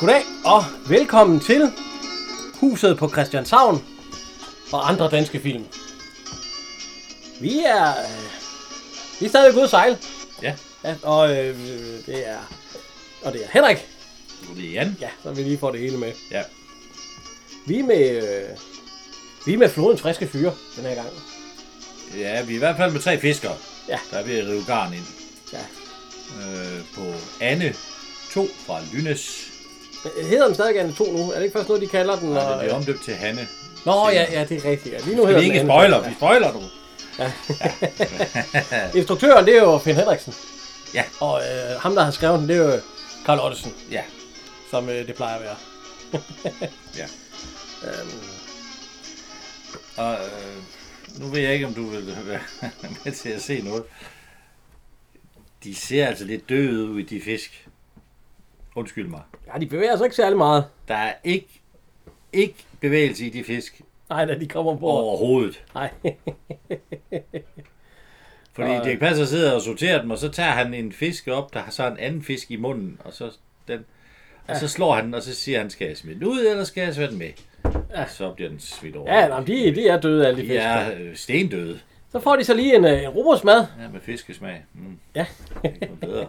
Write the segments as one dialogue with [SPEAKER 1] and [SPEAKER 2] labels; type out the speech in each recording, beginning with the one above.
[SPEAKER 1] Goddag og velkommen til Huset på Christianshavn og andre danske film. Vi er, øh, vi er stadigvæk ude at sejle,
[SPEAKER 2] Ja,
[SPEAKER 1] ja, og øh, det er og det er Henrik.
[SPEAKER 2] nu er det Jan.
[SPEAKER 1] Ja, så vi lige får det hele med.
[SPEAKER 2] Ja.
[SPEAKER 1] Vi er med, øh, vi er med flodens friske fyre den her gang.
[SPEAKER 2] ja, vi er i hvert fald med tre fiskere,
[SPEAKER 1] Ja.
[SPEAKER 2] der er ved at rive garn ind.
[SPEAKER 1] Ja.
[SPEAKER 2] Øh, på Anne 2 fra Lynes.
[SPEAKER 1] Hedder den stadig Anne 2 nu? Er det ikke først noget, de kalder den?
[SPEAKER 2] Og
[SPEAKER 1] og-
[SPEAKER 2] den bliver omdøbt til Hanne.
[SPEAKER 1] Nå, ja, ja, det er rigtigt. Ja. Lige nu
[SPEAKER 2] Vi
[SPEAKER 1] hedder
[SPEAKER 2] er ikke
[SPEAKER 1] den
[SPEAKER 2] spoiler,
[SPEAKER 1] Anne
[SPEAKER 2] vi spoiler nu.
[SPEAKER 1] to. Instruktøren, det er jo Finn Henriksen.
[SPEAKER 2] Ja.
[SPEAKER 1] Og øh, ham, der har skrevet den, det er jo Carl Ottesen,
[SPEAKER 2] Ja,
[SPEAKER 1] som øh, det plejer at være.
[SPEAKER 2] ja.
[SPEAKER 1] Øhm,
[SPEAKER 2] Og øh, nu ved jeg ikke, om du vil være med til at se noget. De ser altså lidt døde ud, de fisk. Undskyld mig.
[SPEAKER 1] ja, de bevæger sig ikke særlig meget.
[SPEAKER 2] Der er ikke, ikke bevægelse i de fisk
[SPEAKER 1] Nej, da de kommer på. Oh.
[SPEAKER 2] overhovedet.
[SPEAKER 1] Nej.
[SPEAKER 2] Fordi
[SPEAKER 1] Nej.
[SPEAKER 2] Dirk Passer sidder og sorterer dem, og så tager han en fisk op, der har så en anden fisk i munden, og så, den, og så slår han den, og så siger han, skal jeg smide den ud, eller skal jeg smide den med? Ja. Så bliver den smidt over.
[SPEAKER 1] ja, nej, de, de er døde, alle de
[SPEAKER 2] de
[SPEAKER 1] fisk. Ja.
[SPEAKER 2] er øh, stendøde
[SPEAKER 1] Så får de så lige en, øh, en robrødsmad.
[SPEAKER 2] ja, med fiskesmag. Mm,
[SPEAKER 1] Ja.
[SPEAKER 2] det er ikke noget bedre.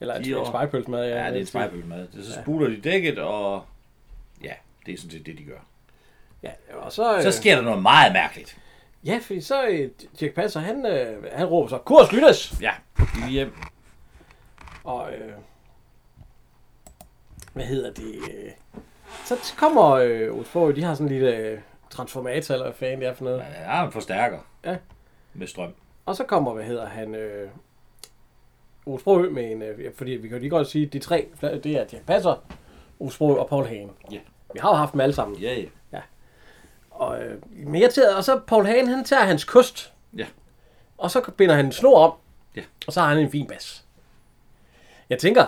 [SPEAKER 1] Eller en,
[SPEAKER 2] De
[SPEAKER 1] en
[SPEAKER 2] år.
[SPEAKER 1] spejpølsmad.
[SPEAKER 2] Ja, det er en spejlbølgemad. Så spuler de dækket, og ja, det er sådan set det, de gør.
[SPEAKER 1] Ja, og så, øh,
[SPEAKER 2] Så sker der noget meget mærkeligt.
[SPEAKER 1] ja, fordi så øh, Dirk Passer, han, øh, han råber så, kurs lyttes!
[SPEAKER 2] Ja, de er hjem.
[SPEAKER 1] Og, øh, hvad hedder det? øh, Så t- kommer øh, Osborg, de har sådan en lille øh, transformator, eller hvad fanden det er for noget.
[SPEAKER 2] Der er en forstærker
[SPEAKER 1] Ja.
[SPEAKER 2] med strøm.
[SPEAKER 1] Og så kommer, hvad hedder han, øh, Osbro med en, øh, ja, fordi vi kan jo lige godt sige, at de tre, det er Dirk Passer, Osbro og Paul Hagen.
[SPEAKER 2] Ja.
[SPEAKER 1] Vi har jo haft dem alle sammen.
[SPEAKER 2] Ja, ja.
[SPEAKER 1] Og, øh, men jeg tager, og så Paul Hagen, han tager hans kost.
[SPEAKER 2] Ja.
[SPEAKER 1] Og så binder han en snor om.
[SPEAKER 2] Ja.
[SPEAKER 1] Og så har han en fin bas. Jeg tænker,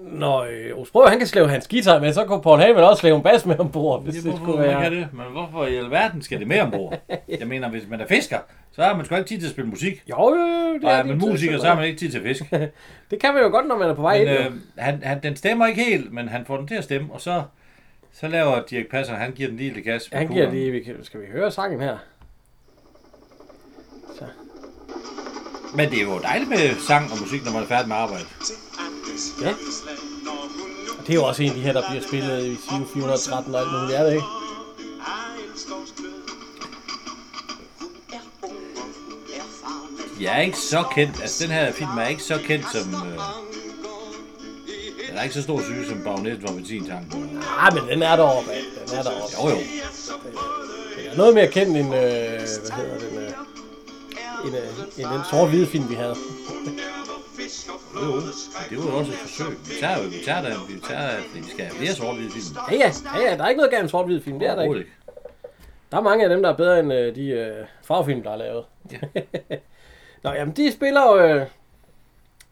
[SPEAKER 1] når øh, Osbro, han kan slæve hans guitar med, så kunne Paul Hagen vel også slæve en bas med ombord, hvis
[SPEAKER 2] Ja,
[SPEAKER 1] det, det
[SPEAKER 2] hvorfor
[SPEAKER 1] skulle
[SPEAKER 2] man kan
[SPEAKER 1] være.
[SPEAKER 2] det? Men hvorfor i alverden skal det med ombord? Jeg mener, hvis man er fisker, så har man sgu ikke tid til at spille musik.
[SPEAKER 1] Jo, jo, jo, det
[SPEAKER 2] Og
[SPEAKER 1] er
[SPEAKER 2] er
[SPEAKER 1] de
[SPEAKER 2] man
[SPEAKER 1] to
[SPEAKER 2] musiker,
[SPEAKER 1] ting,
[SPEAKER 2] så har man ikke tid til at fiske.
[SPEAKER 1] Det kan man jo godt, når man er på vej
[SPEAKER 2] Men,
[SPEAKER 1] ind. jo.
[SPEAKER 2] øh, han, han, den stemmer ikke helt, men han får den til at stemme, og så, så laver Dirk Passer, han giver den lige lidt gas. med
[SPEAKER 1] Han giver
[SPEAKER 2] kuglerne.
[SPEAKER 1] lige, vi kan, skal vi høre sangen her? Så.
[SPEAKER 2] Men det er jo dejligt med sang og musik, når man er færdig med arbejde.
[SPEAKER 1] Ja. Og det er jo også en af de her, der bliver spillet i Sio 413 og alt muligt, er det ikke?
[SPEAKER 2] Jeg er ikke så kendt, altså den her film er ikke så kendt som... Øh, den er ikke så stor syge som Bagnet, hvor man sin tanke.
[SPEAKER 1] Ah, men den er deroppe, af. den er deroppe.
[SPEAKER 2] Jo jo,
[SPEAKER 1] Den er noget mere kendt end, øh, hvad hedder den, øh, end, øh, end den sort-hvide film, vi havde.
[SPEAKER 2] jo, jo. Men Det var jo også et forsøg. Vi tager jo, vi tager da, vi tager, fordi vi skal have flere sort-hvide film.
[SPEAKER 1] Ja, ja, ja, ja, der er ikke noget galt med sort-hvide film, det er der ikke.
[SPEAKER 2] Overhovedet
[SPEAKER 1] Der er mange af dem, der er bedre end øh, de øh, farvefilm, der er lavet.
[SPEAKER 2] Ja.
[SPEAKER 1] Nå, jamen, de spiller jo... Øh,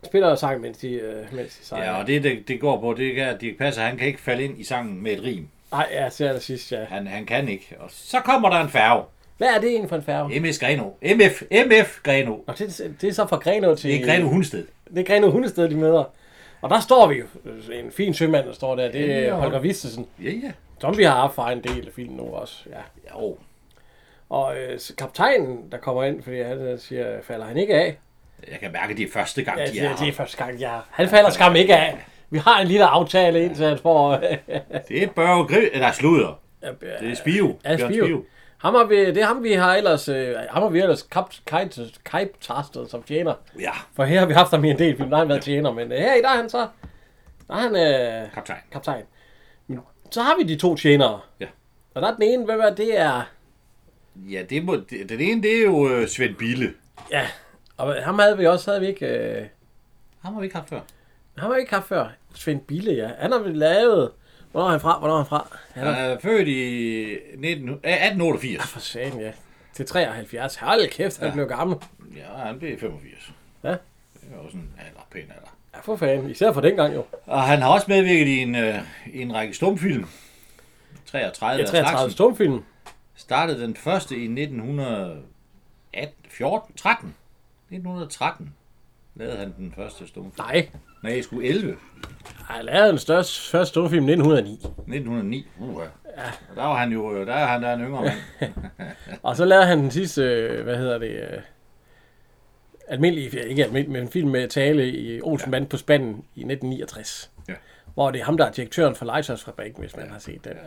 [SPEAKER 1] spiller jo sang, mens de, øh, mens de sejler.
[SPEAKER 2] Ja, og det, det, det går på, det er, at Dirk Passer, han kan ikke falde ind i sangen med et rim.
[SPEAKER 1] Ej, ja, ser jeg det sidst, ja.
[SPEAKER 2] Han, han kan ikke. Og så kommer der en færge.
[SPEAKER 1] Hvad er det egentlig for en færge?
[SPEAKER 2] MS Greno. MF, MF Greno.
[SPEAKER 1] Nå, det, det er så fra Grenå til...
[SPEAKER 2] Det er Greno Hundsted.
[SPEAKER 1] Det er Grenå Hundested, de møder. Og der står vi jo. øh, En fin sømand, der står der. Det er
[SPEAKER 2] Ja.
[SPEAKER 1] Holger Vistesen,
[SPEAKER 2] Ja, ja.
[SPEAKER 1] som vi har haft fra en del af filmen nu også. Ja.
[SPEAKER 2] Jo.
[SPEAKER 1] Og øh, så kaptajnen, der kommer ind, fordi han øh, siger, falder han ikke af?
[SPEAKER 2] Jeg kan mærke, at det er første gang,
[SPEAKER 1] Ja,
[SPEAKER 2] de er
[SPEAKER 1] det, det er
[SPEAKER 2] her.
[SPEAKER 1] første gang, jeg... Han falder skam ikke af. Vi har en lille aftale, indtil han får... øh,
[SPEAKER 2] Det er Børge Gri... Nej, sluder. Det er Spio.
[SPEAKER 1] Ja,
[SPEAKER 2] Bjørn
[SPEAKER 1] Spio. Ham har vi, det er ham, vi har ellers, øh, ham har vi ellers kapt- kite- kite-tastet som tjener.
[SPEAKER 2] Ja,
[SPEAKER 1] For her har vi haft ham i en del film, der har han været tjener, men øh, her i dag er han så, der er han øh,
[SPEAKER 2] kaptajn.
[SPEAKER 1] kaptajn. Men så har vi de to tjenere.
[SPEAKER 2] Ja.
[SPEAKER 1] Og der er den ene, hvem er det er?
[SPEAKER 2] Ja, det må... det- den ene, det er jo øh, Svend Bille.
[SPEAKER 1] Ja, og ham havde vi også, havde vi ikke, øh,
[SPEAKER 2] Ham har vi ikke haft før.
[SPEAKER 1] ham har vi ikke haft før. Svend Bille, ja. Han har vi lavet, hvornår er han fra, hvornår er han fra? Han
[SPEAKER 2] Han
[SPEAKER 1] er
[SPEAKER 2] er født i 19... 1888.
[SPEAKER 1] for sagen, ja. til 73. Hold kæft, han ja. blev gammel.
[SPEAKER 2] Ja, han blev 85.
[SPEAKER 1] Ja.
[SPEAKER 2] Det er også en alder, pæn alder.
[SPEAKER 1] Ja, for fanden. Især for dengang jo.
[SPEAKER 2] Og han har også medvirket i en, øh, i en række stumfilm. 33
[SPEAKER 1] Ja,
[SPEAKER 2] af
[SPEAKER 1] 33
[SPEAKER 2] slagsen.
[SPEAKER 1] stumfilm.
[SPEAKER 2] Startede den første i 1914, 14, 13. 1913 lavede han den første stumfilm.
[SPEAKER 1] Nej,
[SPEAKER 2] Nej, jeg skulle 11.
[SPEAKER 1] jeg lavede den største, første stumfilm i 1909.
[SPEAKER 2] 1909. Uh, ja. Og der var han jo, øh, der er han der er en yngre mand.
[SPEAKER 1] Og så lavede han den sidste, øh, hvad hedder det, øh, almindelig, ja, ikke almindelig, men en film med tale i Olsenband på Spanden i 1969.
[SPEAKER 2] Ja.
[SPEAKER 1] Hvor det er ham, der er direktøren for Leiters Fabrik, hvis man ja. har set den. Ja.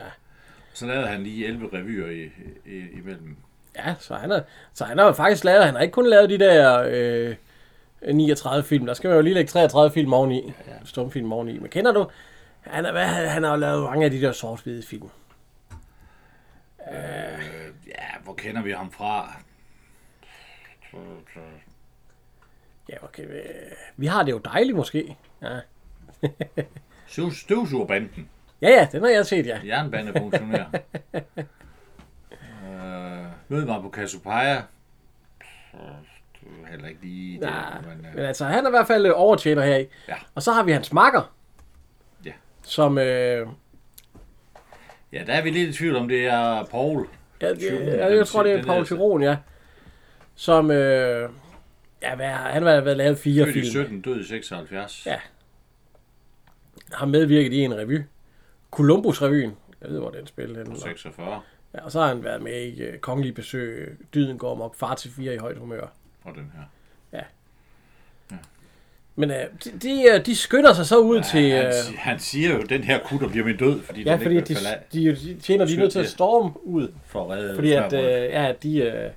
[SPEAKER 2] Så lavede han lige 11 revyer i, i, imellem.
[SPEAKER 1] Ja, så han, har, så han har jo faktisk lavet, han har ikke kun lavet de der øh, 39 film, der skal man jo lige lægge 33 film oveni, ja. stumfilm oveni. Men kender du, han, er, hvad, han har jo lavet mange af de der sort-hvide film.
[SPEAKER 2] Øh, ja, hvor kender vi ham fra?
[SPEAKER 1] Ja, okay, øh, vi har det jo dejligt måske. Ja,
[SPEAKER 2] Støv- Støvsugerbanden.
[SPEAKER 1] ja, ja den har jeg set, ja.
[SPEAKER 2] Jernbanefunktionær. øh, mød mig på Cassiopeia. Det var heller ikke lige det,
[SPEAKER 1] Nej,
[SPEAKER 2] men, øh,
[SPEAKER 1] men altså, han er i hvert fald øh, overtjener her i.
[SPEAKER 2] Ja.
[SPEAKER 1] Og så har vi hans makker.
[SPEAKER 2] Ja.
[SPEAKER 1] Som, øh,
[SPEAKER 2] ja, der er vi lidt i tvivl om, det er Paul.
[SPEAKER 1] Ja, det,
[SPEAKER 2] Tyron,
[SPEAKER 1] jeg, jeg
[SPEAKER 2] den-
[SPEAKER 1] tror, det er
[SPEAKER 2] den altså-
[SPEAKER 1] Paul
[SPEAKER 2] hedder-
[SPEAKER 1] Tyron, ja. Som, øh, ja, hvad, har- han har været lavet fire
[SPEAKER 2] Født i
[SPEAKER 1] film.
[SPEAKER 2] 17, død i 76.
[SPEAKER 1] Ja. Har medvirket i en revy. Columbus-revyen. Jeg ved, hvor den spillede henne.
[SPEAKER 2] 46.
[SPEAKER 1] Ja, og så har han været med i øh, Kongelige Besøg, Dyden går op, Far til fire i højt humør.
[SPEAKER 2] Og den her.
[SPEAKER 1] Men øh, de, de, øh, de skynder sig så ud ja, til...
[SPEAKER 2] Ja,
[SPEAKER 1] Øh,
[SPEAKER 2] han, si- han siger jo, den her kutter bliver min død, fordi
[SPEAKER 1] ja,
[SPEAKER 2] den
[SPEAKER 1] fordi
[SPEAKER 2] ikke
[SPEAKER 1] de,
[SPEAKER 2] vil falde af
[SPEAKER 1] de, de tjener, de er nødt til at
[SPEAKER 2] Skyld, ja.
[SPEAKER 1] storme ud.
[SPEAKER 2] for at redde
[SPEAKER 1] Fordi at, øh,
[SPEAKER 2] smørbrødet.
[SPEAKER 1] ja, at de,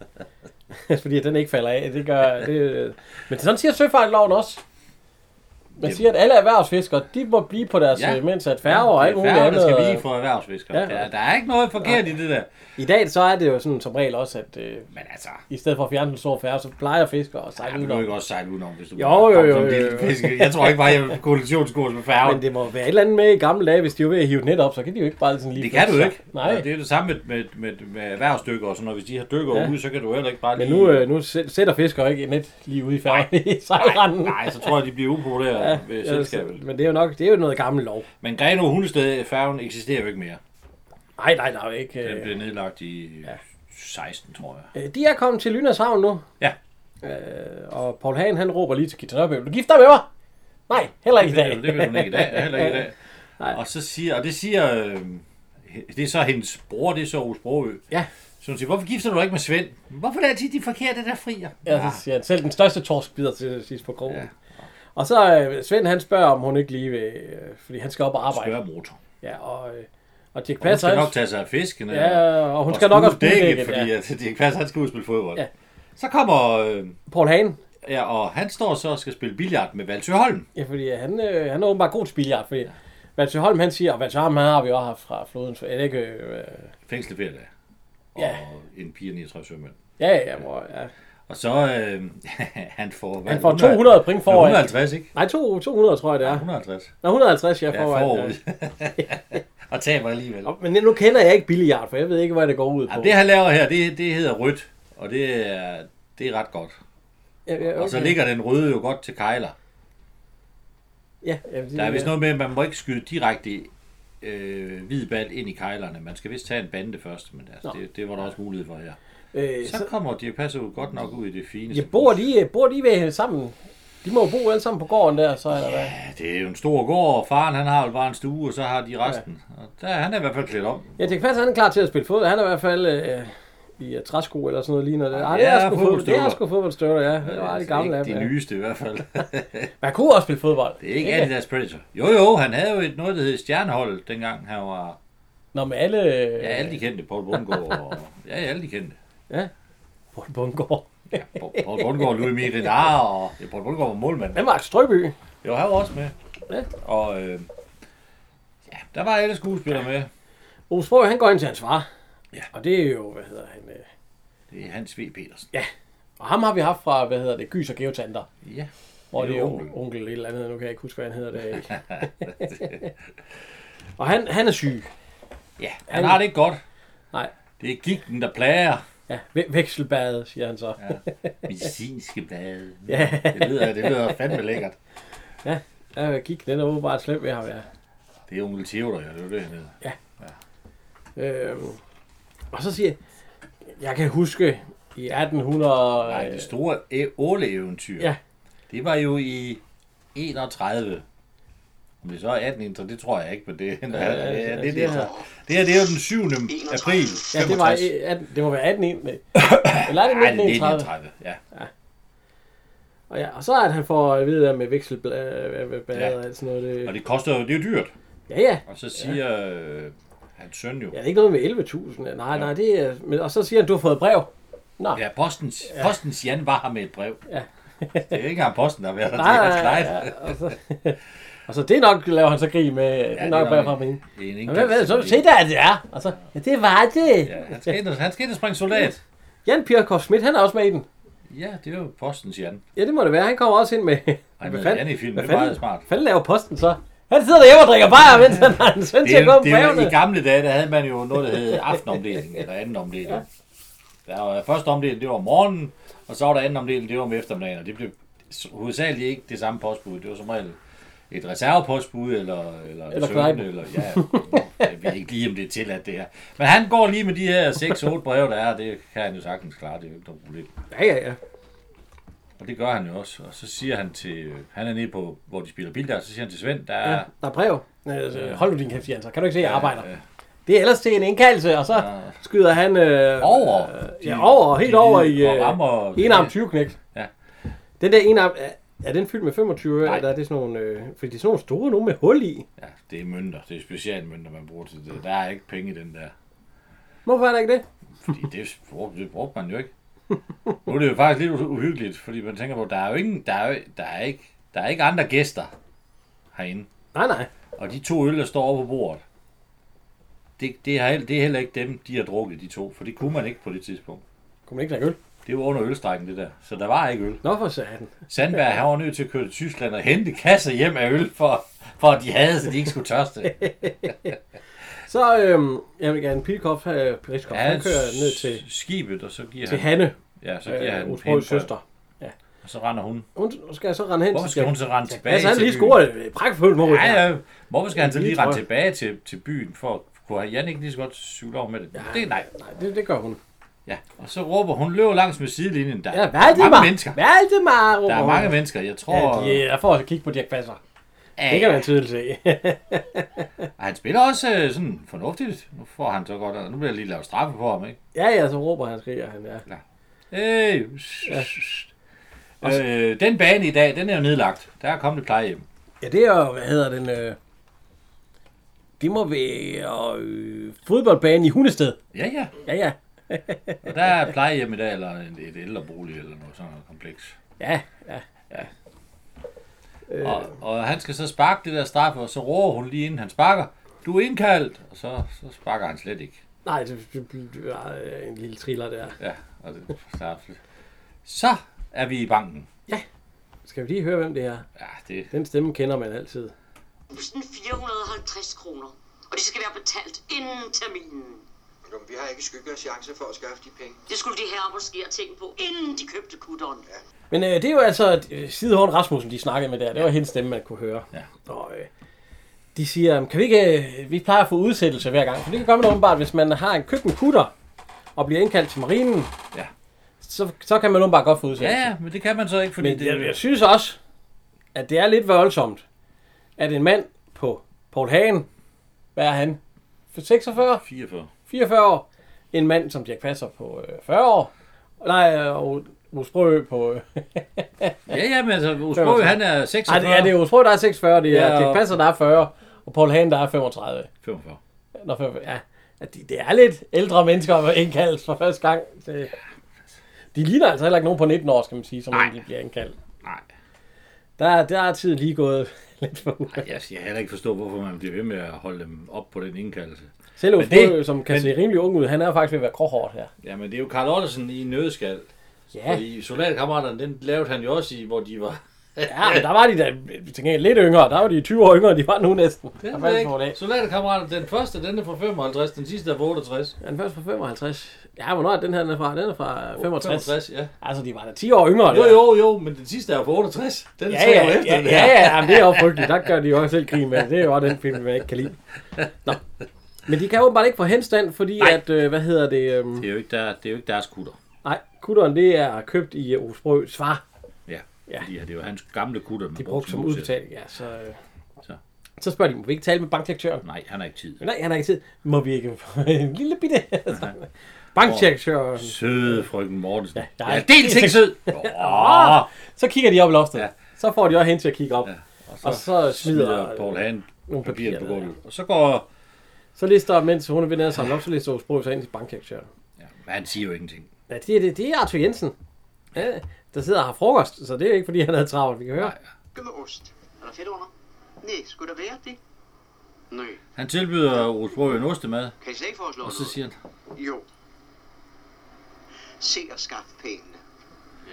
[SPEAKER 1] øh, fordi at den ikke falder af. Det gør, det, øh. Men sådan siger søfartloven også. Man
[SPEAKER 2] Jamen.
[SPEAKER 1] siger, at alle erhvervsfiskere, de må blive på deres,
[SPEAKER 2] Ja.
[SPEAKER 1] ja. mens at færger og alt muligt
[SPEAKER 2] andet. der
[SPEAKER 1] andet.
[SPEAKER 2] skal
[SPEAKER 1] øh,
[SPEAKER 2] vige for erhvervsfiskere.
[SPEAKER 1] Ja.
[SPEAKER 2] Ja. Der, der er ikke noget forkert i det der.
[SPEAKER 1] I dag så er det jo sådan som regel også, at øh,
[SPEAKER 2] Men altså,
[SPEAKER 1] i stedet for at fjerne en stor færge, så plejer fiskere at
[SPEAKER 2] ej,
[SPEAKER 1] sejle ud.
[SPEAKER 2] du kan jo
[SPEAKER 1] over.
[SPEAKER 2] ikke også sejle udenom, hvis du
[SPEAKER 1] Jo, jo,
[SPEAKER 2] kom
[SPEAKER 1] jo,
[SPEAKER 2] som
[SPEAKER 1] jo,
[SPEAKER 2] lille
[SPEAKER 1] jo.
[SPEAKER 2] fiske. Jeg tror ikke bare, jeg vil koalitionskurs med færgen.
[SPEAKER 1] Men det må være et eller andet med i gamle dage, hvis de er ved at hive den net op, så kan de jo ikke bare sådan lige...
[SPEAKER 2] det kan du
[SPEAKER 1] flytte sig.
[SPEAKER 2] ikke.
[SPEAKER 1] Nej,
[SPEAKER 2] Og det er det samme med, med, med, med erhvervsdykker og sådan noget. Hvis de har dykker
[SPEAKER 1] Ja.
[SPEAKER 2] ja. ude, så kan du heller ikke bare
[SPEAKER 1] men
[SPEAKER 2] lige...
[SPEAKER 1] nu, øh, nu sæt- sætter fiskere ikke et net lige ude i færgen i sejlranden.
[SPEAKER 2] Nej, så tror jeg, de bliver upopulære ja, ved selskabet.
[SPEAKER 1] men det er jo nok det er jo noget gammel lov.
[SPEAKER 2] Men Grenaa og Hundested, færgen eksisterer jo ikke mere.
[SPEAKER 1] Nej, nej, nej, ikke. øh.
[SPEAKER 2] Den blev nedlagt i 16, tror jeg.
[SPEAKER 1] Øh, De er kommet til Lynæshavn nu.
[SPEAKER 2] Ja.
[SPEAKER 1] Øh, og Paul Hagen, han råber lige til Gitte Nørby, vil du gifte dig med mig? Nej, heller ikke i
[SPEAKER 2] Det
[SPEAKER 1] dag.
[SPEAKER 2] vil, det vil hun ikke i dag. Heller ikke i dag.
[SPEAKER 1] Nej.
[SPEAKER 2] Og så siger, og det siger, øh, det er så hendes bror, det er så Aarhus Broø.
[SPEAKER 1] Ja.
[SPEAKER 2] Så hun siger, hvorfor gifter du dig ikke med Svend? Hvorfor er det de forkerte, der frier?
[SPEAKER 1] ja, så siger han, selv den største torsk bider til sidst på krogen. Ja.
[SPEAKER 2] Ah. Ja.
[SPEAKER 1] Og så øh, Svend, han spørger, om hun ikke lige vil, øh, fordi han skal op og arbejde.
[SPEAKER 2] Spørger motor.
[SPEAKER 1] Ja, og, øh, og Dirk
[SPEAKER 2] Hun
[SPEAKER 1] Passer,
[SPEAKER 2] skal
[SPEAKER 1] han-
[SPEAKER 2] nok tage sig af fiskene.
[SPEAKER 1] ja, og hun skal nok også
[SPEAKER 2] dække,
[SPEAKER 1] dækket,
[SPEAKER 2] fordi øh,
[SPEAKER 1] ja.
[SPEAKER 2] at Dirk Passer, han skal ud og spille fodbold.
[SPEAKER 1] Ja.
[SPEAKER 2] Ja. Så kommer, øh,
[SPEAKER 1] Paul Hagen,
[SPEAKER 2] ja, og han står så og skal spille billard med Valsø Holm.
[SPEAKER 1] ja, fordi han, øh, han er åbenbart god til billiard, fordi Valsø Holm, han siger, og Valsø Holm, han har vi jo også haft fra floden, så er det ikke, øh,
[SPEAKER 2] Fængslet hverdag. Og
[SPEAKER 1] Ja.
[SPEAKER 2] en pige 69 sømænd.
[SPEAKER 1] ja, ja, ja, hvor, ja.
[SPEAKER 2] Og så, øh, han får, hvad,
[SPEAKER 1] Han får 200 point foran.
[SPEAKER 2] 150, ikke?
[SPEAKER 1] Nej, to- 200 tror jeg det er.
[SPEAKER 2] 150.
[SPEAKER 1] Nå, 150, jeg
[SPEAKER 2] Ja,
[SPEAKER 1] får. Ja,
[SPEAKER 2] forud. og taber alligevel.
[SPEAKER 1] Nå, Men nu kender jeg ikke billiard, for jeg ved ikke, hvad det går ud på.
[SPEAKER 2] Ja, det han laver her, det, det hedder rødt, og det er, det er ret godt.
[SPEAKER 1] ja, ja, okay.
[SPEAKER 2] Og så ligger den røde jo godt til kejler.
[SPEAKER 1] ja, ja, det,
[SPEAKER 2] Der er vist
[SPEAKER 1] noget...
[SPEAKER 2] noget med, at man må ikke skyde direkte øh, hvid ball ind i kejlerne. Man skal vist tage en bande først, men altså,
[SPEAKER 1] Nå.
[SPEAKER 2] det, det var der også mulighed for her.
[SPEAKER 1] øh,
[SPEAKER 2] Så
[SPEAKER 1] så,
[SPEAKER 2] kommer de passer jo godt nok ud i det fine.
[SPEAKER 1] ja, bor de, øh, bor de ved sammen? De må jo bo alle sammen på gården der, så eller hvad?
[SPEAKER 2] Ja, det er jo en stor gård, og faren han har jo bare en stue, og så har de resten. Og der, han er i hvert fald klædt om.
[SPEAKER 1] Ja, Dirk Passer, han er klar til at spille fodbold. Han er i hvert fald øh, i øh, træsko eller sådan noget lignende. Ej, det er
[SPEAKER 2] Ja,
[SPEAKER 1] sgu fodbold, det er
[SPEAKER 2] fodboldstøvler.
[SPEAKER 1] sgu fodboldstøvler, ja. Det var det gamle af
[SPEAKER 2] ikke
[SPEAKER 1] dem,
[SPEAKER 2] de
[SPEAKER 1] ja.
[SPEAKER 2] nyeste i hvert fald.
[SPEAKER 1] Man kunne også spille fodbold.
[SPEAKER 2] Det er ikke Adidas Predator. Jo, jo, han havde jo et noget, der hed Stjerneholdet, dengang han var
[SPEAKER 1] Nå, med alle... øh,
[SPEAKER 2] Ja, alle de kendte. Paul Bundgaard. Og, ja, alle de kendte.
[SPEAKER 1] Paul Bundgaard.
[SPEAKER 2] Ja, Paul- Paul Bundgaard, Louis Miguel og ja, Paul Bundgaard var målmand.
[SPEAKER 1] Hvem var Axel Strøby?
[SPEAKER 2] Jo, han var også med.
[SPEAKER 1] Ja.
[SPEAKER 2] Og øh, ja, der var alle skuespillere med.
[SPEAKER 1] Osborg, han går ind til hans far.
[SPEAKER 2] Ja.
[SPEAKER 1] Og det er jo, hvad hedder han... Øh,
[SPEAKER 2] Det er Hans V. Petersen.
[SPEAKER 1] og ham har vi haft fra, hvad hedder det, Gys og Geotanter.
[SPEAKER 2] Ja.
[SPEAKER 1] Hvor
[SPEAKER 2] Det
[SPEAKER 1] det
[SPEAKER 2] er
[SPEAKER 1] er onkel.
[SPEAKER 2] onkel.
[SPEAKER 1] onkel et eller andet, nu kan jeg ikke huske, hvad han hedder det. ikke? og han, han er syg.
[SPEAKER 2] ja, han har det ikke godt.
[SPEAKER 1] Nej.
[SPEAKER 2] Det er gigten, der plager.
[SPEAKER 1] Ja, væ- vekselbade, siger han så.
[SPEAKER 2] Ja. Medicinske blade.
[SPEAKER 1] Ja,
[SPEAKER 2] Det lyder, det lyder fandme lækkert.
[SPEAKER 1] ja. ja gik den er åbenbart slem ved ham, ja.
[SPEAKER 2] Det er onkel Theodor, ja, det er jo det, han hedder.
[SPEAKER 1] Øhm, og så siger jeg, jeg kan huske i 1800...
[SPEAKER 2] Nej, det store æ- åleeventyr,
[SPEAKER 1] øh, Ja.
[SPEAKER 2] det var jo i 31. Om det så er 18, det tror jeg ikke, men det, ja, det,
[SPEAKER 1] ja,
[SPEAKER 2] det,
[SPEAKER 1] ja,
[SPEAKER 2] det, det,
[SPEAKER 1] det
[SPEAKER 2] det,
[SPEAKER 1] er-
[SPEAKER 2] det her det er jo den 7. april
[SPEAKER 1] ja, det, var,
[SPEAKER 2] 65.
[SPEAKER 1] i 18, det må være 18, nej. Eller er det
[SPEAKER 2] Nej, det er
[SPEAKER 1] 1931?
[SPEAKER 2] 1931, ja.
[SPEAKER 1] Og, ja, og så er det, han får at vide der med vekselblade
[SPEAKER 2] Ja.
[SPEAKER 1] ja. og alt sådan noget. Det,
[SPEAKER 2] Og det koster jo, det er jo dyrt.
[SPEAKER 1] ja, ja.
[SPEAKER 2] Og så siger øh, hans søn jo,
[SPEAKER 1] Ja, det er ikke noget med 11.000. Nej, ja. nej, det er... Men, og så siger han, du har fået brev. Nej,
[SPEAKER 2] ja, postens, postens Jan var her med et brev.
[SPEAKER 1] Ja.
[SPEAKER 2] det er jo ikke engang posten, der har været der.
[SPEAKER 1] nej,
[SPEAKER 2] Det er hans
[SPEAKER 1] nej,
[SPEAKER 2] lejlighed.
[SPEAKER 1] ja, og, så, og så det er nok, laver han så grig med. Ja, det er nok brev fra min.
[SPEAKER 2] Det er en
[SPEAKER 1] Men hvad, hvad, så
[SPEAKER 2] indkaldt-
[SPEAKER 1] se der, det er. Og så, ja, det var det.
[SPEAKER 2] Ja, han skal ind og, han skal ind og springe soldat.
[SPEAKER 1] Jan Pirkov Schmidt, han er også med i den.
[SPEAKER 2] Ja, det er jo postens Jan.
[SPEAKER 1] Ja, det må det være. Han kommer også ind med...
[SPEAKER 2] Han hedder Jan i filmen, det er meget smart.
[SPEAKER 1] Hvad fanden laver posten så? Han sidder derhjemme og drikker bajer, mens han har en søn til
[SPEAKER 2] Det
[SPEAKER 1] at gå
[SPEAKER 2] er,
[SPEAKER 1] med
[SPEAKER 2] det er jo, I
[SPEAKER 1] brevene.
[SPEAKER 2] gamle dage, der havde man jo noget, der hed aftenomdeling eller anden omdeling. Ja. Der var første omdeling, det var om morgenen, og så var der anden omdeling, det var om eftermiddagen. Og det blev hovedsageligt ikke det samme postbud. Det var som regel et reservepostbud, eller, eller, en
[SPEAKER 1] Eller
[SPEAKER 2] søn,
[SPEAKER 1] Knejpen.
[SPEAKER 2] eller ja, jeg ved ikke lige, om det er tilladt det her. Men han går lige med de her 6-8 breve, der er, og det kan han jo sagtens klare, det er jo ikke noget problem.
[SPEAKER 1] Ja, ja, ja.
[SPEAKER 2] Og det gør han jo også. Og så siger han til, han er nede på, hvor de spiller bil der, så siger han til Svend, der er...
[SPEAKER 1] ja. Der er brev. Øh, hold nu din kæft, siger han så. Kan du ikke se, jeg arbejder?
[SPEAKER 2] øh,
[SPEAKER 1] Det er ellers til en indkaldelse, og så
[SPEAKER 2] Ja.
[SPEAKER 1] skyder han... Øh,
[SPEAKER 2] Over.
[SPEAKER 1] Øh, ja, over. Helt over i...
[SPEAKER 2] og rammer,
[SPEAKER 1] Øh, en arm 20 knægt.
[SPEAKER 2] Ja.
[SPEAKER 1] Den der en arm... Er, er den fyldt med 25 øre,
[SPEAKER 2] Nej.
[SPEAKER 1] eller er det sådan nogle... Øh, fordi det er sådan nogle store nogle med hul i.
[SPEAKER 2] Ja, det er mønter. Det er specialmønter, man bruger til det. Der er ikke penge i den der.
[SPEAKER 1] Hvorfor er der ikke det?
[SPEAKER 2] Fordi det, brugte, det brugte man jo ikke. Nu er det jo faktisk lidt uhyggeligt, fordi man tænker på, der er jo ingen, der er, jo- der er ikke, der er ikke andre gæster herinde.
[SPEAKER 1] Nej, nej.
[SPEAKER 2] Og de to øl, der står over på bordet, det, det, er, det er heller ikke dem, de har drukket, de to. For det kunne man ikke på det tidspunkt.
[SPEAKER 1] Kunne man ikke lade øl?
[SPEAKER 2] Det var under ølstrækken, det der. Så der var ikke øl.
[SPEAKER 1] Nå, for satan.
[SPEAKER 2] Sandberg, han var nødt til at køre til Tyskland og hente kasser hjem af øl, for, for at de havde, så de ikke skulle tørste.
[SPEAKER 1] Så, øhm, jeg vil gerne Pilkoff, øh, Pilkoff,
[SPEAKER 2] Ja,
[SPEAKER 1] ja, han kører ned til,
[SPEAKER 2] skibet, og så giver
[SPEAKER 1] til
[SPEAKER 2] han,
[SPEAKER 1] Hanne,
[SPEAKER 2] ja, så giver
[SPEAKER 1] øh,
[SPEAKER 2] han
[SPEAKER 1] Osbrøds
[SPEAKER 2] pindbøj,
[SPEAKER 1] søster.
[SPEAKER 2] Og så render hun.
[SPEAKER 1] Hun skal så rende hen
[SPEAKER 2] Hvorfor skal hun så rende tilbage
[SPEAKER 1] Ja, så han
[SPEAKER 2] til
[SPEAKER 1] lige
[SPEAKER 2] byen?
[SPEAKER 1] scoret et pragtfuldt mål.
[SPEAKER 2] Ja, ja. Hvorfor skal han så
[SPEAKER 1] Det
[SPEAKER 2] lige
[SPEAKER 1] tror
[SPEAKER 2] rende
[SPEAKER 1] jeg.
[SPEAKER 2] tilbage til, til byen, for kunne han Jan ikke lige så godt cykle over med det? Det er nej.
[SPEAKER 1] Nej, det, det gør hun.
[SPEAKER 2] Ja. Og så råber hun, løber langs med sidelinjen. Der,
[SPEAKER 1] Ja,
[SPEAKER 2] der er
[SPEAKER 1] Valdemar!
[SPEAKER 2] mange mennesker.
[SPEAKER 1] Valdemar!
[SPEAKER 2] Der er
[SPEAKER 1] råber
[SPEAKER 2] mange
[SPEAKER 1] hun.
[SPEAKER 2] mennesker. Jeg
[SPEAKER 1] Ja,
[SPEAKER 2] tror,
[SPEAKER 1] de er for at kigge på Dirk Passer.
[SPEAKER 2] ja,
[SPEAKER 1] Det kan man tydeligt se.
[SPEAKER 2] og han spiller også øh, sådan fornuftigt. Nu får han så godt, nu bliver jeg lige lavet straffe på ham, ikke?
[SPEAKER 1] ja, ja, så råber han, skriger han, ja.
[SPEAKER 2] Hey. Øh, den bane i dag, den er jo nedlagt. Der er kommet et plejehjem.
[SPEAKER 1] Ja, det er jo, hvad hedder den, øh, det må være øh, fodboldbanen i Hundested.
[SPEAKER 2] Ja, ja.
[SPEAKER 1] Ja, ja.
[SPEAKER 2] Og der er et plejehjem i dag, eller en- et ældrebolig, eller noget sådan noget kompleks.
[SPEAKER 1] Ja, ja. Øh.
[SPEAKER 2] Og, og han skal så sparke det der straffe, og så råber hun lige inden han sparker. Du er indkaldt! Og så, så sparker han slet ikke.
[SPEAKER 1] Nej, det, det, det, det var øh, en lille triller der.
[SPEAKER 2] Ja, og det starter. Så er vi i banken.
[SPEAKER 1] Skal vi lige høre, hvem det er?
[SPEAKER 2] Ja, det,
[SPEAKER 1] Den stemme kender man altid.
[SPEAKER 3] 1450 kroner. Og det skal være betalt inden terminen.
[SPEAKER 4] Nå, men vi har ikke skygge af chancer for at skaffe de penge.
[SPEAKER 3] Det skulle de her måske have tænkt på, inden de købte kutteren. Ja.
[SPEAKER 1] Men øh, det er jo altså øh, Sidehorn Rasmussen, de snakkede med der. Det var hendes stemme, man kunne høre.
[SPEAKER 2] Ja.
[SPEAKER 1] Og øh, de siger, kan vi ikke, øh, vi plejer at få udsættelse hver gang. For det kan komme åbenbart, hvis man har en køkkenkutter og bliver indkaldt til marinen,
[SPEAKER 2] Ja.
[SPEAKER 1] så, så kan man åbenbart godt få
[SPEAKER 2] ja,
[SPEAKER 1] udsættelse.
[SPEAKER 2] ja, men det kan man så ikke, fordi
[SPEAKER 1] Men jeg, jeg
[SPEAKER 2] det,
[SPEAKER 1] synes også, at det er lidt voldsomt, at en mand på Paul Hagen, hvad er han, For 46,
[SPEAKER 2] 44.
[SPEAKER 1] 44 år, en mand som Dirk Passer på øh, 40 år, nej, øh, og Osbrø på... Øh,
[SPEAKER 2] Ja, ja, men altså, Osbro, han er
[SPEAKER 1] Nej,
[SPEAKER 2] 46.
[SPEAKER 1] det er det er jo Osbro, der er 46, det er
[SPEAKER 2] Ja,
[SPEAKER 1] ja, Dirk
[SPEAKER 2] og-
[SPEAKER 1] Passer, der er 40, og Paul Hagen, der er 35.
[SPEAKER 2] 45.
[SPEAKER 1] Nå, for, ja, at de, det er lidt ældre mennesker at indkaldes for første gang. Det, de ligner altså heller ikke nogen på 19 år, skal man sige, som
[SPEAKER 2] Nej.
[SPEAKER 1] de bliver indkaldt.
[SPEAKER 2] Nej.
[SPEAKER 1] Der, er- der er tid lige gået lidt for
[SPEAKER 2] Ej, Jeg jeg kan heller ikke forstå, hvorfor man bliver ved med at holde dem op på den indkaldelse.
[SPEAKER 1] Selv
[SPEAKER 2] Men
[SPEAKER 1] Uffe,
[SPEAKER 2] det-
[SPEAKER 1] som kan
[SPEAKER 2] men-
[SPEAKER 1] se rimelig ung ud, han er faktisk ved at være gråhårdt her.
[SPEAKER 2] Jamen, det er jo Karl Ottesen i en nødskal.
[SPEAKER 1] Ja,
[SPEAKER 2] Fordi soldatkammeraterne, den lavede han jo også i, hvor de var
[SPEAKER 1] Ja, men der var de da til gengæld lidt yngre. Der var de 20 år yngre, end de var nu næsten.
[SPEAKER 2] Det
[SPEAKER 1] Der
[SPEAKER 2] er
[SPEAKER 1] fandt
[SPEAKER 2] det
[SPEAKER 1] nogle af.
[SPEAKER 2] ikke. Soldaterkammerater, den første, den er fra 55, den sidste er fra 68.
[SPEAKER 1] Ja, den første fra 55. Ja, hvornår er den her den er fra? Den er fra 65. 65.
[SPEAKER 2] ja.
[SPEAKER 1] Altså, de var da 10 år yngre.
[SPEAKER 2] Jo,
[SPEAKER 1] der.
[SPEAKER 2] jo, jo, men den sidste er fra 68. Den er
[SPEAKER 1] Ja,
[SPEAKER 2] tre
[SPEAKER 1] ja,
[SPEAKER 2] år
[SPEAKER 1] ja,
[SPEAKER 2] efter.
[SPEAKER 1] ja,
[SPEAKER 2] det
[SPEAKER 1] ja,
[SPEAKER 2] her.
[SPEAKER 1] ja, jamen, det er jo frygteligt. Der gør de jo også selv grin med. det. Det er jo også den film, jeg ikke kan lide. Nå. Men de kan åbenbart ikke få henstand, fordi Nej. at, øh, hvad hedder det? Øhm,
[SPEAKER 2] Det er jo ikke, der, det er jo ikke deres kutter.
[SPEAKER 1] nej, kutteren det er købt i øh, Osbrøs far.
[SPEAKER 2] Ja.
[SPEAKER 1] Ja.
[SPEAKER 2] ja. Fordi det er jo hans gamle kutter, man
[SPEAKER 1] De brugte som
[SPEAKER 2] udbetalt.
[SPEAKER 1] udbetaling, ja. Så, øh, så.
[SPEAKER 2] Så.
[SPEAKER 1] så spørger de, må vi ikke tale med bankdirektøren?
[SPEAKER 2] Nej, han har ikke tid.
[SPEAKER 1] Nej, han har ikke tid. Må vi ikke få en lille bitte? Bankdirektøren.
[SPEAKER 2] Søde frøken Mortensen. Ja,
[SPEAKER 1] der er
[SPEAKER 2] der er ja,
[SPEAKER 1] ikke-
[SPEAKER 2] dels ikke sød. Åh,
[SPEAKER 1] Så kigger de op i loftet. Ja.
[SPEAKER 2] Ja.
[SPEAKER 1] Så får de også hen til at kigge op. Ja.
[SPEAKER 2] Ja.
[SPEAKER 1] Og, så og så smider...
[SPEAKER 2] smider Paul Hand
[SPEAKER 1] nogle
[SPEAKER 2] nogle
[SPEAKER 1] papirer
[SPEAKER 2] papirer på
[SPEAKER 1] ned,
[SPEAKER 2] gulvet. Og så går...
[SPEAKER 1] Så lister, mens hun er ved nede og samle op, så lister Osbro sig ind til bankdirektøren.
[SPEAKER 2] Ja, men han siger jo ingenting.
[SPEAKER 1] Ja, det er, det, det er Arthur Jensen. Ja, der sidder og har frokost, så det er ikke, fordi han havde travlt, vi kan høre. Nej.
[SPEAKER 2] Nej.
[SPEAKER 4] Med ost.
[SPEAKER 3] Er der fedt under? Nej, skulle der være det? Nej,
[SPEAKER 2] Han tilbyder Rosbrø en ostemad,
[SPEAKER 3] kan I slet ikke foreslå
[SPEAKER 2] og så
[SPEAKER 3] noget?
[SPEAKER 2] siger han,
[SPEAKER 4] Jo.
[SPEAKER 3] Se og skaffe pengene.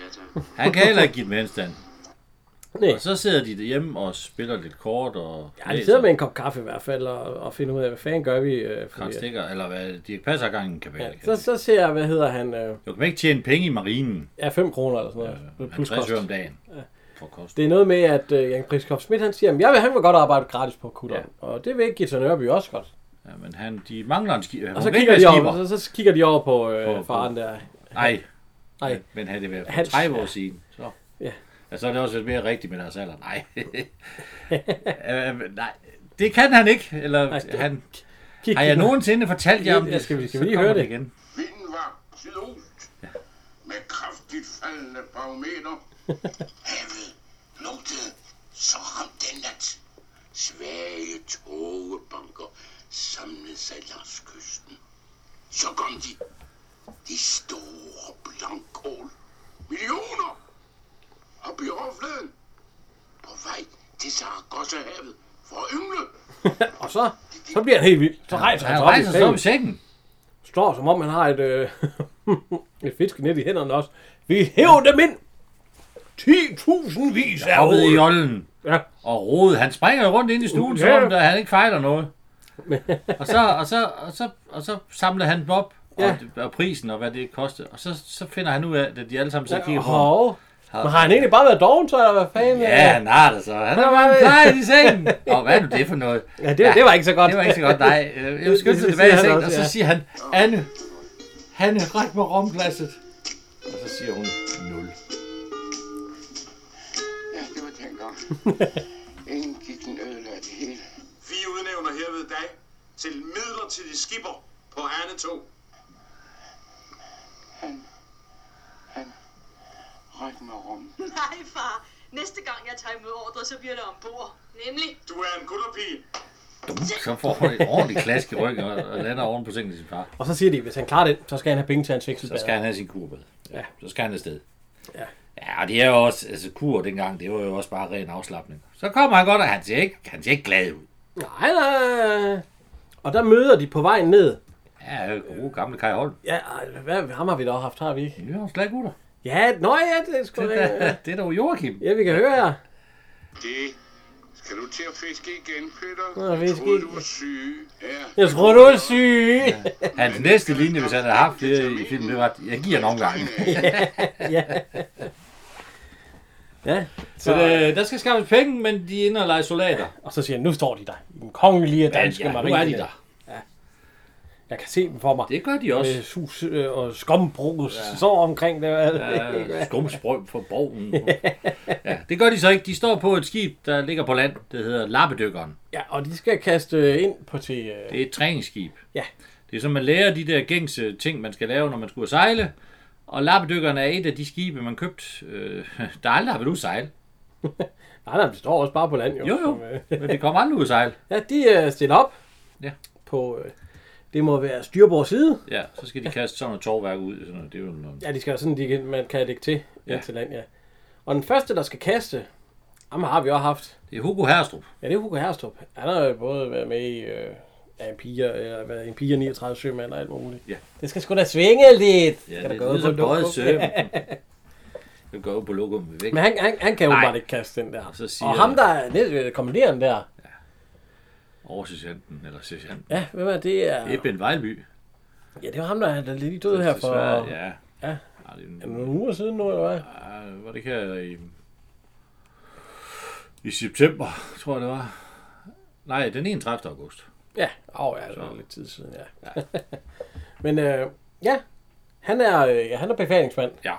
[SPEAKER 3] Ja, tak.
[SPEAKER 2] han kan heller ikke give dem henstand.
[SPEAKER 1] Nej.
[SPEAKER 2] Og så sidder de derhjemme og spiller lidt kort og
[SPEAKER 1] Ja, de sidder med en kop kaffe i hvert fald, og, og finder ud af, hvad fanden gør vi. Øh, fordi,
[SPEAKER 2] Kran stikker, eller hvad, de passer gangen kan være.
[SPEAKER 1] ja, så, så ser jeg, hvad hedder han, øh,
[SPEAKER 2] Du kan ikke tjene penge i marinen.
[SPEAKER 1] ja, 5 kroner eller sådan noget. Ja, plus
[SPEAKER 2] 50
[SPEAKER 1] kost.
[SPEAKER 2] øre om dagen. For kost.
[SPEAKER 1] Det er noget med, at øh, Jan Priskov Schmidt, han siger, at jeg vil, han vil godt arbejde gratis på kutteren. Ja. Og det vil Gita Nørby også godt.
[SPEAKER 2] Ja, men han, de mangler en skib.
[SPEAKER 1] Og så kigger, de over, så, så kigger de over på øh,
[SPEAKER 2] På-
[SPEAKER 1] faren der.
[SPEAKER 2] Nej,
[SPEAKER 1] Nej,
[SPEAKER 2] men havde det været for
[SPEAKER 1] Hans-
[SPEAKER 2] 30 år siden, så...
[SPEAKER 1] Ja.
[SPEAKER 2] Ja, så er det også lidt mere rigtigt med deres alder. Nej. øh, nej, det kan han ikke. Eller
[SPEAKER 1] Nej,
[SPEAKER 2] nej,
[SPEAKER 1] det-
[SPEAKER 2] han,
[SPEAKER 1] kig,
[SPEAKER 2] har jeg nogensinde fortalt jer om
[SPEAKER 1] Ja,
[SPEAKER 2] det?
[SPEAKER 1] skal vi- skal
[SPEAKER 2] Så
[SPEAKER 1] vi lige
[SPEAKER 2] kommer
[SPEAKER 1] høre det?
[SPEAKER 2] igen.
[SPEAKER 5] Vinden var sydost med kraftigt faldende barometer. Havet lugtede så ramt den nat. Svage tågebanker samlede sig langs kysten. Så kom de. De store blankål. Millioner! Op i overfladen. På vej til Saragossehavet for at yngle.
[SPEAKER 1] Og så, så bliver han helt vild. Så rejser han
[SPEAKER 2] Han
[SPEAKER 1] sig op i
[SPEAKER 2] rejser sig op i
[SPEAKER 1] sengen.
[SPEAKER 2] sengen.
[SPEAKER 1] Står som om, han har et, øh, et fiskenet i hænderne også. Vi hæver dem ind! 10.000 vis af
[SPEAKER 2] Oppe i
[SPEAKER 1] hoved.
[SPEAKER 2] jollen.
[SPEAKER 1] Ja,
[SPEAKER 2] Og rode. Han springer jo rundt ind i stuen, så
[SPEAKER 1] Uh, Ja.
[SPEAKER 2] om der han ikke fejler noget. og, så, og, så, og, så, og så samler han dem op,
[SPEAKER 1] Ja.
[SPEAKER 2] ja. og, og, prisen og hvad det koster. Og så, så finder han ud af, at de alle sammen så kigger på ham.
[SPEAKER 1] og, men har han egentlig bare været doven, så eller hvad fanden? øh?
[SPEAKER 2] Ja, han har det så. Han har bare plejet i sengen. Og hvad er nu det for noget?
[SPEAKER 1] ja det, det var ikke så godt.
[SPEAKER 2] Det var ikke så godt, nej. Øh, Jeg
[SPEAKER 1] Det-
[SPEAKER 2] vil skynde
[SPEAKER 1] det
[SPEAKER 2] sig tilbage
[SPEAKER 1] siger
[SPEAKER 2] i
[SPEAKER 1] han
[SPEAKER 2] sengen,
[SPEAKER 1] også,
[SPEAKER 2] og så
[SPEAKER 1] ja.
[SPEAKER 2] siger han, Anne, Hanne, ræk mig romglasset. Og så siger hun, nul.
[SPEAKER 5] Ja, det var dengang. Ingen gik den ødelagde det hele.
[SPEAKER 6] Vi udnævner herved dig til midlertidig skipper på Herne 2.
[SPEAKER 5] Han, han, ræk mig rum.
[SPEAKER 3] Nej, far. Næste gang jeg tager imod ordre, så bliver det ombord. Nemlig.
[SPEAKER 6] Du er en gutterpige.
[SPEAKER 2] Så får hun et ordentligt klask i ryggen og, og lander oven på sengen til sin far.
[SPEAKER 1] Og så siger de, hvis han klarer det, så skal han have penge til hans
[SPEAKER 2] Så
[SPEAKER 1] vekselbad.
[SPEAKER 2] skal han have sin kur med.
[SPEAKER 1] Ja.
[SPEAKER 2] Ja, så skal han afsted.
[SPEAKER 1] Ja.
[SPEAKER 2] Ja, og det er jo også, altså kur dengang, det var jo også bare ren afslappning. Så kommer han godt, og han ser ikke, han ser ikke glad ud.
[SPEAKER 1] Nej, nej. Og der møder de på vejen ned.
[SPEAKER 2] Ja, gode gamle Kai Holm.
[SPEAKER 1] Ja, ej, hvad, ham har vi da også haft, har vi ikke?
[SPEAKER 2] Nu er han slet ikke gutter.
[SPEAKER 1] Ja, nå ja, det er sgu
[SPEAKER 2] Det
[SPEAKER 1] da-
[SPEAKER 2] er- Det er dog Joachim.
[SPEAKER 1] Ja, vi kan høre her.
[SPEAKER 5] Det skal du til at fiske igen, Peter.
[SPEAKER 1] Nå,
[SPEAKER 5] Jeg
[SPEAKER 1] fiske
[SPEAKER 5] troede,
[SPEAKER 1] igen.
[SPEAKER 5] du var syg. Ja.
[SPEAKER 1] Jeg tror, du er syg.
[SPEAKER 2] Hans næste linje, hvis han havde haft det i filmen, det var, at jeg giver nogle gange.
[SPEAKER 1] Ja. Så,
[SPEAKER 2] Så øh, der skal skaffes penge, men de er inde og lege soldater.
[SPEAKER 1] og så siger han, nu står de der. i Den kongelige danske
[SPEAKER 2] ja, nu
[SPEAKER 1] marine.
[SPEAKER 2] er de der.
[SPEAKER 1] Jeg kan se dem for mig.
[SPEAKER 2] Det gør de også.
[SPEAKER 1] Med sus øh, og skumbrus ja. så omkring det. Ja.
[SPEAKER 2] Øh, Skumsprøm for borgen. Ja, det gør de så ikke. De står på et skib, der ligger på land. Det hedder Lappedykkeren.
[SPEAKER 1] ja, og de skal kaste øh, ind på til... Øh,
[SPEAKER 2] Det er et træningsskib.
[SPEAKER 1] ja.
[SPEAKER 2] Det er som man lærer de der gængse ting, man skal lave, når man skulle sejle. Og Lappedykkeren er et af de skibe, man købte, øh, der aldrig har været ude at sejle.
[SPEAKER 1] Nej, nej, de står også bare på land, jo.
[SPEAKER 2] Jo, jo.
[SPEAKER 1] Som, øh,
[SPEAKER 2] Men det kommer aldrig ud at sejle.
[SPEAKER 1] ja, de øh, stiller op
[SPEAKER 2] Ja.
[SPEAKER 1] på... Øh, det må være styrbord side.
[SPEAKER 2] Ja, så skal de kaste sådan noget torvværk ud. Sådan noget. Det er jo noget.
[SPEAKER 1] Ja, de skal jo sådan, de kan, man kan lægge til ja.
[SPEAKER 2] Ja.
[SPEAKER 1] til land, ja. Og den første, der skal kaste, ham har vi også haft.
[SPEAKER 2] Det er Hugo Herstrup.
[SPEAKER 1] Ja, det er Hugo Herstrup. Han har jo både været med i øh, ja, en piger, eller været i en piger 39 sømand og alt muligt.
[SPEAKER 2] Ja.
[SPEAKER 1] Det skal sgu da svinge lidt.
[SPEAKER 2] Ja,
[SPEAKER 1] Skal der
[SPEAKER 2] det
[SPEAKER 1] gå
[SPEAKER 2] lyder
[SPEAKER 1] på
[SPEAKER 2] som
[SPEAKER 1] dukken?
[SPEAKER 2] bøjet søm. Så går på lokum væk.
[SPEAKER 1] Men han, han, han kan jo
[SPEAKER 2] Nej.
[SPEAKER 1] bare ikke kaste den der.
[SPEAKER 2] Så siger
[SPEAKER 1] Og ham, der er ned, kommanderende der.
[SPEAKER 2] Oversergeanten, eller sergeanten.
[SPEAKER 1] Ja, hvem er det? Er...
[SPEAKER 2] Eben Vejlby.
[SPEAKER 1] Ja, det var ham, der er der er lige død her for
[SPEAKER 2] Desværre, Ja.
[SPEAKER 1] Ja.
[SPEAKER 2] Ja, det er
[SPEAKER 1] er det
[SPEAKER 2] en,
[SPEAKER 1] nogle uger siden nu, eller hvad?
[SPEAKER 2] ja, var det ikke her i... I september, tror jeg det var. Nej, den 31. august.
[SPEAKER 1] Ja, åh oh, ja, det var lidt tid siden, ja. Men øh, ja, han er, øh, ja, han er befalingsmand.
[SPEAKER 2] Ja.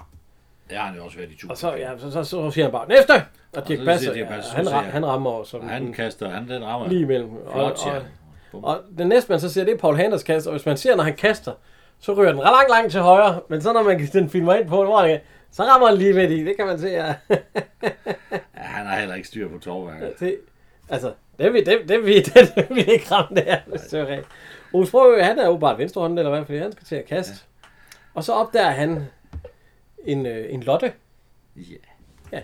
[SPEAKER 2] Det har han jo også været i tur.
[SPEAKER 1] Og så, ja, så, så, så siger han bare, næste! Og Dirk
[SPEAKER 2] så
[SPEAKER 1] Passer,
[SPEAKER 2] siger
[SPEAKER 1] ja,
[SPEAKER 2] Dirk Passer,
[SPEAKER 1] han,
[SPEAKER 2] så
[SPEAKER 1] ra-
[SPEAKER 2] siger-
[SPEAKER 1] han rammer som
[SPEAKER 2] Han kaster, han den rammer.
[SPEAKER 1] lige imellem. Og, og,
[SPEAKER 2] Flot, siger han. Bum.
[SPEAKER 1] og, den næste, man så ser, det er Paul Handers kast, og hvis man ser, når han kaster, så ryger den ret langt, langt til højre, men så når man den filmer ind på, hvor han, så rammer han lige midt i, det kan man se, ja.
[SPEAKER 2] Ja, han har heller ikke styr på torvværket.
[SPEAKER 1] det, altså, det vi, det, det vi, det vi ikke ramt der, hvis det er rigtigt. Ole Sprogø, han er jo bare et venstrehåndet, eller hvad, fordi han skal til at kaste. Ja. Og så opdager han en, øh, en lotte,
[SPEAKER 2] Ja.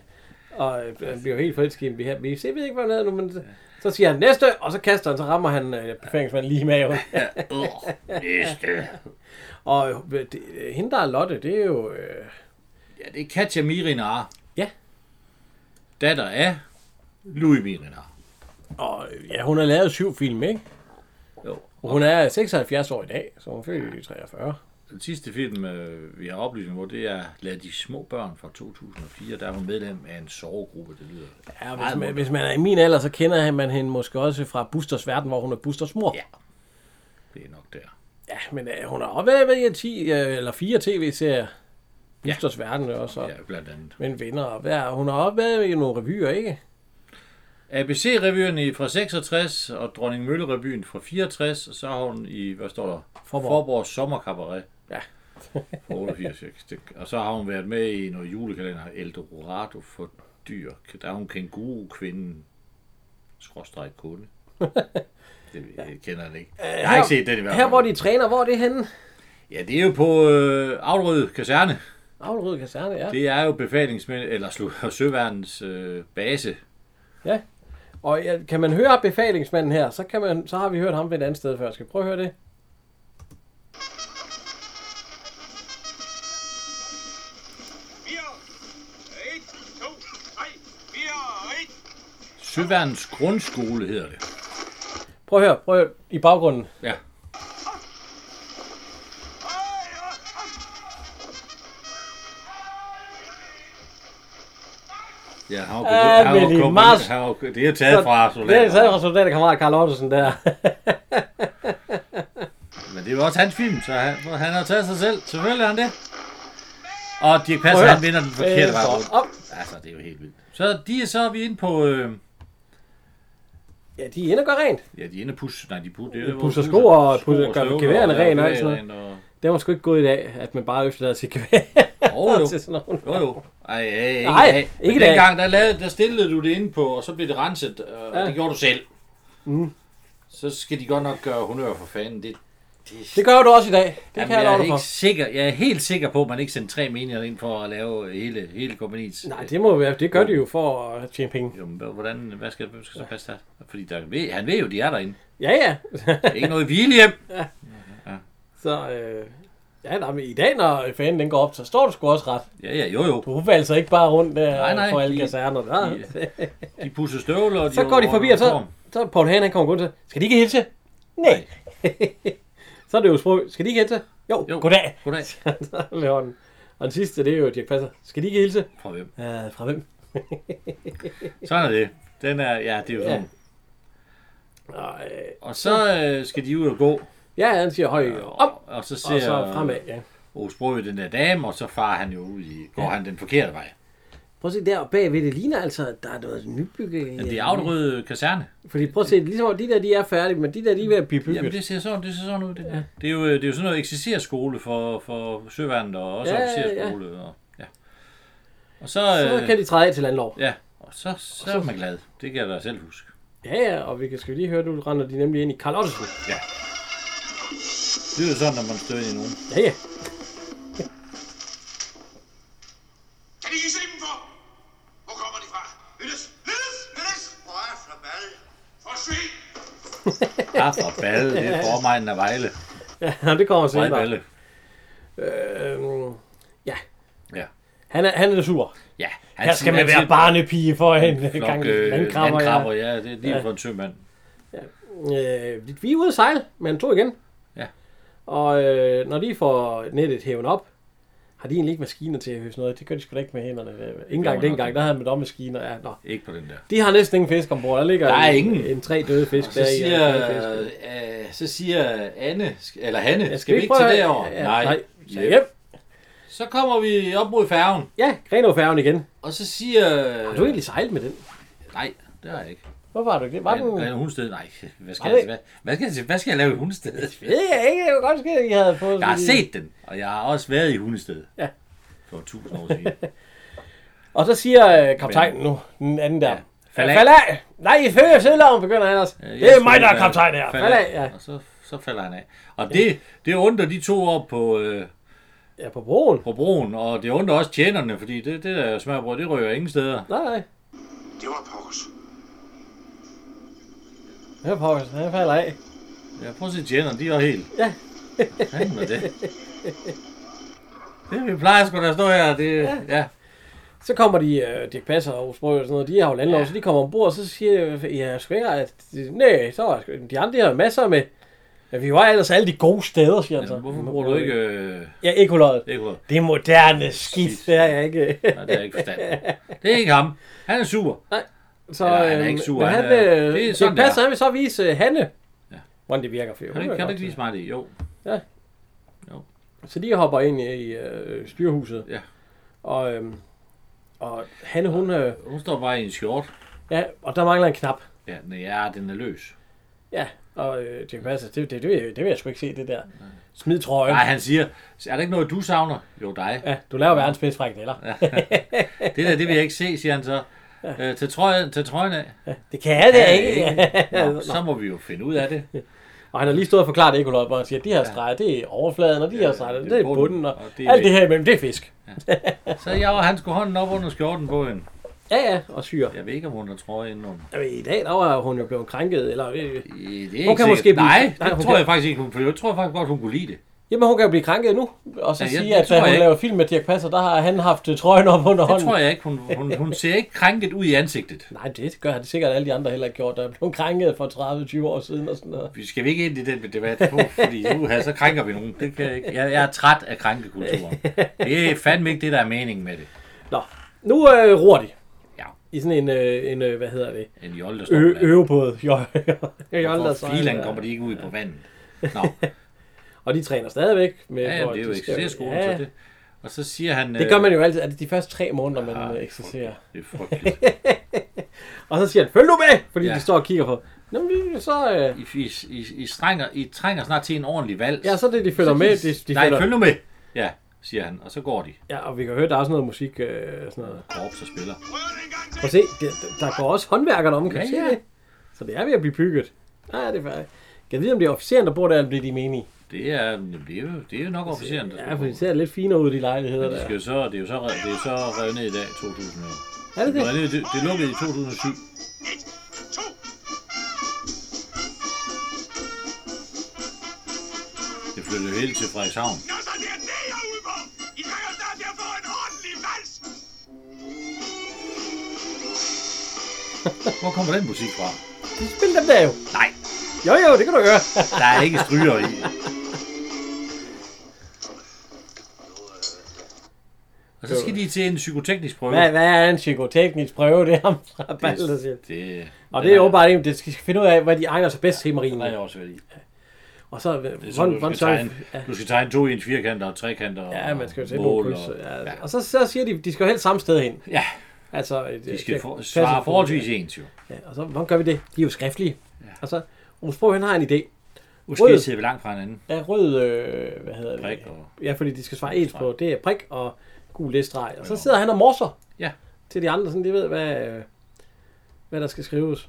[SPEAKER 1] og øh, han bliver jo helt forelsket i en her. Vi ser, ved ikke, hvad han er nu, men så siger han næste, og så kaster han, så rammer han øh, befæringsmanden lige i maven.
[SPEAKER 2] Ja, Åh, næste.
[SPEAKER 1] og øh, det, øh, hende, der er Lotte, det er jo... Øh,
[SPEAKER 2] Ja, det er Katja Mirinar.
[SPEAKER 1] Ja.
[SPEAKER 2] Datter af Louis Mirinar.
[SPEAKER 1] og, øh, ja, hun har lavet syv film, ikke?
[SPEAKER 2] Jo.
[SPEAKER 1] Og hun er 76 år i dag, så hun følger i 43.
[SPEAKER 2] Den sidste film, øh, vi har oplysning om, det er Lad de små børn fra 2004. Der er hun medlem af en sorggruppe, det lyder.
[SPEAKER 1] Ja, hvis
[SPEAKER 2] meget
[SPEAKER 1] man,
[SPEAKER 2] muligt.
[SPEAKER 1] hvis man er i min alder, så kender man hende måske også fra Busters Verden, hvor hun er Busters mor.
[SPEAKER 2] Ja. Det er nok der.
[SPEAKER 1] ja men øh, hun har også været med i 10 øh, eller 4 tv-serier. Busters ja. Verden er også. Ja.
[SPEAKER 2] Ja, blandt andet.
[SPEAKER 1] Men venner, og hvad, hun har også været med i nogle revyer, ikke?
[SPEAKER 2] ABC-revyen i fra 66, og Dronning Mølle-revyen fra 64, og så har hun i, hvad står der?
[SPEAKER 1] Forborg.
[SPEAKER 2] Forborg Sommerkabaret.
[SPEAKER 1] Ja.
[SPEAKER 2] fra 88, ikke? Det- Og så har hun været med i noget julekalender, Eldorado for dyr. Der er hun kænguru-kvinden, skråstrej kunde. Det ved jeg, jeg kender den ikke. Jeg har ikke set den i hvert fald.
[SPEAKER 1] Øh, Her, hvor de træner, hvor er det henne?
[SPEAKER 2] Ja, det er jo på øh, Afrød Kaserne.
[SPEAKER 1] Avlerød Kaserne, ja. Det.
[SPEAKER 2] Det er jo befalingsmænd, eller slu- søværnens øh, base.
[SPEAKER 1] ja. Og ja, kan man høre befalingsmanden her, så, kan man, så har vi hørt ham ved et andet sted før. Skal vi prøve at høre det?
[SPEAKER 6] Fire, et, to, tre, fire, et.
[SPEAKER 2] Søværnens grundskole hedder det.
[SPEAKER 1] Prøv at høre, prøv at høre i baggrunden.
[SPEAKER 2] Ja. Ja, han var
[SPEAKER 1] Ja,
[SPEAKER 2] begyndt,
[SPEAKER 1] men i
[SPEAKER 2] han var kommet,
[SPEAKER 1] mars-
[SPEAKER 2] han var, det er taget fra
[SPEAKER 1] Det er taget fra
[SPEAKER 2] soldater.
[SPEAKER 1] soldaterkammerat Karl Ottesen der.
[SPEAKER 2] Men det er jo også hans film, så han, hvor han har taget sig selv. Selvfølgelig er han det. Og Dirk Passer,
[SPEAKER 1] Prøv at
[SPEAKER 2] han
[SPEAKER 1] høre.
[SPEAKER 2] vinder den forkerte
[SPEAKER 1] Øh,
[SPEAKER 2] vej
[SPEAKER 1] så
[SPEAKER 2] rundt.
[SPEAKER 1] op.
[SPEAKER 2] Altså, det er jo helt vildt. Så, de, er- så er vi inde på... Øh,
[SPEAKER 1] Ja, de er inde og gør rent.
[SPEAKER 2] ja, de er inde og pusse... Nej, de pusse, det er,
[SPEAKER 1] Pudser sko og pudser- gør
[SPEAKER 2] støvler
[SPEAKER 1] geværerne
[SPEAKER 2] laver
[SPEAKER 1] ren og alt
[SPEAKER 2] geværet
[SPEAKER 1] sådan
[SPEAKER 2] ren og-
[SPEAKER 1] Det var sgu ikke gået i dag, at man bare efterlader sit gevær.
[SPEAKER 2] Jo, jo.
[SPEAKER 1] til sådan nogen.
[SPEAKER 2] Jo, jo. Ej, ej, ej,
[SPEAKER 1] Nej,
[SPEAKER 2] ej. Men
[SPEAKER 1] ikke i dag.
[SPEAKER 2] Dengang, der, lavede, der stillede du det ind på, og så blev det renset, og
[SPEAKER 1] Ja.
[SPEAKER 2] ja. det gjorde du selv. Mm. Så skal de godt nok gøre honør for fanden. Det,
[SPEAKER 1] Det gør du også i dag. Det
[SPEAKER 2] Jamen,
[SPEAKER 1] kan jeg
[SPEAKER 2] jeg,
[SPEAKER 1] love
[SPEAKER 2] er
[SPEAKER 1] dig
[SPEAKER 2] ikke
[SPEAKER 1] for.
[SPEAKER 2] sikker, jeg er helt sikker på, at man ikke sendte tre meninger ind for at lave hele, hele kompaniets...
[SPEAKER 1] Nej, det må være. Det gør de jo for at tjene penge.
[SPEAKER 2] Jo, men hva- hvordan, hvad skal, hvem skal så passe der? Fordi der, ved- han ved jo, de er derinde.
[SPEAKER 1] Ja, ja.
[SPEAKER 2] Det er ikke noget hvilehjem.
[SPEAKER 1] så øh, ja, nej, men i dag, når fanen den går op, så står du sgu også ret.
[SPEAKER 2] Ja, ja, jo, jo.
[SPEAKER 1] Du var altså ikke bare rundt der
[SPEAKER 2] Nej, nej,
[SPEAKER 1] på alle
[SPEAKER 2] de-
[SPEAKER 1] kaserner. Der.
[SPEAKER 2] De pusser støvler, og de
[SPEAKER 1] så går de forbi, og så,
[SPEAKER 2] uniform.
[SPEAKER 1] så er Paul Hahn, han kommer kun til. Skal de ikke hilse? Nej. så er det jo sprog. Skal de ikke hilse? Jo,
[SPEAKER 2] Jo.
[SPEAKER 1] jo. goddag.
[SPEAKER 2] Goddag.
[SPEAKER 1] Så laver den. Og den sidste, det er jo Dirk Passer. Skal de ikke hilse?
[SPEAKER 2] Fra hvem?
[SPEAKER 1] Øh, fra hvem?
[SPEAKER 2] Sådan er det. Den er, ja, det er jo
[SPEAKER 1] Ja.
[SPEAKER 2] sådan.
[SPEAKER 1] Og, øh,
[SPEAKER 2] Og så øh, skal de ud og gå.
[SPEAKER 1] ja, han siger høj op,
[SPEAKER 2] Og, og så ser
[SPEAKER 1] og så fremad. Ja.
[SPEAKER 2] Osbro den der dame, og så far han jo ud i, går ja. han den forkerte vej.
[SPEAKER 1] Prøv at se der bagved, det ligner altså, at der er noget nybygget.
[SPEAKER 2] Men det er Audrød kaserne.
[SPEAKER 1] Fordi prøv at se, ligesom om de der, de er færdige, men de der, de er ved at blive bygget.
[SPEAKER 2] Jamen det ser sådan, det ser sådan ud. Det, ja. det, er, jo, øh, det er jo sådan noget eksisterer skole for, for søværnet og også
[SPEAKER 1] Ja,
[SPEAKER 2] ja,
[SPEAKER 1] ja,
[SPEAKER 2] officerskole. Ja, Og, ja. og så,
[SPEAKER 1] så
[SPEAKER 2] øh,
[SPEAKER 1] kan de træde af til landlov.
[SPEAKER 2] ja, og så, så, er man glad. Det kan jeg da selv huske.
[SPEAKER 1] Ja, ja, og vi kan skal lige høre, nu render de nemlig ind i Karl Ottesen.
[SPEAKER 2] Det er jo sådan, når man støder ind i nogen.
[SPEAKER 1] Ja, ja.
[SPEAKER 6] Kan I ikke se dem for? Hvor kommer de fra? Lyttes! Lyttes! Lyttes! Hvor er fra bad? Forsvind!
[SPEAKER 2] Ja, fra Balle, det er formegnen af Vejle.
[SPEAKER 1] ja, det kommer senere.
[SPEAKER 2] Vejballe.
[SPEAKER 1] Øhm, ja.
[SPEAKER 2] Ja.
[SPEAKER 1] Han er, han er sur.
[SPEAKER 2] Ja, han
[SPEAKER 1] Her skal man være barnepige for en gang
[SPEAKER 2] Han
[SPEAKER 1] landkrabber.
[SPEAKER 2] krabber,
[SPEAKER 1] Ja.
[SPEAKER 2] øh, ja. Det er lige
[SPEAKER 1] Ja.
[SPEAKER 2] for en sømand.
[SPEAKER 1] Øh, vi er ude at sejle med en tur igen.
[SPEAKER 2] Ja.
[SPEAKER 1] Og øh, når de får nettet hævet op, har de egentlig ikke maskiner til at høste noget. Det gør de sgu da ikke med hænderne. Det- Ikke engang
[SPEAKER 2] nok
[SPEAKER 1] dengang,
[SPEAKER 2] ikke.
[SPEAKER 1] der havde man dommaskiner. Ja, nå.
[SPEAKER 2] Ikke på den der.
[SPEAKER 1] De har næsten ingen fisk ombord. Der ligger
[SPEAKER 2] Der er
[SPEAKER 1] en,
[SPEAKER 2] ingen.
[SPEAKER 1] en tre døde fisk
[SPEAKER 2] Så
[SPEAKER 1] der i.
[SPEAKER 2] siger, øh, så siger Anne, sk- eller Hanne, skal, vi ikke
[SPEAKER 1] prøve-
[SPEAKER 2] tage derover?
[SPEAKER 1] Ja, nej. nej. Så,
[SPEAKER 2] Yep.
[SPEAKER 1] yep.
[SPEAKER 2] Så kommer vi op mod færgen,
[SPEAKER 1] Ja, Grenofærgen igen.
[SPEAKER 2] og så siger...
[SPEAKER 1] Har du egentlig sejlet med den?
[SPEAKER 2] Nej, det har jeg ikke.
[SPEAKER 1] Hvor var du ikke det? Var
[SPEAKER 2] Var
[SPEAKER 1] den...
[SPEAKER 2] den... Var hundsted? Nej, hvad skal,
[SPEAKER 1] Nej.
[SPEAKER 2] jeg, hvad, hvad, skal jeg, til- hvad skal jeg lave i hundested?
[SPEAKER 1] Det er ikke. Det var godt ske, at I havde fået...
[SPEAKER 2] Jeg har
[SPEAKER 1] sådan en-
[SPEAKER 2] set den, og jeg har også været i hundested.
[SPEAKER 1] Ja.
[SPEAKER 2] For tusind år siden.
[SPEAKER 1] Og så siger øh, kaptajnen nu, den anden der. Ja.
[SPEAKER 2] Ja.
[SPEAKER 1] Fald
[SPEAKER 2] Fald
[SPEAKER 1] af.
[SPEAKER 2] af.
[SPEAKER 1] Fald af. Nej, ifølge sødloven begynder han også.
[SPEAKER 2] Øh,
[SPEAKER 1] det
[SPEAKER 2] jeg
[SPEAKER 1] er mig,
[SPEAKER 2] tror,
[SPEAKER 1] der er
[SPEAKER 2] han
[SPEAKER 1] kaptajn her.
[SPEAKER 2] falder-
[SPEAKER 1] Fald af. Ja.
[SPEAKER 2] Og så, så falder han af. Og det, det undrer de to op på, øh,
[SPEAKER 1] ja, på broen.
[SPEAKER 2] på broen, og det undrer også tjenerne, fordi det, det der smørbrød, det rører ingen steder.
[SPEAKER 1] Nej, nej.
[SPEAKER 6] Det var pokkers.
[SPEAKER 1] Hør på, han falder af.
[SPEAKER 2] Ja, prøv at se tjenerne, de er helt...
[SPEAKER 1] Ja.
[SPEAKER 2] Fanden med det. Det vi plejer sgu da at stå her, det... Ja. ja.
[SPEAKER 1] Så kommer de, øh, Dirk Passer og Osbrøg og sådan noget, de har jo landlov, ja. så de kommer ombord, og så siger jeg, ja, sgu ikke, at, nej, så er sgu- de andre, de har jo masser med, ja, vi var ellers alle de gode steder, siger han så.
[SPEAKER 2] Altså, hvorfor bruger du ikke... Øh,
[SPEAKER 1] Ja, ekoloddet.
[SPEAKER 2] ekolod?
[SPEAKER 1] Det er moderne skidt,
[SPEAKER 2] Skidt.
[SPEAKER 1] det er jeg ikke.
[SPEAKER 2] Nej, det er ikke forstand. Det er ikke ham. Han er sur.
[SPEAKER 1] Så
[SPEAKER 2] Eller han er
[SPEAKER 1] øhm,
[SPEAKER 2] ikke sur,
[SPEAKER 1] men
[SPEAKER 2] han
[SPEAKER 1] Han,
[SPEAKER 2] er-
[SPEAKER 1] øh,
[SPEAKER 2] det er
[SPEAKER 1] det,
[SPEAKER 2] sådan,
[SPEAKER 1] det
[SPEAKER 2] det er.
[SPEAKER 1] passer, han vil så vise øh, Hanne, hvordan det virker. For
[SPEAKER 2] Kan du ikke, kan du ikke vise mig det? Jo.
[SPEAKER 1] Så de hopper ind i øh, styrehuset.
[SPEAKER 2] Ja.
[SPEAKER 1] Og, øhm, og Hanne, hun... Øh,
[SPEAKER 2] Hun står bare i en skjort.
[SPEAKER 1] ja, og der mangler en knap.
[SPEAKER 2] Ja, den er, den er løs.
[SPEAKER 1] Ja, og øh, det passer. Det, det, det, vil, jeg- det vil jeg sgu ikke se, det der. Smid trøjen.
[SPEAKER 2] Nej, han siger, er der ikke noget, du savner? Jo, dig.
[SPEAKER 1] Ja, du laver verdens bedste frikadeller. Ja.
[SPEAKER 2] Det der, det vil jeg ikke se, siger han så. Øh, tag, trøjen, tag trøjen af.
[SPEAKER 1] Det kan jeg da
[SPEAKER 2] Ja,
[SPEAKER 1] ikke.
[SPEAKER 2] Nå, så må vi jo finde ud af det.
[SPEAKER 1] og han har lige stået og forklaret ekolod, hvor han siger, at de her streger, det er overfladen, og de her streger,
[SPEAKER 2] det er
[SPEAKER 1] det er
[SPEAKER 2] bunden,
[SPEAKER 1] bunden, og,
[SPEAKER 2] og det
[SPEAKER 1] det
[SPEAKER 2] er
[SPEAKER 1] alt det
[SPEAKER 2] væk.
[SPEAKER 1] her imellem, det er fisk.
[SPEAKER 2] Så jeg og han skulle hånden op under skjorten på hende.
[SPEAKER 1] Ja, ja, og syre.
[SPEAKER 2] Jeg ved ikke, om hun har trøje indenunder.
[SPEAKER 1] Ja. I dag, der var hun jo blevet krænket, eller... øh,
[SPEAKER 2] Øh, Det er
[SPEAKER 1] Hun
[SPEAKER 2] ikke
[SPEAKER 1] kan
[SPEAKER 2] sikkert.
[SPEAKER 1] måske blive-
[SPEAKER 2] Nej,
[SPEAKER 1] Nej,
[SPEAKER 2] det Nej,
[SPEAKER 1] hun
[SPEAKER 2] tror
[SPEAKER 1] kan-
[SPEAKER 2] jeg faktisk ikke, hun, for jeg tror faktisk godt, hun kunne lide det.
[SPEAKER 1] Jamen, hun kan jo blive krænket nu, og så ja,
[SPEAKER 2] Ja, jeg-
[SPEAKER 1] sige,
[SPEAKER 2] det
[SPEAKER 1] at
[SPEAKER 2] tror
[SPEAKER 1] da hun
[SPEAKER 2] jeg ikke.
[SPEAKER 1] laver film med Dirk Passer, der har han haft øh, trøjen op under
[SPEAKER 2] Det
[SPEAKER 1] hånden.
[SPEAKER 2] tror jeg ikke. Hun, hun, hun ser ikke krænket ud i ansigtet.
[SPEAKER 1] Nej, det gør han sikkert alle de andre heller ikke gjort, der blev krænket for 30-20 år siden og sådan noget.
[SPEAKER 2] Vi skal ikke ind i den debat, fordi uha, så krænker vi nogen. Det kan jeg, ikke. jeg, jeg er træt af krænkekulturen. Det er fandme ikke det, der er meningen med det.
[SPEAKER 1] Nå, nu øh, ror de.
[SPEAKER 2] Ja.
[SPEAKER 1] I sådan en, øh, en øh, hvad hedder det,
[SPEAKER 2] En jolle, der står
[SPEAKER 1] Ø-
[SPEAKER 2] blandt.
[SPEAKER 1] øvebåd. Jo, jo, jo, der
[SPEAKER 2] For
[SPEAKER 1] sejler.
[SPEAKER 2] filan kommer de ikke ud på vandet. Nå,
[SPEAKER 1] Og de træner stadigvæk. Med,
[SPEAKER 2] ja,
[SPEAKER 1] hvor
[SPEAKER 2] jamen, det er jo
[SPEAKER 1] de skal-
[SPEAKER 2] eksercerskolen,
[SPEAKER 1] ja,
[SPEAKER 2] så det. Øh. Og så siger han...
[SPEAKER 1] Det gør man jo altid. Er det de første tre måneder, man
[SPEAKER 2] Ah,
[SPEAKER 1] ja, eksercerer?
[SPEAKER 2] Det er frygteligt.
[SPEAKER 1] Og så siger han, følg nu med! Fordi ja.
[SPEAKER 2] Ja.
[SPEAKER 1] de står og kigger på. Nå, men vi- så... Øh,
[SPEAKER 2] I, I, I, I, strænger, I trænger snart til en ordentlig valg.
[SPEAKER 1] ja, så er det, de følger med. De, de
[SPEAKER 2] Nej,
[SPEAKER 1] følger,
[SPEAKER 2] følg nu med. Ja, siger han, og så går de.
[SPEAKER 1] Ja, og vi kan høre, der er også noget musik. Øh, sådan noget.
[SPEAKER 2] Korps og spiller.
[SPEAKER 6] Prøv det en gang til.
[SPEAKER 1] Prøv at se, det, der går også håndværkerne om, kan
[SPEAKER 2] Ja,
[SPEAKER 1] ja, ja.
[SPEAKER 2] ja.
[SPEAKER 1] det? Så det er ved at blive bygget. Ja, det er færdigt. Kan jeg vide, om det er officeren, der bor der, eller bliver de menige?
[SPEAKER 2] Det er, jamen, det er, jo, det er jo nok officeren, der
[SPEAKER 1] Ja, for de ser lidt finere ud, de lejligheder
[SPEAKER 2] det,
[SPEAKER 1] der.
[SPEAKER 2] skal jo så, det er jo så, re- det er jo så revet ned i dag, 2000 år.
[SPEAKER 1] Er det det?
[SPEAKER 2] Det, blev revet ned- det, det lukkede i 2007.
[SPEAKER 6] Et, to.
[SPEAKER 2] Det flyttede helt til Frederikshavn.
[SPEAKER 6] Nå, så det er det, jeg er ude på. I trænger snart til at få en ordentlig vals.
[SPEAKER 2] Hvor kommer den musik fra?
[SPEAKER 1] De spiller dem der jo.
[SPEAKER 2] Nej,
[SPEAKER 1] Jo, jo, det kan du gøre.
[SPEAKER 2] der er ikke stryger i. Og så skal de til en psykoteknisk prøve.
[SPEAKER 1] Hvad, hvad er en psykoteknisk prøve? Det er ham fra Balder, der siger.
[SPEAKER 2] det, det,
[SPEAKER 1] Og det er jo bare det, det skal finde ud af, hvad de egner sig bedst til marinen.
[SPEAKER 2] Nej, jeg også værdi.
[SPEAKER 1] Og så, øh,
[SPEAKER 2] Det er
[SPEAKER 1] hvordan,
[SPEAKER 2] sådan, du,
[SPEAKER 1] hvordan
[SPEAKER 2] skal
[SPEAKER 1] sørger
[SPEAKER 2] tegne, du skal tegne to i en firkant og en trekant og
[SPEAKER 1] Ja, man skal jo
[SPEAKER 2] og
[SPEAKER 1] sætte
[SPEAKER 2] mål
[SPEAKER 1] nogle
[SPEAKER 2] og-
[SPEAKER 1] kryds. Ja.
[SPEAKER 2] ja.
[SPEAKER 1] Og så, så siger de, de skal jo helst samme sted hen.
[SPEAKER 2] ja,
[SPEAKER 1] Altså, et-
[SPEAKER 2] de
[SPEAKER 1] et-
[SPEAKER 2] skal
[SPEAKER 1] et-
[SPEAKER 2] for,
[SPEAKER 1] et-
[SPEAKER 2] svare
[SPEAKER 1] et-
[SPEAKER 2] forholdsvis ens jo.
[SPEAKER 1] Ja, og så, hvordan gør vi det? De er jo skriftlige. Ja. Og så, Rosbro, han har en idé.
[SPEAKER 2] Måske
[SPEAKER 1] Rød.
[SPEAKER 2] sidder vi langt fra hinanden.
[SPEAKER 1] Ja, rød, øh, hvad hedder
[SPEAKER 2] Prik
[SPEAKER 1] det?
[SPEAKER 2] og-
[SPEAKER 1] Ja, fordi de skal svare ens på, det er prik og gul læstreg. Og så
[SPEAKER 2] Ja.
[SPEAKER 1] sidder han og morser
[SPEAKER 2] Ja.
[SPEAKER 1] til de andre, sådan de ved, hvad, øh, hvad der skal skrives.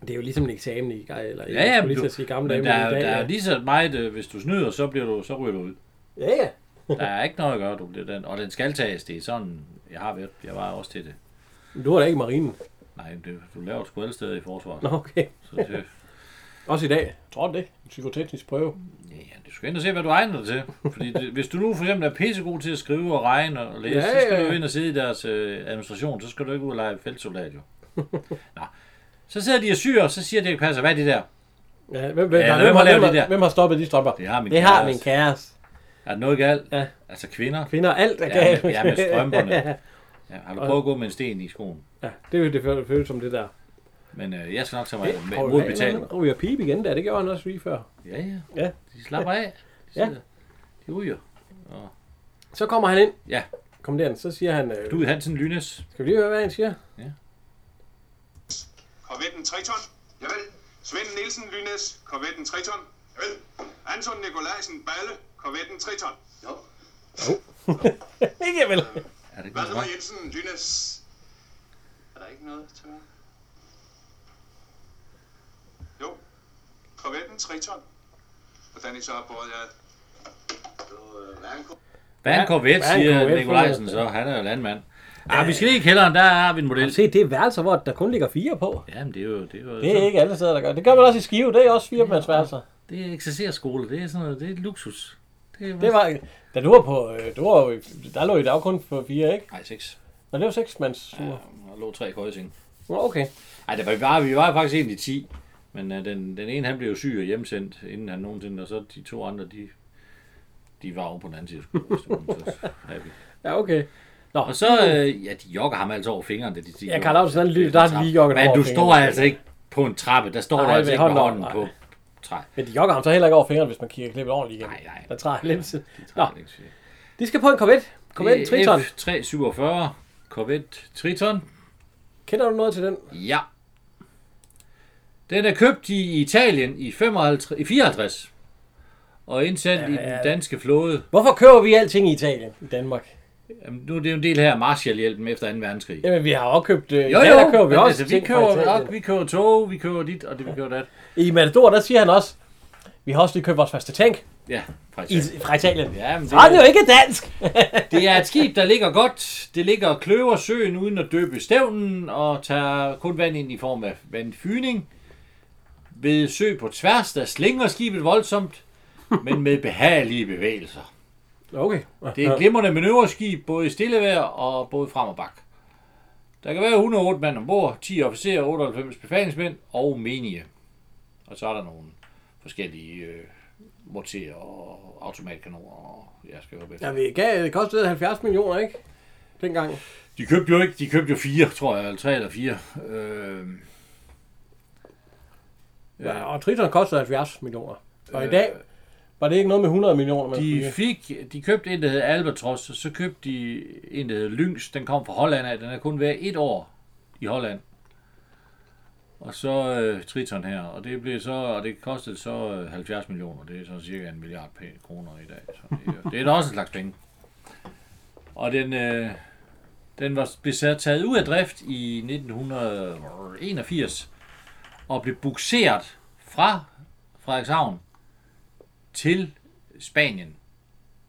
[SPEAKER 1] Det er jo ligesom en eksamen i, eller
[SPEAKER 2] Ja, ja,
[SPEAKER 1] men
[SPEAKER 2] men,
[SPEAKER 1] lige
[SPEAKER 2] du,
[SPEAKER 1] til at sige gamle dage,
[SPEAKER 2] men
[SPEAKER 1] men
[SPEAKER 2] der,
[SPEAKER 1] i dag,
[SPEAKER 2] er, der
[SPEAKER 1] ja.
[SPEAKER 2] er lige så meget, øh, hvis du snyder, så, bliver du, så ryger du ud.
[SPEAKER 1] ja, ja.
[SPEAKER 2] Der er ikke noget at gøre, du bliver den. Og den skal tages, det er sådan, jeg har været, jeg var også til det.
[SPEAKER 1] Men du har da ikke i marinen.
[SPEAKER 2] Nej, men det, du laver et sgu alle steder i forsvaret.
[SPEAKER 1] Nå, okay.
[SPEAKER 2] Så det,
[SPEAKER 1] Også i dag. Tror du det? En psykoteknisk prøve.
[SPEAKER 2] Ja, du skal ind og se, hvad du egner dig til. Fordi det, hvis du nu for eksempel er pissegod til at skrive og regne og læse,
[SPEAKER 1] Ja,
[SPEAKER 2] ja, så skal
[SPEAKER 1] ja,
[SPEAKER 2] du jo
[SPEAKER 1] ja.
[SPEAKER 2] ind og sidde i deres øh, administration. Så skal du ikke ud og lege feltsoldat, jo. Nå. Så sidder de og syr, og så siger Dirk Passer, hvad er det der?
[SPEAKER 1] Ja, hvem, hvem,
[SPEAKER 2] Ja,
[SPEAKER 1] ja,
[SPEAKER 2] hvem
[SPEAKER 1] hvem, har,
[SPEAKER 2] har lavet
[SPEAKER 1] hvem,
[SPEAKER 2] det
[SPEAKER 1] har,
[SPEAKER 2] der?
[SPEAKER 1] hvem har stoppet de strømper?
[SPEAKER 2] Det har min
[SPEAKER 1] det har min
[SPEAKER 2] kæreste.
[SPEAKER 1] kæreste.
[SPEAKER 2] Er der noget galt?
[SPEAKER 1] Ja.
[SPEAKER 2] Altså kvinder?
[SPEAKER 1] Kvinder, alt er
[SPEAKER 2] Ja,
[SPEAKER 1] galt.
[SPEAKER 2] med, ja, med strømperne.
[SPEAKER 1] ja,
[SPEAKER 2] Ja, har du prøvet at gå med en sten i skoen?
[SPEAKER 1] det er jo det føles, føles som det der.
[SPEAKER 2] Men øh, jeg skal nok tage mig med
[SPEAKER 1] Prøv-
[SPEAKER 2] mod betaling.
[SPEAKER 1] Han Ryger pibe igen der, det gjorde han også lige før.
[SPEAKER 2] Ja, ja.
[SPEAKER 1] Ja.
[SPEAKER 2] De slapper af. De,
[SPEAKER 1] Ja.
[SPEAKER 2] sidder- de ryger.
[SPEAKER 1] Så kommer han ind.
[SPEAKER 2] Ja.
[SPEAKER 1] Kom derind, så siger han, øh,
[SPEAKER 2] Du er Hansen Lynes.
[SPEAKER 1] skal vi lige høre, hvad han siger?
[SPEAKER 6] Korvetten 3 ton. Javel. Svend Nielsen Lynes, korvetten 3 ton. Javel. Anton Nikolajsen Balle, korvetten 3 ton. Jo.
[SPEAKER 1] Ikke vel?
[SPEAKER 2] Er det ikke
[SPEAKER 6] Hvad
[SPEAKER 2] noget
[SPEAKER 6] hedder
[SPEAKER 2] svar?
[SPEAKER 6] Jensen Lynes? Er der ikke noget til mig? Jo. Korvetten 3 ton. Hvordan I så har båret jer? øh,
[SPEAKER 2] Hvad er en Corvette,
[SPEAKER 1] Hvad er en
[SPEAKER 2] siger
[SPEAKER 1] Corvette?
[SPEAKER 2] Nikolajsen så. Han er jo landmand. Ah, vi skal lige i kælderen, der har vi en model.
[SPEAKER 1] Se, det er værelser, hvor der kun ligger fire på.
[SPEAKER 2] Jamen, det er jo... Det er, jo
[SPEAKER 1] Det er ikke alle steder, der gør. Det gør man også i Skive, det er også fire mands værelser.
[SPEAKER 2] Det er eksercerskole. Det er sådan noget, det er luksus. Det er,
[SPEAKER 1] Det var, da du var på, øh, du var jo, i- der lå I dag kun på fire, ikke?
[SPEAKER 2] Nej, seks.
[SPEAKER 1] Nå, det var seks mands
[SPEAKER 2] Ja,
[SPEAKER 1] ja.
[SPEAKER 2] der lå tre køjeseng.
[SPEAKER 1] Okay.
[SPEAKER 2] Ej, der var, vi, var, vi var faktisk egentlig ti. Men uh, den, den ene, han blev jo syg og hjemsendt, inden han nogensinde... Og så de to andre, de, de var over på den anden side. af skolen, hvis det var nogen, så happy.
[SPEAKER 1] Ja, okay. Nå,
[SPEAKER 2] Og så, øh, ja, de jogger ham altså over fingeren, da de siger.
[SPEAKER 1] Ja, Carl Augusten, han lyder- der har de lige jogget
[SPEAKER 2] Men
[SPEAKER 1] over
[SPEAKER 2] du
[SPEAKER 1] fingeren.
[SPEAKER 2] står altså ikke på en trappe. Der står
[SPEAKER 1] Nej,
[SPEAKER 2] du altså
[SPEAKER 1] men
[SPEAKER 2] ikke med
[SPEAKER 1] hånden
[SPEAKER 2] hånden
[SPEAKER 1] op,
[SPEAKER 2] på
[SPEAKER 1] nej.
[SPEAKER 2] træ.
[SPEAKER 1] men de jogger ham så heller ikke over fingeren, hvis man kigger klippet ordentligt igennem.
[SPEAKER 2] Nej, nej.
[SPEAKER 1] Der træder lidt tid. Nå,
[SPEAKER 2] Nå.
[SPEAKER 1] de skal på en Corvette. Corvette Triton.
[SPEAKER 2] F347 Corvette Triton.
[SPEAKER 1] Kender du noget til den?
[SPEAKER 2] Ja. Den er købt i Italien i, 55, i 54 og indsendt ja, ja. i den danske flåde.
[SPEAKER 1] Hvorfor køber vi alting i Italien? I Danmark?
[SPEAKER 2] Jamen, nu er det jo en del her af Marshallhjælpen efter 2. verdenskrig.
[SPEAKER 1] Jamen, vi har også købt... Øh,
[SPEAKER 2] Jo,
[SPEAKER 1] i
[SPEAKER 2] jo,
[SPEAKER 1] Danmark køber vi
[SPEAKER 2] men
[SPEAKER 1] også
[SPEAKER 2] altså, vi
[SPEAKER 1] ting fra
[SPEAKER 2] køber,
[SPEAKER 1] Italien.
[SPEAKER 2] op, vi køber tog, vi køber dit, og det vi køber dat.
[SPEAKER 1] I Matador, der siger han også, vi har også lige købt vores første tank
[SPEAKER 2] Ja,
[SPEAKER 1] i,
[SPEAKER 2] faktisk.
[SPEAKER 1] fra Italien. Ja,
[SPEAKER 2] Ja, men
[SPEAKER 1] så er den jo ikke dansk!
[SPEAKER 2] Det er et skib, der ligger godt. Det ligger og kløver søen uden at døbe stævnen og tager kun vand ind i form af vandfyning. Ved sø på tværs, der slinger skibet voldsomt, men med behagelige bevægelser.
[SPEAKER 1] okay.
[SPEAKER 2] Det er et glimrende manøvreskib, både i stille vejr og både frem og bak. Der kan være 108 mand ombord, 10 officerer, 98 befalingsmænd og menige. Og så er der nogle forskellige øh, morterer og automatkanoner. Og jeg skal jo
[SPEAKER 1] Ja, vi gav, det kostede 70 millioner, ikke? Dengang.
[SPEAKER 2] De købte jo ikke, de købte jo fire, tror jeg, eller tre eller fire. Øh,
[SPEAKER 1] Ja, Øh. og Triton kostede 70 millioner. Og i dag var det ikke noget med 100 millioner, man
[SPEAKER 2] de
[SPEAKER 1] skulle
[SPEAKER 2] fik, de købte en, der hed Albatros, og så købte de en, der hed Lynx. Den kom fra Holland af, den har kun været et år i Holland. Og så øh, Triton her, og det blev så, og det kostede så øh, 70 millioner, det er så cirka en milliard p- kroner i dag. Så det, er- det er da også en slags penge. Og den, øh, den var, blev så taget ud af drift i 1981 og blev bukseret fra Frederikshavn til Spanien.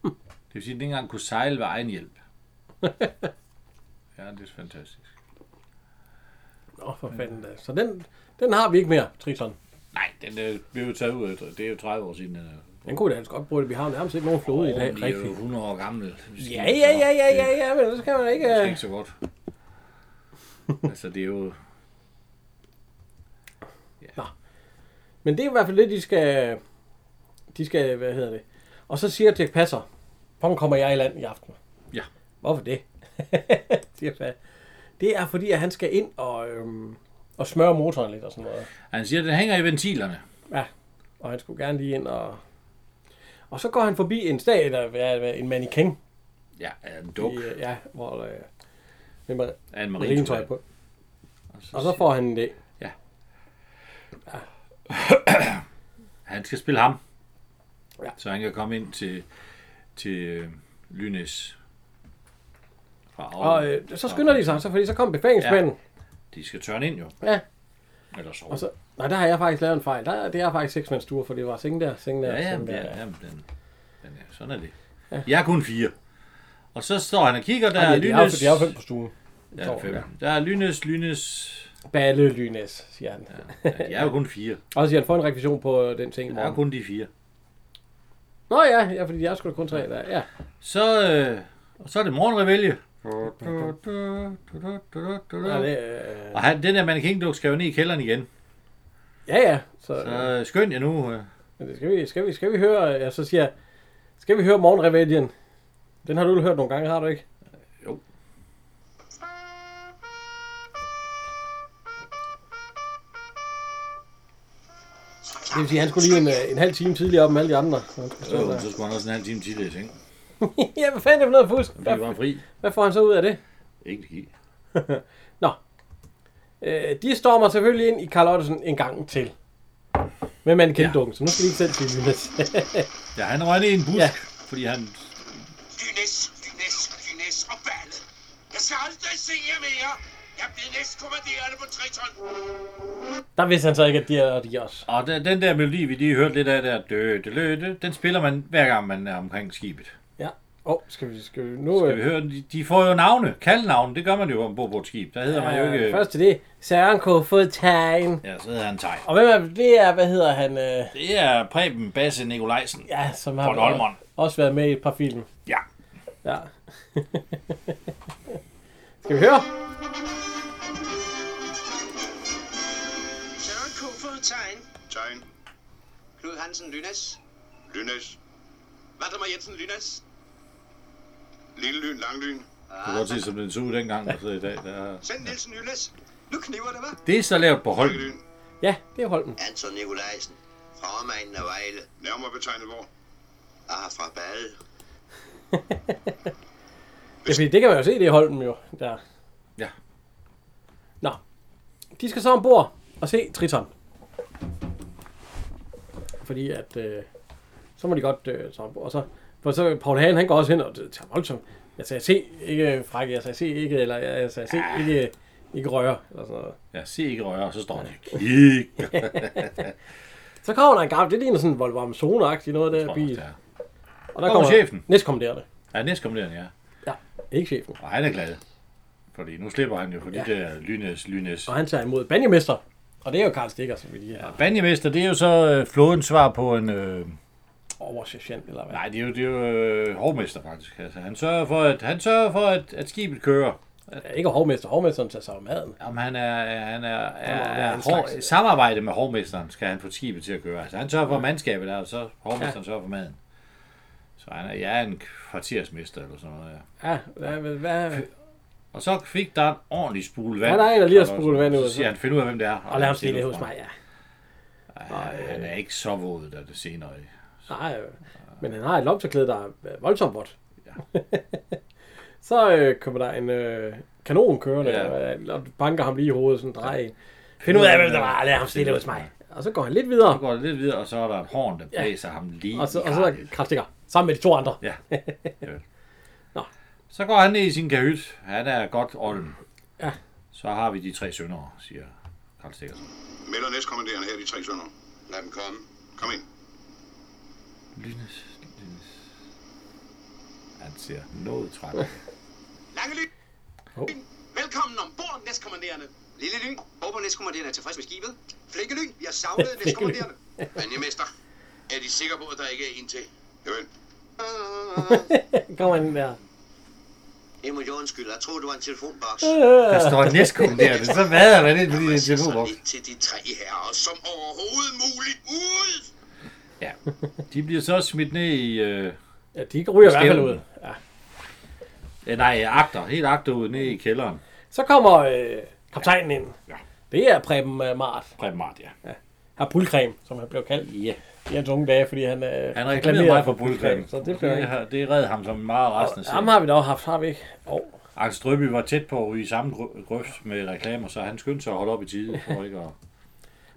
[SPEAKER 2] Det vil sige, at den ikke engang kunne sejle ved egen hjælp. ja, det er fantastisk.
[SPEAKER 1] Åh, for fanden da. Så den, den har vi ikke mere, Triton.
[SPEAKER 2] Nej, den øh, blev jo taget ud af drift. Det er jo 30 år siden. Den er
[SPEAKER 1] Den kunne da altså godt bruge det. Vi har jo nærmest ikke nogen flåde i dag,
[SPEAKER 2] Den er jo
[SPEAKER 1] rigtigt.
[SPEAKER 2] 100 år gammel.
[SPEAKER 1] Ja, ja, ja, ja, ja, ja, men så kan man ikke...
[SPEAKER 2] Det er
[SPEAKER 1] øh,
[SPEAKER 2] ikke så godt. altså, det er jo...
[SPEAKER 1] Men det er i hvert fald det, de skal... De skal, hvad hedder det? Og så siger Dirk Passer, Pong kommer jeg i land i aften.
[SPEAKER 2] Ja.
[SPEAKER 1] Hvorfor det? siger Passer. det er fordi, at han skal ind og, øhm, og smøre motoren lidt og sådan noget.
[SPEAKER 2] Han siger, at den hænger i ventilerne.
[SPEAKER 1] Ja, og han skulle gerne lige ind og... Og så går han forbi en stag, eller hvad- hvad- en mannequin.
[SPEAKER 2] Ja, er en
[SPEAKER 1] i,
[SPEAKER 2] duk.
[SPEAKER 1] øh, Ja, hvor øh, med mar-
[SPEAKER 2] Af en
[SPEAKER 1] marinetøj
[SPEAKER 2] marintøj.
[SPEAKER 1] på.
[SPEAKER 2] Altså,
[SPEAKER 1] Og så får han en idé.
[SPEAKER 2] Han skal spille ham.
[SPEAKER 1] Ja.
[SPEAKER 2] Ja. Så han kan komme ind til, til øh, Lynes. Fra
[SPEAKER 1] Og
[SPEAKER 2] Aarhus.
[SPEAKER 1] øh, så skynder de sig, så, fordi så kom befalingsmanden.
[SPEAKER 2] De skal tørne ind jo.
[SPEAKER 1] Ja.
[SPEAKER 2] Eller sove.
[SPEAKER 1] Og så, nej, der har jeg faktisk lavet en fejl. Der, det er faktisk seksmandsstue, for det var sengen der, sengen der,
[SPEAKER 2] Ja, ja,
[SPEAKER 1] sengen
[SPEAKER 2] men,
[SPEAKER 1] der.
[SPEAKER 2] ja, ja, men den, den er, sådan er det. Ja. Jeg er kun fire. Og så står han og kigger, der
[SPEAKER 1] Der
[SPEAKER 2] er
[SPEAKER 1] er de, har,
[SPEAKER 2] Lynes.
[SPEAKER 1] de har fem på stuen.
[SPEAKER 2] Ja,
[SPEAKER 1] Tror
[SPEAKER 2] fem.
[SPEAKER 1] jeg.
[SPEAKER 2] Der er Lynes, Lynes...
[SPEAKER 1] Balle Lynes, siger han.
[SPEAKER 2] Ja, de er jo kun fire.
[SPEAKER 1] Og så siger han, får en revision på øh, den ting i
[SPEAKER 2] Der er
[SPEAKER 1] morgen.
[SPEAKER 2] kun de fire.
[SPEAKER 1] Nå ja, ja, fordi jeg skulle kun tre der. Ja.
[SPEAKER 2] Så, øh, og så er det morgenrevælge.
[SPEAKER 1] Ja, det, øh,
[SPEAKER 2] Og han, den der mannequin skal jo ned i kælderen igen.
[SPEAKER 1] ja, ja. Så,
[SPEAKER 2] Så øh, skynd jer nu. øh.
[SPEAKER 1] Men det skal vi, skal vi, skal vi høre, ja, så siger jeg, skal vi høre morgenrevedien? Den har du vel hørt nogle gange, har du ikke?
[SPEAKER 2] Jo.
[SPEAKER 1] Det vil sige, at han skulle lige en, øh, en halv time tidligere op med alle de andre. Så han skulle stå
[SPEAKER 2] Jo,
[SPEAKER 1] der.
[SPEAKER 2] så skulle han også en halv time tidligere, ikke?
[SPEAKER 1] ja, hvad fanden er det for noget fusk?
[SPEAKER 2] Fordi var
[SPEAKER 1] Hvad,
[SPEAKER 2] han fri.
[SPEAKER 1] hvad får han så ud af det?
[SPEAKER 2] Ikke helt.
[SPEAKER 1] Øh, de stormer selvfølgelig ind i Karl Ottesen en gang til. Med man kendte ja. så nu skal de ikke selv sige Lynes.
[SPEAKER 2] Ja, han røg ned i en busk,
[SPEAKER 1] Ja.
[SPEAKER 2] ja. fordi han...
[SPEAKER 6] Lynes, Lynes, Lynes og Balle. Jeg skal aldrig se jer mere. Jeg bliver næstkommanderende på Triton.
[SPEAKER 1] der vidste han så ikke, at de er, og de er også.
[SPEAKER 2] Og den, den der melodi, vi lige hørte lidt af der, dø, dø, dø, dø, den spiller man hver gang, man er omkring skibet.
[SPEAKER 1] Ja. Åh, oh, skal vi, skal vi nu...
[SPEAKER 2] Skal vi høre, den? de, de får jo navne, kaldnavne, det gør man jo ombord på et skib. Der hedder ja, man jo ikke...
[SPEAKER 1] Øh, Først til det. Søren K. fået tegn.
[SPEAKER 2] Ja, så hedder han Tej.
[SPEAKER 1] Og hvem er det er, hvad hedder han? Øh,
[SPEAKER 2] Det er Preben Basse Nikolajsen. Ja.
[SPEAKER 1] ja, som
[SPEAKER 2] Paul Olmon.
[SPEAKER 1] har også været med i et par film.
[SPEAKER 2] ja.
[SPEAKER 1] Ja. Skal vi høre?
[SPEAKER 4] Søren Kofod Tegn.
[SPEAKER 6] Tegn.
[SPEAKER 4] Knud Hansen Lynes.
[SPEAKER 6] Lynes.
[SPEAKER 4] Valdemar Jensen Lynes.
[SPEAKER 6] Lille lyn, lang lyn.
[SPEAKER 2] Du kan godt se, som den så ud dengang, og så i dag. Der er...
[SPEAKER 4] Send Nielsen Lynes. Nu kniver det, hva'?
[SPEAKER 2] Det er så lavet på hold.
[SPEAKER 6] Lykke lyn.
[SPEAKER 1] Ja, det er Holmen.
[SPEAKER 5] Anton Nikolajsen, fra omegnen af Vejle,
[SPEAKER 6] Nærmere betegnet hvor.
[SPEAKER 5] ah, fra Balle.
[SPEAKER 1] Ja, fordi det kan man jo se, det er Holmen jo. Der.
[SPEAKER 2] Ja.
[SPEAKER 1] Nå. De skal så ombord og se Triton. Fordi at... Øh, så må de godt øh, tage ombord. Og så, for så Paul Hagen, han går også hen og tager voldsomt. Jeg sagde, se ikke frække, jeg sagde, se ikke, eller jeg sagde, se ikke, ikke røre, eller sådan noget.
[SPEAKER 2] Ja, se ikke røre, og så står han kigger.
[SPEAKER 1] Så kommer der en gammel, det ligner sådan en Volvo Amazon-agtig noget der bil.
[SPEAKER 2] Ja.
[SPEAKER 1] Og der
[SPEAKER 2] Kommer chefen.
[SPEAKER 1] Næstkommanderende.
[SPEAKER 2] ja, næstkommanderende, ja.
[SPEAKER 1] Ja, ikke chefen.
[SPEAKER 2] Og han er glad. Fordi nu slipper han jo for ja. de der lynes, lynes.
[SPEAKER 1] Og han tager imod banjemester. Og det er jo Karl Stikker, som vi lige har
[SPEAKER 2] Banjemester, det er jo så øh, flådens svar på en... Øh,
[SPEAKER 1] oversergeant, eller hvad?
[SPEAKER 2] nej, det er jo, det er jo øh, hovmester faktisk. Altså, han sørger for, at, han sørger for at, at skibet kører.
[SPEAKER 1] Ja, Øh, ikke hovmester. Hovmesteren tager sig af maden.
[SPEAKER 2] Jamen, han er, han er, er,
[SPEAKER 1] Han må
[SPEAKER 2] er,
[SPEAKER 1] være
[SPEAKER 2] er
[SPEAKER 1] en
[SPEAKER 2] hår,
[SPEAKER 1] slags-
[SPEAKER 2] samarbejde med hovmesteren skal han få skibet til at køre. Altså, han sørger for mandskabet der, og så hovmesteren ja. sørger for maden. Så han er, jeg er en kvartersmester eller sådan noget, ja.
[SPEAKER 1] Ja, hvad, hvad, hvad?
[SPEAKER 2] Og så fik der en ordentlig spule vand.
[SPEAKER 1] Ja, der er en, der lige har
[SPEAKER 2] Og
[SPEAKER 1] spulet vand ud.
[SPEAKER 2] Så siger han, find ud af, hvem det er.
[SPEAKER 1] Og lad ham
[SPEAKER 2] han
[SPEAKER 1] stille
[SPEAKER 2] stiller
[SPEAKER 1] hos
[SPEAKER 2] fra.
[SPEAKER 1] mig, ja.
[SPEAKER 2] Ej, han er ikke så våd, der det senere.
[SPEAKER 1] Nej, øh, men han har et lomterklæde, der er øh, voldsomt vådt. så øh, kommer der en øh, kanon kørende,
[SPEAKER 2] Ja.
[SPEAKER 1] ja. og, og banker ham lige i hovedet, sådan drej en. Find ud af, hvem der var, og lad ham stille hos mig. Og så går han lidt videre,
[SPEAKER 2] Så går det lidt videre, og så er der et horn, der blæser ham lige
[SPEAKER 1] og så,
[SPEAKER 2] i
[SPEAKER 1] og så er der
[SPEAKER 2] kraniet.
[SPEAKER 1] Karl Stikker, sammen med de to andre.
[SPEAKER 2] Ja. ja.
[SPEAKER 1] Nå.
[SPEAKER 2] Så går han ned i sin kahyt. Han er godt olden.
[SPEAKER 1] Ja.
[SPEAKER 2] Så har vi de tre sønner, siger Karl Stikkersen.
[SPEAKER 6] Melder næstkommanderende her, de tre sønner. Lad dem komme. Kom ind.
[SPEAKER 2] Lynes, lynes. Han ser noget træt. ud.
[SPEAKER 4] Lange Lyn.
[SPEAKER 1] Hov.
[SPEAKER 4] Velkommen ombord, næstkommanderende. Lille Lyn. Håber næstkommanderende er tilfreds med skibet. Flinke Lyn. Vi har savnet næstkommanderende.
[SPEAKER 5] Banjemester, er de sikre på, at der ikke er en til?
[SPEAKER 6] Jamen,
[SPEAKER 1] kommer han ind der.
[SPEAKER 5] Jeg må jo undskylde, jeg troede, det var en telefonboks.
[SPEAKER 2] Der står en næstkommanderende, så vader man ind, fordi det er en telefonboks.
[SPEAKER 5] Lidt til de tre her.
[SPEAKER 6] og som overhovedet muligt ud!
[SPEAKER 2] Ja. De bliver så smidt ned i... Øh,
[SPEAKER 1] Ja, de ryger i hvert fald
[SPEAKER 2] Stævnen.
[SPEAKER 1] ud. Ja.
[SPEAKER 2] eh, nej, agter. Helt agter ud ned i kælderen.
[SPEAKER 1] Så kommer øh, kaptajnen ind.
[SPEAKER 2] Ja.
[SPEAKER 1] Det er Preben øh, Mart.
[SPEAKER 2] Preben Mart, ja.
[SPEAKER 1] Har pulcreme, som han blev kaldt
[SPEAKER 2] Ja.
[SPEAKER 1] i hans unge dage, fordi han, øh,
[SPEAKER 2] Han reklamerede mig for bullcreme.
[SPEAKER 1] Så det blev ikke.
[SPEAKER 2] det, det redde ham som meget resten af
[SPEAKER 1] Ham
[SPEAKER 2] serien.
[SPEAKER 1] har vi dog haft, har vi ikke? Oh.
[SPEAKER 2] Axel Strøby var tæt på at ryge i samme grø- grøft med reklamer, så han skyndte sig at holde op i tide. For ikke at...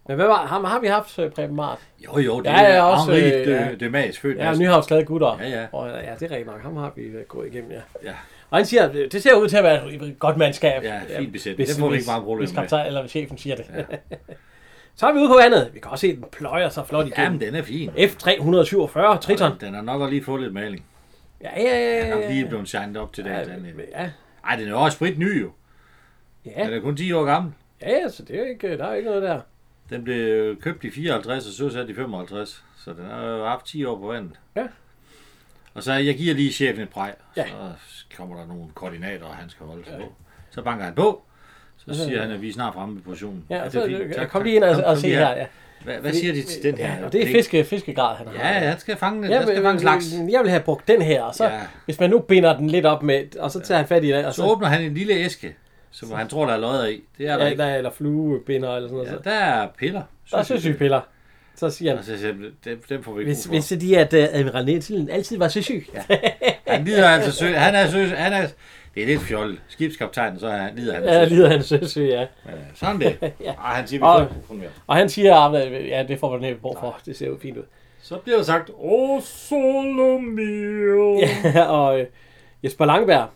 [SPEAKER 1] Men hvad var, ham har vi haft, øh, Preben Mart?
[SPEAKER 2] Jo, jo, det
[SPEAKER 1] Ja, ja,
[SPEAKER 2] er
[SPEAKER 1] også,
[SPEAKER 2] også,
[SPEAKER 1] øh,
[SPEAKER 2] Henri
[SPEAKER 1] ja.
[SPEAKER 2] de, de Mas, født
[SPEAKER 1] Ja,
[SPEAKER 2] Madsen.
[SPEAKER 1] Nyhavns glade gutter.
[SPEAKER 2] Ja, ja.
[SPEAKER 1] Og, ja, det er rigtigt nok. Ham har vi øh, gået igennem, ja.
[SPEAKER 2] ja.
[SPEAKER 1] Og han siger, øh, det ser ud til at være et godt mandskab.
[SPEAKER 2] Ja, fint besætning. Det får vi ikke meget problemer
[SPEAKER 1] hvis,
[SPEAKER 2] med.
[SPEAKER 1] kaptajn, eller hvis chefen siger det. Ja. så er vi ude på vandet. Vi kan også se, at den pløjer sig flot igennem.
[SPEAKER 2] Jamen, den er fin.
[SPEAKER 1] F-347 Triton. Øh.
[SPEAKER 2] Den har nok at lige fået lidt maling.
[SPEAKER 1] Ja, ja, ja.
[SPEAKER 2] Den
[SPEAKER 1] ja,
[SPEAKER 2] er
[SPEAKER 1] ja.
[SPEAKER 2] øh. lige blevet shined op til dagens anledning.
[SPEAKER 1] ja.
[SPEAKER 2] Ej, den er også sprit ny jo. Den er kun 10 år gammel.
[SPEAKER 1] Ja, ja, så det er ikke, øh, der er ikke noget der.
[SPEAKER 2] Den blev købt i 54 og søsat i 55, så den har jo haft 10 år på vandet.
[SPEAKER 1] Ja.
[SPEAKER 2] Og så jeg giver lige chefen et præg,
[SPEAKER 1] Ja.
[SPEAKER 2] så kommer der nogle koordinater, han skal holde sig ja. på. Så banker han på, så siger han, at vi er snart fremme ved positionen.
[SPEAKER 1] Altså, Ja, og
[SPEAKER 2] det
[SPEAKER 1] så
[SPEAKER 2] er fint.
[SPEAKER 1] jeg
[SPEAKER 2] Tak,
[SPEAKER 1] kom
[SPEAKER 2] tak.
[SPEAKER 1] lige ind og,
[SPEAKER 2] Kom,
[SPEAKER 1] og
[SPEAKER 2] kom
[SPEAKER 1] se
[SPEAKER 2] lige
[SPEAKER 1] her. Ja.
[SPEAKER 2] Hvad, hvad siger de til den her?
[SPEAKER 1] Ja, og det er fiske, fiskegrad, han har.
[SPEAKER 2] Ja, ja, han skal fange,
[SPEAKER 1] Jeg
[SPEAKER 2] der skal fange slaks.
[SPEAKER 1] vil, jeg vil have brugt den her, og så
[SPEAKER 2] Ja.
[SPEAKER 1] ja. hvis man nu binder den lidt op med, og så tager han fat i den, og
[SPEAKER 2] Så
[SPEAKER 1] så,
[SPEAKER 2] åbner han en lille æske, som han tror, der er lodder i. Det er der
[SPEAKER 1] Altså- ja,
[SPEAKER 2] ikke.
[SPEAKER 1] der, eller fluebinder eller sådan noget.
[SPEAKER 2] Ja,
[SPEAKER 1] Ja,
[SPEAKER 2] der er piller.
[SPEAKER 1] der, der synes vi piller. Så siger
[SPEAKER 2] Og
[SPEAKER 1] han,
[SPEAKER 2] så siger han, dem, dem får vi ikke
[SPEAKER 1] hvis,
[SPEAKER 2] brug for.
[SPEAKER 1] hvis de at uh, Admiral Nielsen altid var søsyg. Ja.
[SPEAKER 2] Han lider altså sø. Han er sø. Han er... Det er lidt fjollet. Skibskaptajnen, så er han, lider han. af
[SPEAKER 1] ja,
[SPEAKER 2] søsyge.
[SPEAKER 1] lider han søsyg, ja.
[SPEAKER 2] Ja, sådan det. ja. Ej, han siger, vi
[SPEAKER 1] Og-
[SPEAKER 2] får ikke kun mere.
[SPEAKER 1] Og han siger, at ja, det får man nemt brug for. Det ser jo fint ud.
[SPEAKER 2] Så bliver der sagt, Åh, solo mio.
[SPEAKER 1] Ja, og øh, Jesper Langberg,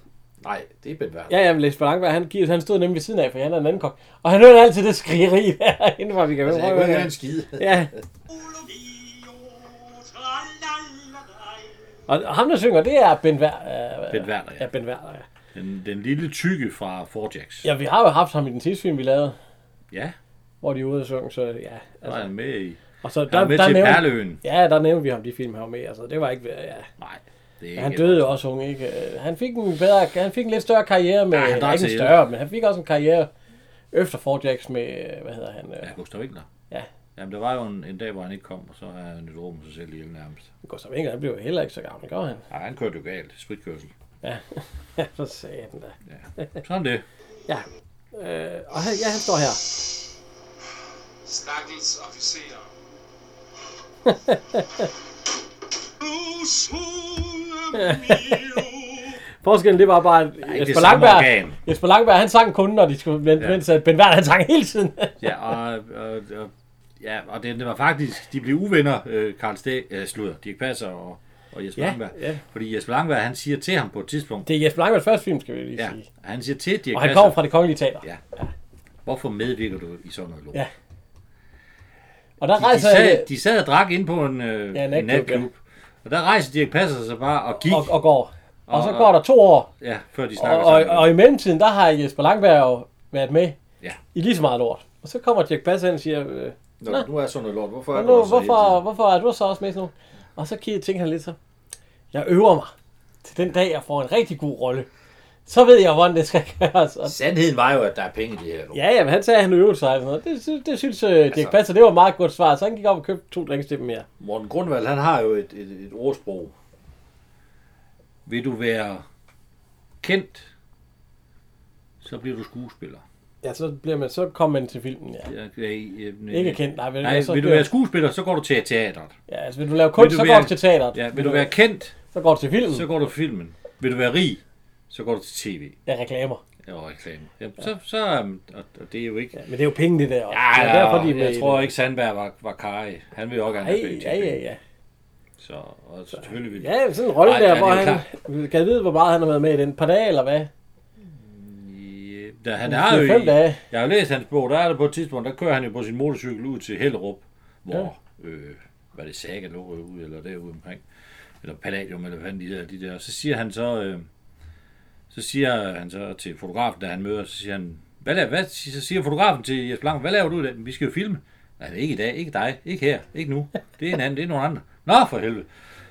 [SPEAKER 2] Nej, det er Ben Werner.
[SPEAKER 1] Ja, ja, men Jesper Langberg, han, giver- han stod nemlig ved siden af, for han er en anden kok. Og han hørte altid det skrigeri der, inden for vi kan
[SPEAKER 2] Altså, jeg
[SPEAKER 1] prøve
[SPEAKER 2] kunne
[SPEAKER 1] at
[SPEAKER 2] ikke
[SPEAKER 1] høre
[SPEAKER 2] høre en
[SPEAKER 1] det.
[SPEAKER 2] skid.
[SPEAKER 1] Ja, og, og ham der synger, det er Ben Ver, øh,
[SPEAKER 2] Ben Werner,
[SPEAKER 1] ja.
[SPEAKER 2] ja.
[SPEAKER 1] ben Werner, ja.
[SPEAKER 2] Den, den lille tykke fra Forjax.
[SPEAKER 1] ja. vi har jo haft ham i den sidste film, vi lavede,
[SPEAKER 2] Ja,
[SPEAKER 1] hvor de er ude og synge, så ja.
[SPEAKER 2] der er
[SPEAKER 1] Altså,
[SPEAKER 2] han med i.
[SPEAKER 1] og så
[SPEAKER 2] Han er
[SPEAKER 1] der,
[SPEAKER 2] med
[SPEAKER 1] der,
[SPEAKER 2] til
[SPEAKER 1] nævnte,
[SPEAKER 2] Perleøen.
[SPEAKER 1] ja, der nævnte vi ham, de film her med, altså det var ikke, ja.
[SPEAKER 2] Nej, det er ikke
[SPEAKER 1] Han døde jo også ung, ikke? Øh, Han fik en bedre, han fik en lidt større karriere med,
[SPEAKER 2] Ja, han
[SPEAKER 1] ja,
[SPEAKER 2] drak
[SPEAKER 1] ikke en
[SPEAKER 2] sig
[SPEAKER 1] større, men han fik også en karriere efter Forjax med, øh, hvad hedder han, øh,
[SPEAKER 2] Ja, Gustav Winkler.
[SPEAKER 1] Ja.
[SPEAKER 2] Jamen, der var jo en, en dag, hvor han ikke kom, og så er han et rum sig selv ihjel nærmest.
[SPEAKER 1] Gustav Winkler, han blev jo heller ikke så gammel, gør han?
[SPEAKER 2] Nej, han kørte jo galt. Spritkørsel.
[SPEAKER 1] Ja, ja for satan da.
[SPEAKER 2] Sådan det.
[SPEAKER 1] Ja. Øh, og han, ja, han står her.
[SPEAKER 6] Stakkels officerer.
[SPEAKER 1] Forskellen, det var bare, at
[SPEAKER 2] det
[SPEAKER 1] Jesper
[SPEAKER 2] samme
[SPEAKER 1] Langberg,
[SPEAKER 2] organ.
[SPEAKER 1] Jesper Langberg, han sang kun, når de skulle, men,
[SPEAKER 2] Ja.
[SPEAKER 1] ja. mens at Ben Werner, han sang hele tiden.
[SPEAKER 2] Ja, og, og, og, ja, og det, det var faktisk, de blev uvenner, øh, Karl Stæ, øh, slutter, Dirk Passer og, og Jesper
[SPEAKER 1] Ja,
[SPEAKER 2] Langberg.
[SPEAKER 1] ja.
[SPEAKER 2] Fordi Jesper Langberg, han siger til ham på et tidspunkt,
[SPEAKER 1] det er Jesper Langbergs første film, skal vi lige
[SPEAKER 2] ja,
[SPEAKER 1] ja. sige.
[SPEAKER 2] han siger til Dirk
[SPEAKER 1] Og han
[SPEAKER 2] Passer,
[SPEAKER 1] kommer fra det kongelige teater.
[SPEAKER 2] Ja. hvorfor medvirker du i sådan noget lort?
[SPEAKER 1] Ja. Og der
[SPEAKER 2] De, de,
[SPEAKER 1] rejser
[SPEAKER 2] sad,
[SPEAKER 1] han
[SPEAKER 2] de sad og drak ind på en, øh,
[SPEAKER 1] Ja,
[SPEAKER 2] ja,
[SPEAKER 1] en
[SPEAKER 2] en
[SPEAKER 1] natklub,
[SPEAKER 2] natklub. Og der rejser Dirk Passer sig bare og gik,
[SPEAKER 1] og, og går. Og,
[SPEAKER 2] Og-
[SPEAKER 1] så
[SPEAKER 2] og-
[SPEAKER 1] går der to år,
[SPEAKER 2] ja, før de
[SPEAKER 1] og,
[SPEAKER 2] snakker
[SPEAKER 1] og,
[SPEAKER 2] sammen.
[SPEAKER 1] og i mellemtiden, der har Jesper Langberg jo været med
[SPEAKER 2] Ja.
[SPEAKER 1] i lige så meget lort. Og så kommer Jack Bass hen og siger, øh,
[SPEAKER 2] Nå, nu er sådan noget lort, hvorfor
[SPEAKER 1] Og nu, hvorfor, hvorfor er du så også med sådan nogle? Og så kigger, tænker han lidt så, jeg øver mig til den dag, jeg får en rigtig god rolle. Så ved jeg, hvordan det skal gøres. Og,
[SPEAKER 2] Sandheden var jo, at der er penge i det her lort.
[SPEAKER 1] ja, ja, men han sagde, at han øvede sig. og Sådan noget. Det, sy- det synes uh, Dirk altså, Passer, det var et meget godt svar. Så han gik op og købte to drinks til dem mere.
[SPEAKER 2] Morten Grundvald, han har jo et, et, et ordsprog. Vil du være kendt, så bliver du skuespiller.
[SPEAKER 1] Ja, så, bliver man, så kom man til filmen, ja.
[SPEAKER 2] Ja, ja, ja, ja.
[SPEAKER 1] Ikke kendt, altså, nej. Vil,
[SPEAKER 2] øh, Nej,
[SPEAKER 1] så,
[SPEAKER 2] vil du
[SPEAKER 1] bliver-
[SPEAKER 2] være skuespiller, så går du til teateret.
[SPEAKER 1] Ja, altså vil du lave kunst,
[SPEAKER 2] Vil du
[SPEAKER 1] så
[SPEAKER 2] være-
[SPEAKER 1] går du til teateret.
[SPEAKER 2] Ja, vil du være kendt,
[SPEAKER 1] Så går du til filmen.
[SPEAKER 2] så
[SPEAKER 1] Så...
[SPEAKER 2] går du til filmen. Vil du være rig, så går du til tv
[SPEAKER 1] Ja, reklamer.
[SPEAKER 2] og reklame. Ja, så, så, øhm, og, og det er jo ikke...
[SPEAKER 1] Men det er jo penge, det der. og
[SPEAKER 2] Ja,
[SPEAKER 1] det
[SPEAKER 2] ja,
[SPEAKER 1] er derfor, de er med
[SPEAKER 2] jeg
[SPEAKER 1] i
[SPEAKER 2] tror
[SPEAKER 1] det.
[SPEAKER 2] ikke, Sandberg var, var Kari. Han vil jo også gerne have penge
[SPEAKER 1] Ej,
[SPEAKER 2] til
[SPEAKER 1] ja, ja,
[SPEAKER 2] penge.
[SPEAKER 1] ja.
[SPEAKER 2] Så, og selvfølgelig vil...
[SPEAKER 1] Ja, sådan en rolle
[SPEAKER 2] Nej,
[SPEAKER 1] der,
[SPEAKER 2] ja, det
[SPEAKER 1] hvor
[SPEAKER 2] er jo
[SPEAKER 1] han... Kan vide, hvor meget han har været med i den? Par dage, eller hvad?
[SPEAKER 2] Ja, der, han er jo
[SPEAKER 1] fem
[SPEAKER 2] i,
[SPEAKER 1] dage.
[SPEAKER 2] Jeg har jo læst hans bog, der er der på et tidspunkt, der kører han jo på sin motorcykel ud til Hellerup, hvor, ja. øh, hvad det Saga lå ud, eller derude omkring, eller Palladium, eller hvad fanden de der, de der. Så siger han så, øh, så siger han så til fotografen, da han møder, så siger han, hvad, laver, hvad så siger fotografen til Jesper Lang, hvad laver du i dag? Vi skal jo filme. Nej, det er ikke i dag, ikke dig, ikke her, ikke nu. Det er en anden, det er nogen andre. Nå, for helvede.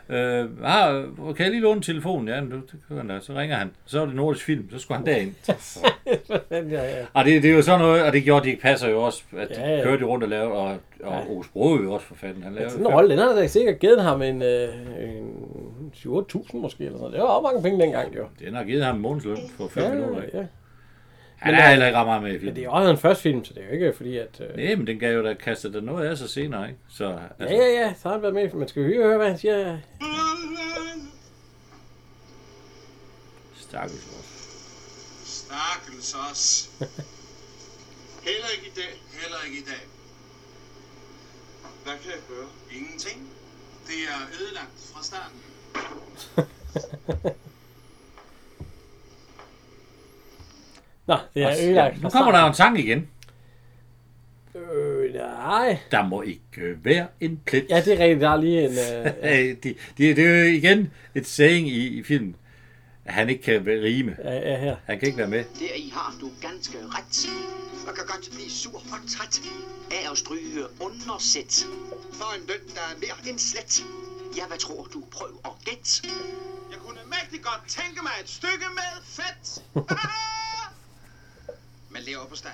[SPEAKER 2] Øh, ah, kan jeg lige låne telefonen? Ja, det det kan han da. Så ringer han. Så er det Nordisk Film. Så skulle han derind.
[SPEAKER 1] ja, ja.
[SPEAKER 2] Og Ah, det, det er jo sådan noget, og det gjorde de ikke passer jo også, at de
[SPEAKER 1] Ja, ja.
[SPEAKER 2] kørte rundt og lavede, og, og Ove Sprogøe jo også for fanden. Han lavede
[SPEAKER 1] Sådan en rolle, den har da sikkert givet ham en, øh, en 7-8.000 måske, eller sådan noget. Det var også mange penge dengang, jo.
[SPEAKER 2] Den har givet ham en månedsløn for 5 ja, millioner. Ikke?
[SPEAKER 1] ja.
[SPEAKER 2] Han er heller ikke ret meget med
[SPEAKER 1] Men
[SPEAKER 2] i
[SPEAKER 1] det er
[SPEAKER 2] filmen.
[SPEAKER 1] jo også en første film, så det er jo ikke fordi, at... Øh,
[SPEAKER 2] Nej, men den gav jo da kastet der noget af sig senere, ikke? Så,
[SPEAKER 1] ja,
[SPEAKER 2] altså,
[SPEAKER 1] ja, ja, så har han været med. Man skal jo lige høre, hvad han siger.
[SPEAKER 2] Stakkels vores.
[SPEAKER 6] Stakkels os. Heller ikke i dag. Heller ikke i dag. Hvad kan jeg gøre? Ingenting. Det er ødelagt fra starten.
[SPEAKER 1] Nå, det er ødelagt.
[SPEAKER 2] Nu kommer der jo en sang igen.
[SPEAKER 1] Øh, nej.
[SPEAKER 2] Der må ikke øh, være en plet.
[SPEAKER 1] Ja, det er rigtigt. Der er lige en... Øh,
[SPEAKER 2] Øh, det, det, det er jo igen et saying i, i filmen, at han ikke kan rime.
[SPEAKER 1] Ja, ja, her.
[SPEAKER 2] Han kan ikke være med.
[SPEAKER 4] Der i har du ganske ret. Man kan godt blive sur og træt af at stryge undersæt. For en løn, der er mere end slet. Ja, hvad tror du? Prøv at gætte.
[SPEAKER 6] Jeg kunne mægtig godt tænke mig et stykke med fedt. Ah!
[SPEAKER 4] Man lever på steg.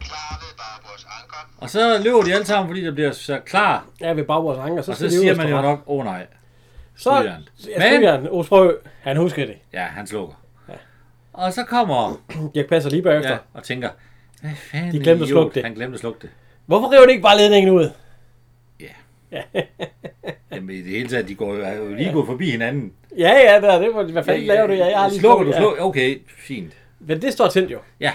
[SPEAKER 6] Klarede bare vores anker.
[SPEAKER 2] Og så løber de alle sammen, fordi der bliver så klar.
[SPEAKER 1] Ja, ved bag vores anker, så,
[SPEAKER 2] Og så
[SPEAKER 1] skal det
[SPEAKER 2] siger
[SPEAKER 1] øverst
[SPEAKER 2] man jo
[SPEAKER 1] ret.
[SPEAKER 2] nok, åh oh, nej.
[SPEAKER 1] Så,
[SPEAKER 2] Strygjern.
[SPEAKER 1] ja,
[SPEAKER 2] Men-
[SPEAKER 1] Strygjern, Osprø, han husker det.
[SPEAKER 2] Ja, han slukker. Og så kommer
[SPEAKER 1] Jeg passer lige bagefter.
[SPEAKER 2] ja, og tænker, hvad fanden
[SPEAKER 1] De glemte at
[SPEAKER 2] idiot,
[SPEAKER 1] slukke det.
[SPEAKER 2] Han glemte at slukke det.
[SPEAKER 1] Hvorfor river det ikke bare ledningen ud?
[SPEAKER 2] Jamen i det hele taget, de går jo, er jo lige gået forbi hinanden.
[SPEAKER 1] Ja, ja, der, det, var- hvad fanden laver du? Ja, jeg har lige
[SPEAKER 2] slukker du,
[SPEAKER 1] slukket,
[SPEAKER 2] slukker. Okay, fint.
[SPEAKER 1] Ja. Men det står tændt jo.
[SPEAKER 2] Ja,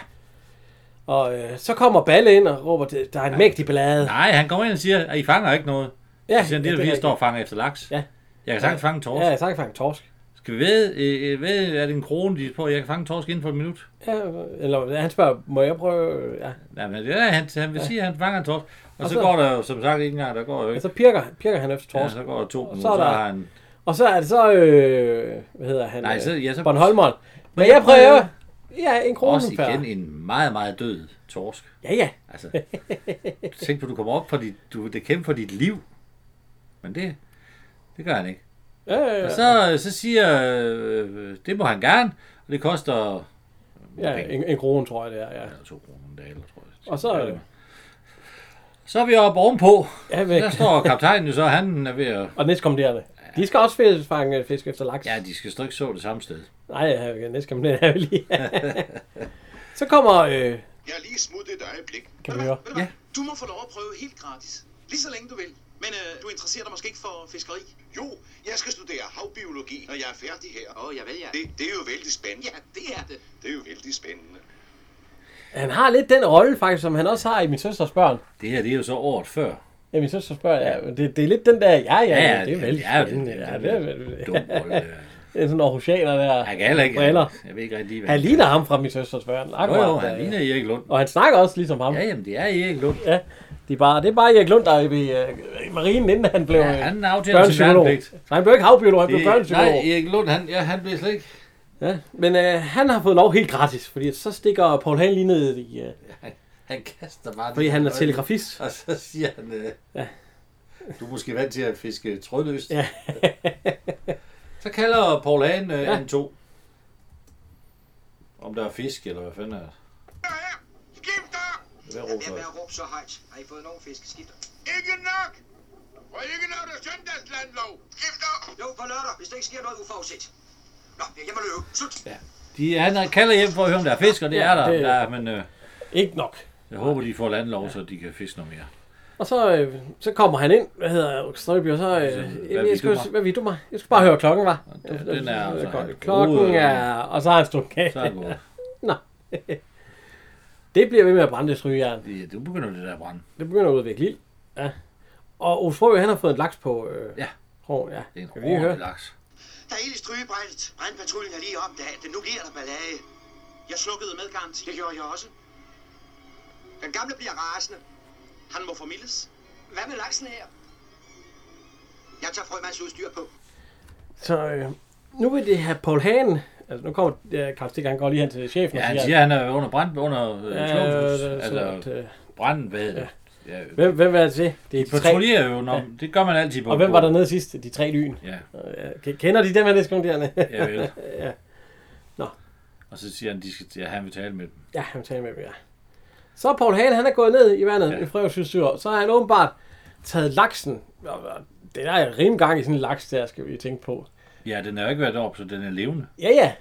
[SPEAKER 1] Og øh, så kommer Balle ind og råber, "Det- der er en mægtig ballade.
[SPEAKER 2] nej, han kommer ind og siger, at I fanger ikke noget. Ja, så siger han, det er, fordi jeg
[SPEAKER 1] rigtigt.
[SPEAKER 2] står og fanger efter laks.
[SPEAKER 1] Ja.
[SPEAKER 2] Jeg kan sagtens fange en torsk.
[SPEAKER 1] Ja, jeg sagde faktisk torsk.
[SPEAKER 2] Skal vi ved, øh, ved, er det en krone, de er på? Jeg kan fange en torsk inden for et minut.
[SPEAKER 1] Ja, eller han spørger, må jeg prøve? Ja.
[SPEAKER 2] Ja, men det er, han, han vil sige, at han fanger en torsk. Og, og så,
[SPEAKER 1] så-
[SPEAKER 2] går der jo, som sagt, ikke engang, der går jo
[SPEAKER 1] Og
[SPEAKER 2] ikke.
[SPEAKER 1] så pirker, pirker han efter
[SPEAKER 2] Ja,
[SPEAKER 1] torsk.
[SPEAKER 2] så går der to minutter,
[SPEAKER 1] så
[SPEAKER 2] så,
[SPEAKER 1] er der-
[SPEAKER 2] har han...
[SPEAKER 1] Og så er det så, øh, hvad hedder han?
[SPEAKER 2] Nej, så-
[SPEAKER 1] øh,
[SPEAKER 2] ja, så-
[SPEAKER 1] Bornholmeren. Men
[SPEAKER 2] jeg
[SPEAKER 1] jeg prøver. Ja, en krone
[SPEAKER 2] Også igen en meget, meget død torsk.
[SPEAKER 1] Ja, ja.
[SPEAKER 2] Altså, tænk på, du kommer op for dit, du, det kæmper for dit liv. Men det, det gør han ikke.
[SPEAKER 1] Øh,
[SPEAKER 2] Og så, så siger, øh, det må han gerne, og det koster
[SPEAKER 1] ja, en, en krone, tror jeg, det er. Ja.
[SPEAKER 2] ja, to kroner om dagen, tror jeg.
[SPEAKER 1] Og så, øh,
[SPEAKER 2] Så er vi oppe ovenpå.
[SPEAKER 1] ja, væk.
[SPEAKER 2] Der står kaptajnen jo så, han er ved at...
[SPEAKER 1] Og næstkommanderende. De skal også fisk- fange fisk efter laks.
[SPEAKER 2] Ja, de skal stå ikke så det samme sted.
[SPEAKER 1] Nej, ja, næstkommanderende er jo lige. så kommer, øh,
[SPEAKER 6] Jeg er lige smuttet et øjeblik.
[SPEAKER 1] kan vi høre.
[SPEAKER 4] Ved du hvad?
[SPEAKER 2] Ja.
[SPEAKER 4] Du må få lov at prøve helt gratis. Lige så længe du vil. Men øh, du interesserer dig måske ikke for fiskeri.
[SPEAKER 6] Jo, jeg skal studere havbiologi, når jeg er færdig her.
[SPEAKER 4] Åh, oh, jeg ved ja.
[SPEAKER 6] Det, det er jo vældig spændende.
[SPEAKER 4] Ja, det er det.
[SPEAKER 6] Det er jo vældig spændende.
[SPEAKER 1] Han har lidt den rolle, faktisk, som han også har i min søsters børn.
[SPEAKER 2] Det her, det er jo så året før.
[SPEAKER 1] Ja, min søster spørger, ja, men det, det er lidt den der, ja, ja, ja, ja det er vældig
[SPEAKER 2] ja,
[SPEAKER 1] spændende.
[SPEAKER 2] det
[SPEAKER 1] Ja,
[SPEAKER 2] er
[SPEAKER 1] det er
[SPEAKER 2] vel-
[SPEAKER 1] vel-
[SPEAKER 2] dum rolle.
[SPEAKER 1] det er sådan en Aarhusianer der.
[SPEAKER 2] Han kan heller ikke.
[SPEAKER 1] Briller.
[SPEAKER 2] Jeg ved ikke rigtig, hvad
[SPEAKER 1] Han ligner ham fra min søsters børn.
[SPEAKER 2] Jo,
[SPEAKER 1] Akkurat,
[SPEAKER 2] jo, han
[SPEAKER 1] øh,
[SPEAKER 2] ligner Erik Lund.
[SPEAKER 1] Og han snakker også ligesom ham.
[SPEAKER 2] Ja, jamen, det er Erik Lund.
[SPEAKER 1] ja. De er bare, det er bare Erik Lund, der er i, øh, i marinen, inden han blev
[SPEAKER 2] Ja,
[SPEAKER 1] øh,
[SPEAKER 2] han aftaler sin
[SPEAKER 1] børnepsykolog.
[SPEAKER 2] værnepligt.
[SPEAKER 1] Nej, han blev ikke havbiolog, han blev
[SPEAKER 2] Det,
[SPEAKER 1] børnepsykolog.
[SPEAKER 2] nej, Erik Lund, han, ja, han bliver slet ikke...
[SPEAKER 1] Ja, men øh, han har fået lov helt gratis, fordi så stikker Paul Hahn lige ned i, øh,
[SPEAKER 2] Han, han kaster bare...
[SPEAKER 1] fordi
[SPEAKER 2] det
[SPEAKER 1] han er
[SPEAKER 2] øje,
[SPEAKER 1] telegrafist.
[SPEAKER 2] Og så siger han... Øh, ja. Du er måske vant til at fiske trådløst.
[SPEAKER 1] Ja.
[SPEAKER 2] Så kalder Paul Hagen øh, ja. to. Om der er fisk, eller hvad fanden er det?
[SPEAKER 6] Skib dig!
[SPEAKER 2] Hvad
[SPEAKER 4] Lad være
[SPEAKER 2] råber
[SPEAKER 4] med
[SPEAKER 2] jeg?
[SPEAKER 4] at råbe så højt. Har I fået nogen fiskeskifter?
[SPEAKER 6] Ikke nok! Og ikke når der er søndagslandlov. Skib dig!
[SPEAKER 4] Jo, på lørdag, hvis der ikke sker noget uforudset. Nå, jeg må løbe. Slut.
[SPEAKER 2] De, han kalder hjem for at høre, om der er fisk, og det
[SPEAKER 1] Ja,
[SPEAKER 2] er der.
[SPEAKER 1] det-
[SPEAKER 2] Det... Ja, men øh,
[SPEAKER 1] Ikke nok.
[SPEAKER 2] jeg håber, de får landlov, så de kan fiske noget mere.
[SPEAKER 1] Og så, øh, så kommer han ind, hvad hedder Strøby, og så, øh,
[SPEAKER 2] hvad
[SPEAKER 1] jeg,
[SPEAKER 2] ved
[SPEAKER 1] jeg,
[SPEAKER 2] du
[SPEAKER 1] skal,
[SPEAKER 2] mig?
[SPEAKER 1] hvad ved du mig? Jeg skal bare høre klokken, var. Øh,
[SPEAKER 2] den- den er altså-
[SPEAKER 1] Klokken er, og så har han stået kage.
[SPEAKER 2] Så er det gået.
[SPEAKER 1] Nå. det bliver ved med at brænde det strygejern.
[SPEAKER 2] Ja, du begynder det der at brænde.
[SPEAKER 1] Det begynder at udvikle ild. Ja. Og Osprøby, han har fået en laks på øh,
[SPEAKER 2] Ja.
[SPEAKER 1] krogen, ja.
[SPEAKER 2] Det er en
[SPEAKER 1] Kan vi lige høre?
[SPEAKER 2] ordentlig laks.
[SPEAKER 4] Der er hele strygebrættet. Brandpatruljen har lige opdaget det. Nu bliver der ballade. Jeg slukkede med garanti. Det gjorde jeg også. Den gamle bliver rasende. Han må formildes. Hvad med laksen her? Jeg tager frømands udstyr på.
[SPEAKER 1] Så øh, nu vil det have Paul Hagen. Altså, nu kommer ja, Karl Stikker, han går lige hen til chefen
[SPEAKER 2] Ja,
[SPEAKER 1] og
[SPEAKER 2] han
[SPEAKER 1] siger,
[SPEAKER 2] siger, at han er under brand, under øh, sluksus.
[SPEAKER 1] øh,
[SPEAKER 2] altså,
[SPEAKER 1] altså, at, øh,
[SPEAKER 2] branden, hvad hedder det? Ja.
[SPEAKER 1] hvem, hvem er det til? Det er de tre.
[SPEAKER 2] Patruljerer jo, når, det gør man altid på.
[SPEAKER 1] Og hvem var der nede sidst? De tre lyn.
[SPEAKER 2] Ja,
[SPEAKER 1] Øh, ja, Kender de dem af næstkommanderende?
[SPEAKER 2] ja vel.
[SPEAKER 1] ja. Nå.
[SPEAKER 2] Og så siger han, de skal, ja, han vil tale med dem.
[SPEAKER 1] Ja, han taler med dem, ja. Så er Paul Hale, han er gået ned i vandet
[SPEAKER 2] Ja.
[SPEAKER 1] ja. i frøvsysyre. Så har han åbenbart taget laksen. Og, og Det der er rimelig gang i sådan en laks der, skal vi tænke på.
[SPEAKER 2] Ja, den har jo ikke været op, så den er levende.
[SPEAKER 1] Ja, ja.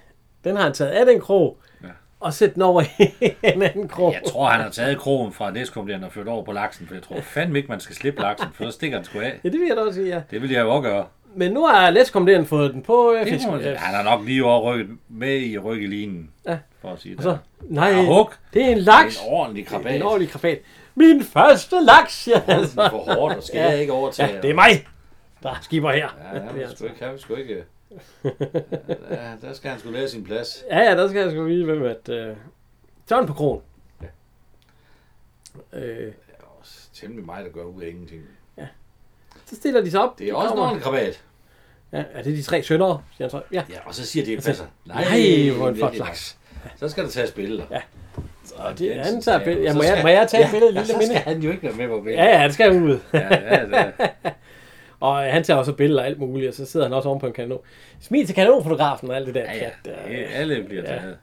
[SPEAKER 1] Den har han taget af den krog.
[SPEAKER 2] Ja.
[SPEAKER 1] Ja. Og sæt den over i en anden krog.
[SPEAKER 2] Jeg tror, han har taget krogen fra næstkommanderende og ført over på laksen, for jeg tror fandme ikke, man skal slippe laksen, for så stikker den sgu af.
[SPEAKER 1] Ja, det vil jeg da også sige, ja.
[SPEAKER 2] Det vil jeg jo også gøre.
[SPEAKER 1] Men nu har næstkommanderende fået den på øh,
[SPEAKER 2] Det
[SPEAKER 1] fisk.
[SPEAKER 2] må, man- han har nok lige overrykket med i rykkelinen,
[SPEAKER 1] Ja.
[SPEAKER 2] for at sige det.
[SPEAKER 1] Så,
[SPEAKER 2] Det
[SPEAKER 1] nej,
[SPEAKER 2] Ja, hug.
[SPEAKER 1] det er en
[SPEAKER 2] er
[SPEAKER 1] laks.
[SPEAKER 2] en ordentlig krabat.
[SPEAKER 1] Det er en ordentlig krabat. Min første laks, siger han
[SPEAKER 2] Det er
[SPEAKER 1] så.
[SPEAKER 2] for hårdt, og skal
[SPEAKER 1] Ja.
[SPEAKER 2] jeg ikke overtage.
[SPEAKER 1] Ja, det er mig, der er altså- skipper her.
[SPEAKER 2] Ja, han vil sgu ikke, han vil sgu ikke. Ja, der skal han sgu lære sin plads.
[SPEAKER 1] Ja, ja, der skal jeg sgu vide, hvem at... Øh, John på krogen. Ja. Øh,
[SPEAKER 2] Det er også temmelig mig, der gør ud af ingenting.
[SPEAKER 1] så stiller de sig op.
[SPEAKER 2] Det er
[SPEAKER 1] de
[SPEAKER 2] også en
[SPEAKER 1] kommer.
[SPEAKER 2] ordentlig krabat.
[SPEAKER 1] Ja, er det de tre sønner? Siger han så. Ja.
[SPEAKER 2] Ja, og så siger det
[SPEAKER 1] Altså,
[SPEAKER 2] altså, nej,
[SPEAKER 1] nej, hvor en
[SPEAKER 2] virkelig
[SPEAKER 1] flot
[SPEAKER 2] nok.
[SPEAKER 1] slags.
[SPEAKER 2] Så skal der tages billeder.
[SPEAKER 1] Ja.
[SPEAKER 2] Og
[SPEAKER 1] det-
[SPEAKER 2] den-
[SPEAKER 1] han tager billeder. Ja,
[SPEAKER 2] så
[SPEAKER 1] må jeg-
[SPEAKER 2] skal-
[SPEAKER 1] må jeg tage et billede,
[SPEAKER 2] ja,
[SPEAKER 1] lille
[SPEAKER 2] så
[SPEAKER 1] minde?
[SPEAKER 2] skal han jo ikke være med på billedet.
[SPEAKER 1] Ja, ja, det skal han ud.
[SPEAKER 2] ja, ja, ja.
[SPEAKER 1] Og han tager også billeder og alt muligt, og så sidder han også oven på en kanon. Smil til kanonfotografen og alt det der.
[SPEAKER 2] ja,
[SPEAKER 1] pjat
[SPEAKER 2] ja.
[SPEAKER 1] der.
[SPEAKER 2] ja. Alle bliver
[SPEAKER 1] Ja.
[SPEAKER 2] taget.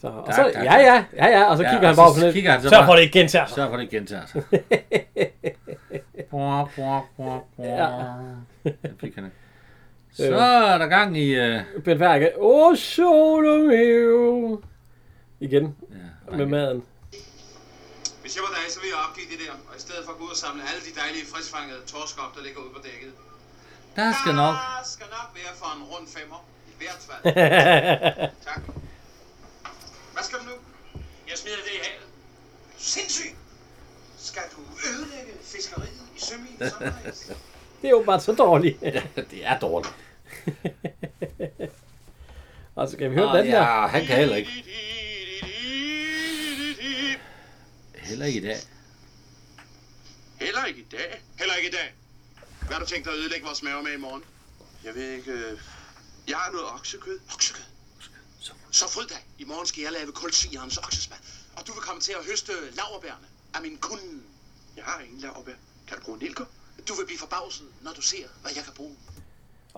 [SPEAKER 1] Så, og
[SPEAKER 2] Tak,
[SPEAKER 1] så,
[SPEAKER 2] tak,
[SPEAKER 1] ja, ja, ja, ja, og så
[SPEAKER 2] Ja,
[SPEAKER 1] kigger
[SPEAKER 2] og
[SPEAKER 1] han
[SPEAKER 2] så
[SPEAKER 1] bare på sådan
[SPEAKER 2] kigger han
[SPEAKER 1] lidt.
[SPEAKER 2] så
[SPEAKER 1] Sørg
[SPEAKER 2] bare-
[SPEAKER 1] for, at det ikke gentager sig.
[SPEAKER 2] Sørg for, at det ikke gentager sig. Det fik han ikke.
[SPEAKER 1] Øh.
[SPEAKER 2] Så er der gang i... Uh,
[SPEAKER 1] Ben Verke. Åh, Solomio. Igen
[SPEAKER 2] ja,
[SPEAKER 1] med maden.
[SPEAKER 6] Hvis jeg var dig, så ville jeg opgive det der, og i stedet for gå ud og samle alle de dejlige friskfangede torsk op, der ligger ude på dækket.
[SPEAKER 2] der skal nok...
[SPEAKER 6] Der skal nok være for en rund femmer. I hvert fald. tak. Hvad skal du nu?
[SPEAKER 4] Jeg smider det i havet.
[SPEAKER 6] Sindssygt!
[SPEAKER 4] Skal du ødelægge fiskeriet i sømien sommerhejs?
[SPEAKER 1] Det er jo bare så dårligt.
[SPEAKER 2] det er dårligt.
[SPEAKER 1] og så kan vi høre
[SPEAKER 2] Ah,
[SPEAKER 1] den der.
[SPEAKER 2] ja, han kan heller ikke. Heller ikke i dag.
[SPEAKER 6] Heller ikke i dag.
[SPEAKER 4] Heller ikke i dag. Hvad har du tænkt dig at ødelægge vores mave med i morgen?
[SPEAKER 6] Jeg ved ikke... øh,
[SPEAKER 4] Jeg har noget oksekød. Oksekød? Så fryd dig. I morgen skal jeg lave kulsvigerens oksesmad. Og du vil komme til at høste laverbærene af min kunde.
[SPEAKER 6] Jeg har ingen laverbær. Kan du bruge en ilko?
[SPEAKER 4] Du vil blive forbavset, når du ser, hvad jeg kan bruge.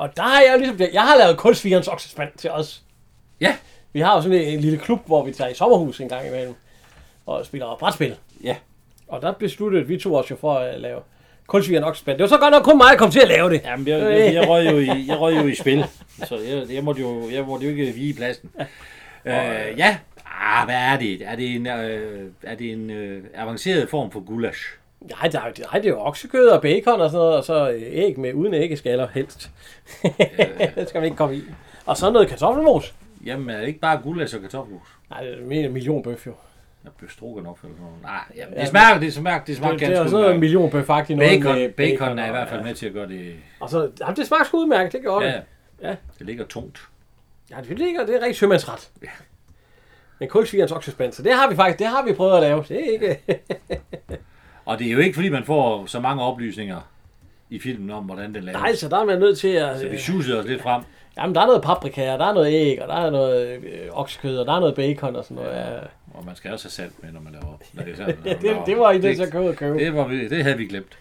[SPEAKER 1] Og der er jeg jo ligesom... Jeg har lavet kulsvigerens oksespand til os.
[SPEAKER 2] Ja,
[SPEAKER 1] Vi har jo sådan en, en lille klub, hvor vi tager i sommerhus en gang imellem. Og spiller brætspil.
[SPEAKER 2] ja.
[SPEAKER 1] Og der besluttede vi to os jo for at lave kulsvigerens oksespand. Det var så godt nok kun mig, der kom til at lave det.
[SPEAKER 2] Jamen, jeg, jeg, jeg, røg jo i, jeg røg jo i spil, så jeg, jeg, måtte, jo, jeg måtte jo ikke vige pladsen. Øh, ja, ah, hvad er det? Er det en, øh, er det en øh, avanceret form for gulasch?
[SPEAKER 1] Nej, der er, jo- nej, det er jo oksekød og bacon og sådan noget, og så øh, æg med uden æggeskaller helst. det skal man ikke komme i. Og så noget kartoffelmos.
[SPEAKER 2] Jamen, er det ikke bare gulasch og kartoffelmos?
[SPEAKER 1] Nej, det er en million bøf jo.
[SPEAKER 2] Jeg blev strukken op eller sådan noget. Nej, jamen, det smager, det smager, det smager
[SPEAKER 1] Det, det er jo
[SPEAKER 2] ganske
[SPEAKER 1] sådan noget en
[SPEAKER 2] udmærket.
[SPEAKER 1] million bøf noget
[SPEAKER 2] Bacon, bacon er
[SPEAKER 1] og-
[SPEAKER 2] i hvert fald med til at gøre det...
[SPEAKER 1] Og så, jamen, det smager sgu udmærket, det gjorde
[SPEAKER 2] Ja,
[SPEAKER 1] det. Ja.
[SPEAKER 2] det ligger tungt.
[SPEAKER 1] Ja, det ligger, det er rigtig sømandsret. Ja. Men kulsvigerens oksespand, så det har vi faktisk, det har vi prøvet at lave. Det er ikke...
[SPEAKER 2] Og det er jo ikke, fordi man får så mange oplysninger i filmen om, hvordan den laves.
[SPEAKER 1] Nej, så der er man nødt til at...
[SPEAKER 2] så vi susede os lidt frem.
[SPEAKER 1] Jamen, der er noget paprika, og der er noget æg, og der er noget øh, oksekød, og der er noget bacon og sådan noget. Ja.
[SPEAKER 2] Og man skal også have salt med, når man laver. Når det, er sådan,
[SPEAKER 1] Ja,
[SPEAKER 2] når
[SPEAKER 1] det,
[SPEAKER 2] man laver-
[SPEAKER 1] det var I nødt til at købe og købe.
[SPEAKER 2] Det, var vi, det havde vi glemt.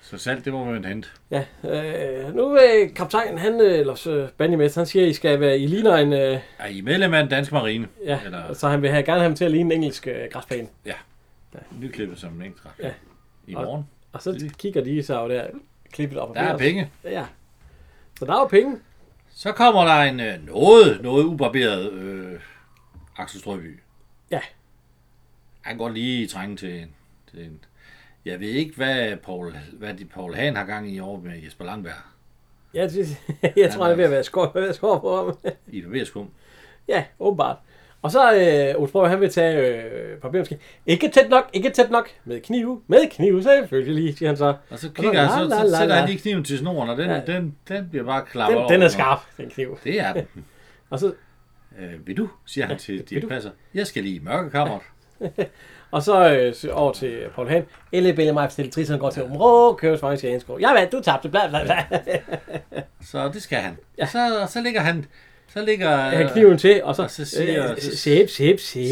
[SPEAKER 2] Så salt, det må man hente.
[SPEAKER 1] Ja, øh, nu er øh, kaptajnen, han, øh, eller øh, bandymester, han siger, at I skal være, I ligner en, øh,
[SPEAKER 2] Er I medlem af den danske marine?
[SPEAKER 1] ja,
[SPEAKER 2] Eller
[SPEAKER 1] så han vil have, gerne have dem til at ligne en engelsk øh, græsplæne.
[SPEAKER 2] nyklippet som en engelsk ret?
[SPEAKER 1] Ja.
[SPEAKER 2] I morgen.
[SPEAKER 1] Og så kigger de så jo der, klippet op. og
[SPEAKER 2] Der
[SPEAKER 1] ned,
[SPEAKER 2] er
[SPEAKER 1] og-
[SPEAKER 2] penge.
[SPEAKER 1] Ja. Så der er jo penge.
[SPEAKER 2] Så kommer der en øh, noget, noget ubarberet øh, Axel Strøby.
[SPEAKER 1] Ja.
[SPEAKER 2] Han kan godt lige trænge til en, til en. Jeg ved ikke, hvad Paul, hvad de, Paul Hahn har gang i over med Jesper Langberg
[SPEAKER 1] Ja, det, jeg tror, han er ved at være skår, ved at være skår på ham.
[SPEAKER 2] i Barberskum.
[SPEAKER 1] ja, åbenbart. Og så øh, Osborg, han vil tage øh, papirmaskinen. Ikke tæt nok, ikke tæt nok. Med knive, med knive selvfølgelig, siger han så.
[SPEAKER 2] Og så kigger han, så,
[SPEAKER 1] la, la, la,
[SPEAKER 2] så sætter han
[SPEAKER 1] la.
[SPEAKER 2] lige kniven til snoren, og den,
[SPEAKER 1] Ja.
[SPEAKER 2] ja. den, den bliver bare klappet
[SPEAKER 1] Den, den er skarp, den kniv.
[SPEAKER 2] Det er den.
[SPEAKER 1] Og så,
[SPEAKER 2] Øh, vil du, siger han til
[SPEAKER 1] Vil du?
[SPEAKER 2] Dirk Passer. Jeg skal lige i mørkekammeret.
[SPEAKER 1] Og så øh, så over til Paul Hahn. Elle bælger mig til Trisson går til Åben Rå, kører mange skal indskå. Jeg vandt, du tabte, bla bla bla.
[SPEAKER 2] Så det skal han. Ja. Så, så ligger han... Så ligger... øh,
[SPEAKER 1] Han kniven til, og så...
[SPEAKER 2] Og så siger-
[SPEAKER 1] øh, Sæb, sæb, sæb.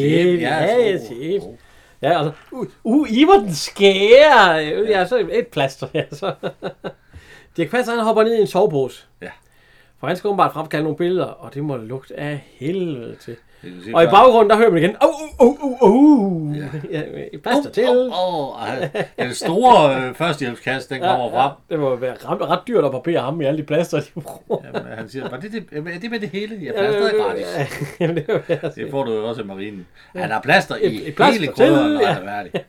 [SPEAKER 1] Ja, ja,
[SPEAKER 2] så-
[SPEAKER 1] sæb.
[SPEAKER 2] åh, åh.
[SPEAKER 1] Ja, og så... Uh, uh I var den skære! Ja, så et plaster, ja, så... Dirk Passer, han hopper ned i en sovepose.
[SPEAKER 2] Ja.
[SPEAKER 1] For han skal åbenbart fremkalde nogle billeder, og det må lugte af helvede til.
[SPEAKER 2] Det vil sige,
[SPEAKER 1] Og i
[SPEAKER 2] bare-
[SPEAKER 1] baggrunden, der hører man igen... Au, au, au, au, au!
[SPEAKER 2] Ja.
[SPEAKER 1] Ja, et plaster til.
[SPEAKER 2] Åh, åh, åh, ej. Den store øh, førstehjælpskast, den kommer frem.
[SPEAKER 1] Det må være ret, ret dyrt at barbere ham i alle de plaster, de bruger.
[SPEAKER 2] Jamen, han siger, var det, det, er det med det hele? Jeg plaster er gratis.
[SPEAKER 1] Jamen, det er jo-
[SPEAKER 2] Det får du jo også i marinen. Han har plaster i
[SPEAKER 1] Et- et plaster
[SPEAKER 2] hele
[SPEAKER 1] til,
[SPEAKER 2] krydderen, når
[SPEAKER 1] ja.
[SPEAKER 2] han er færdig.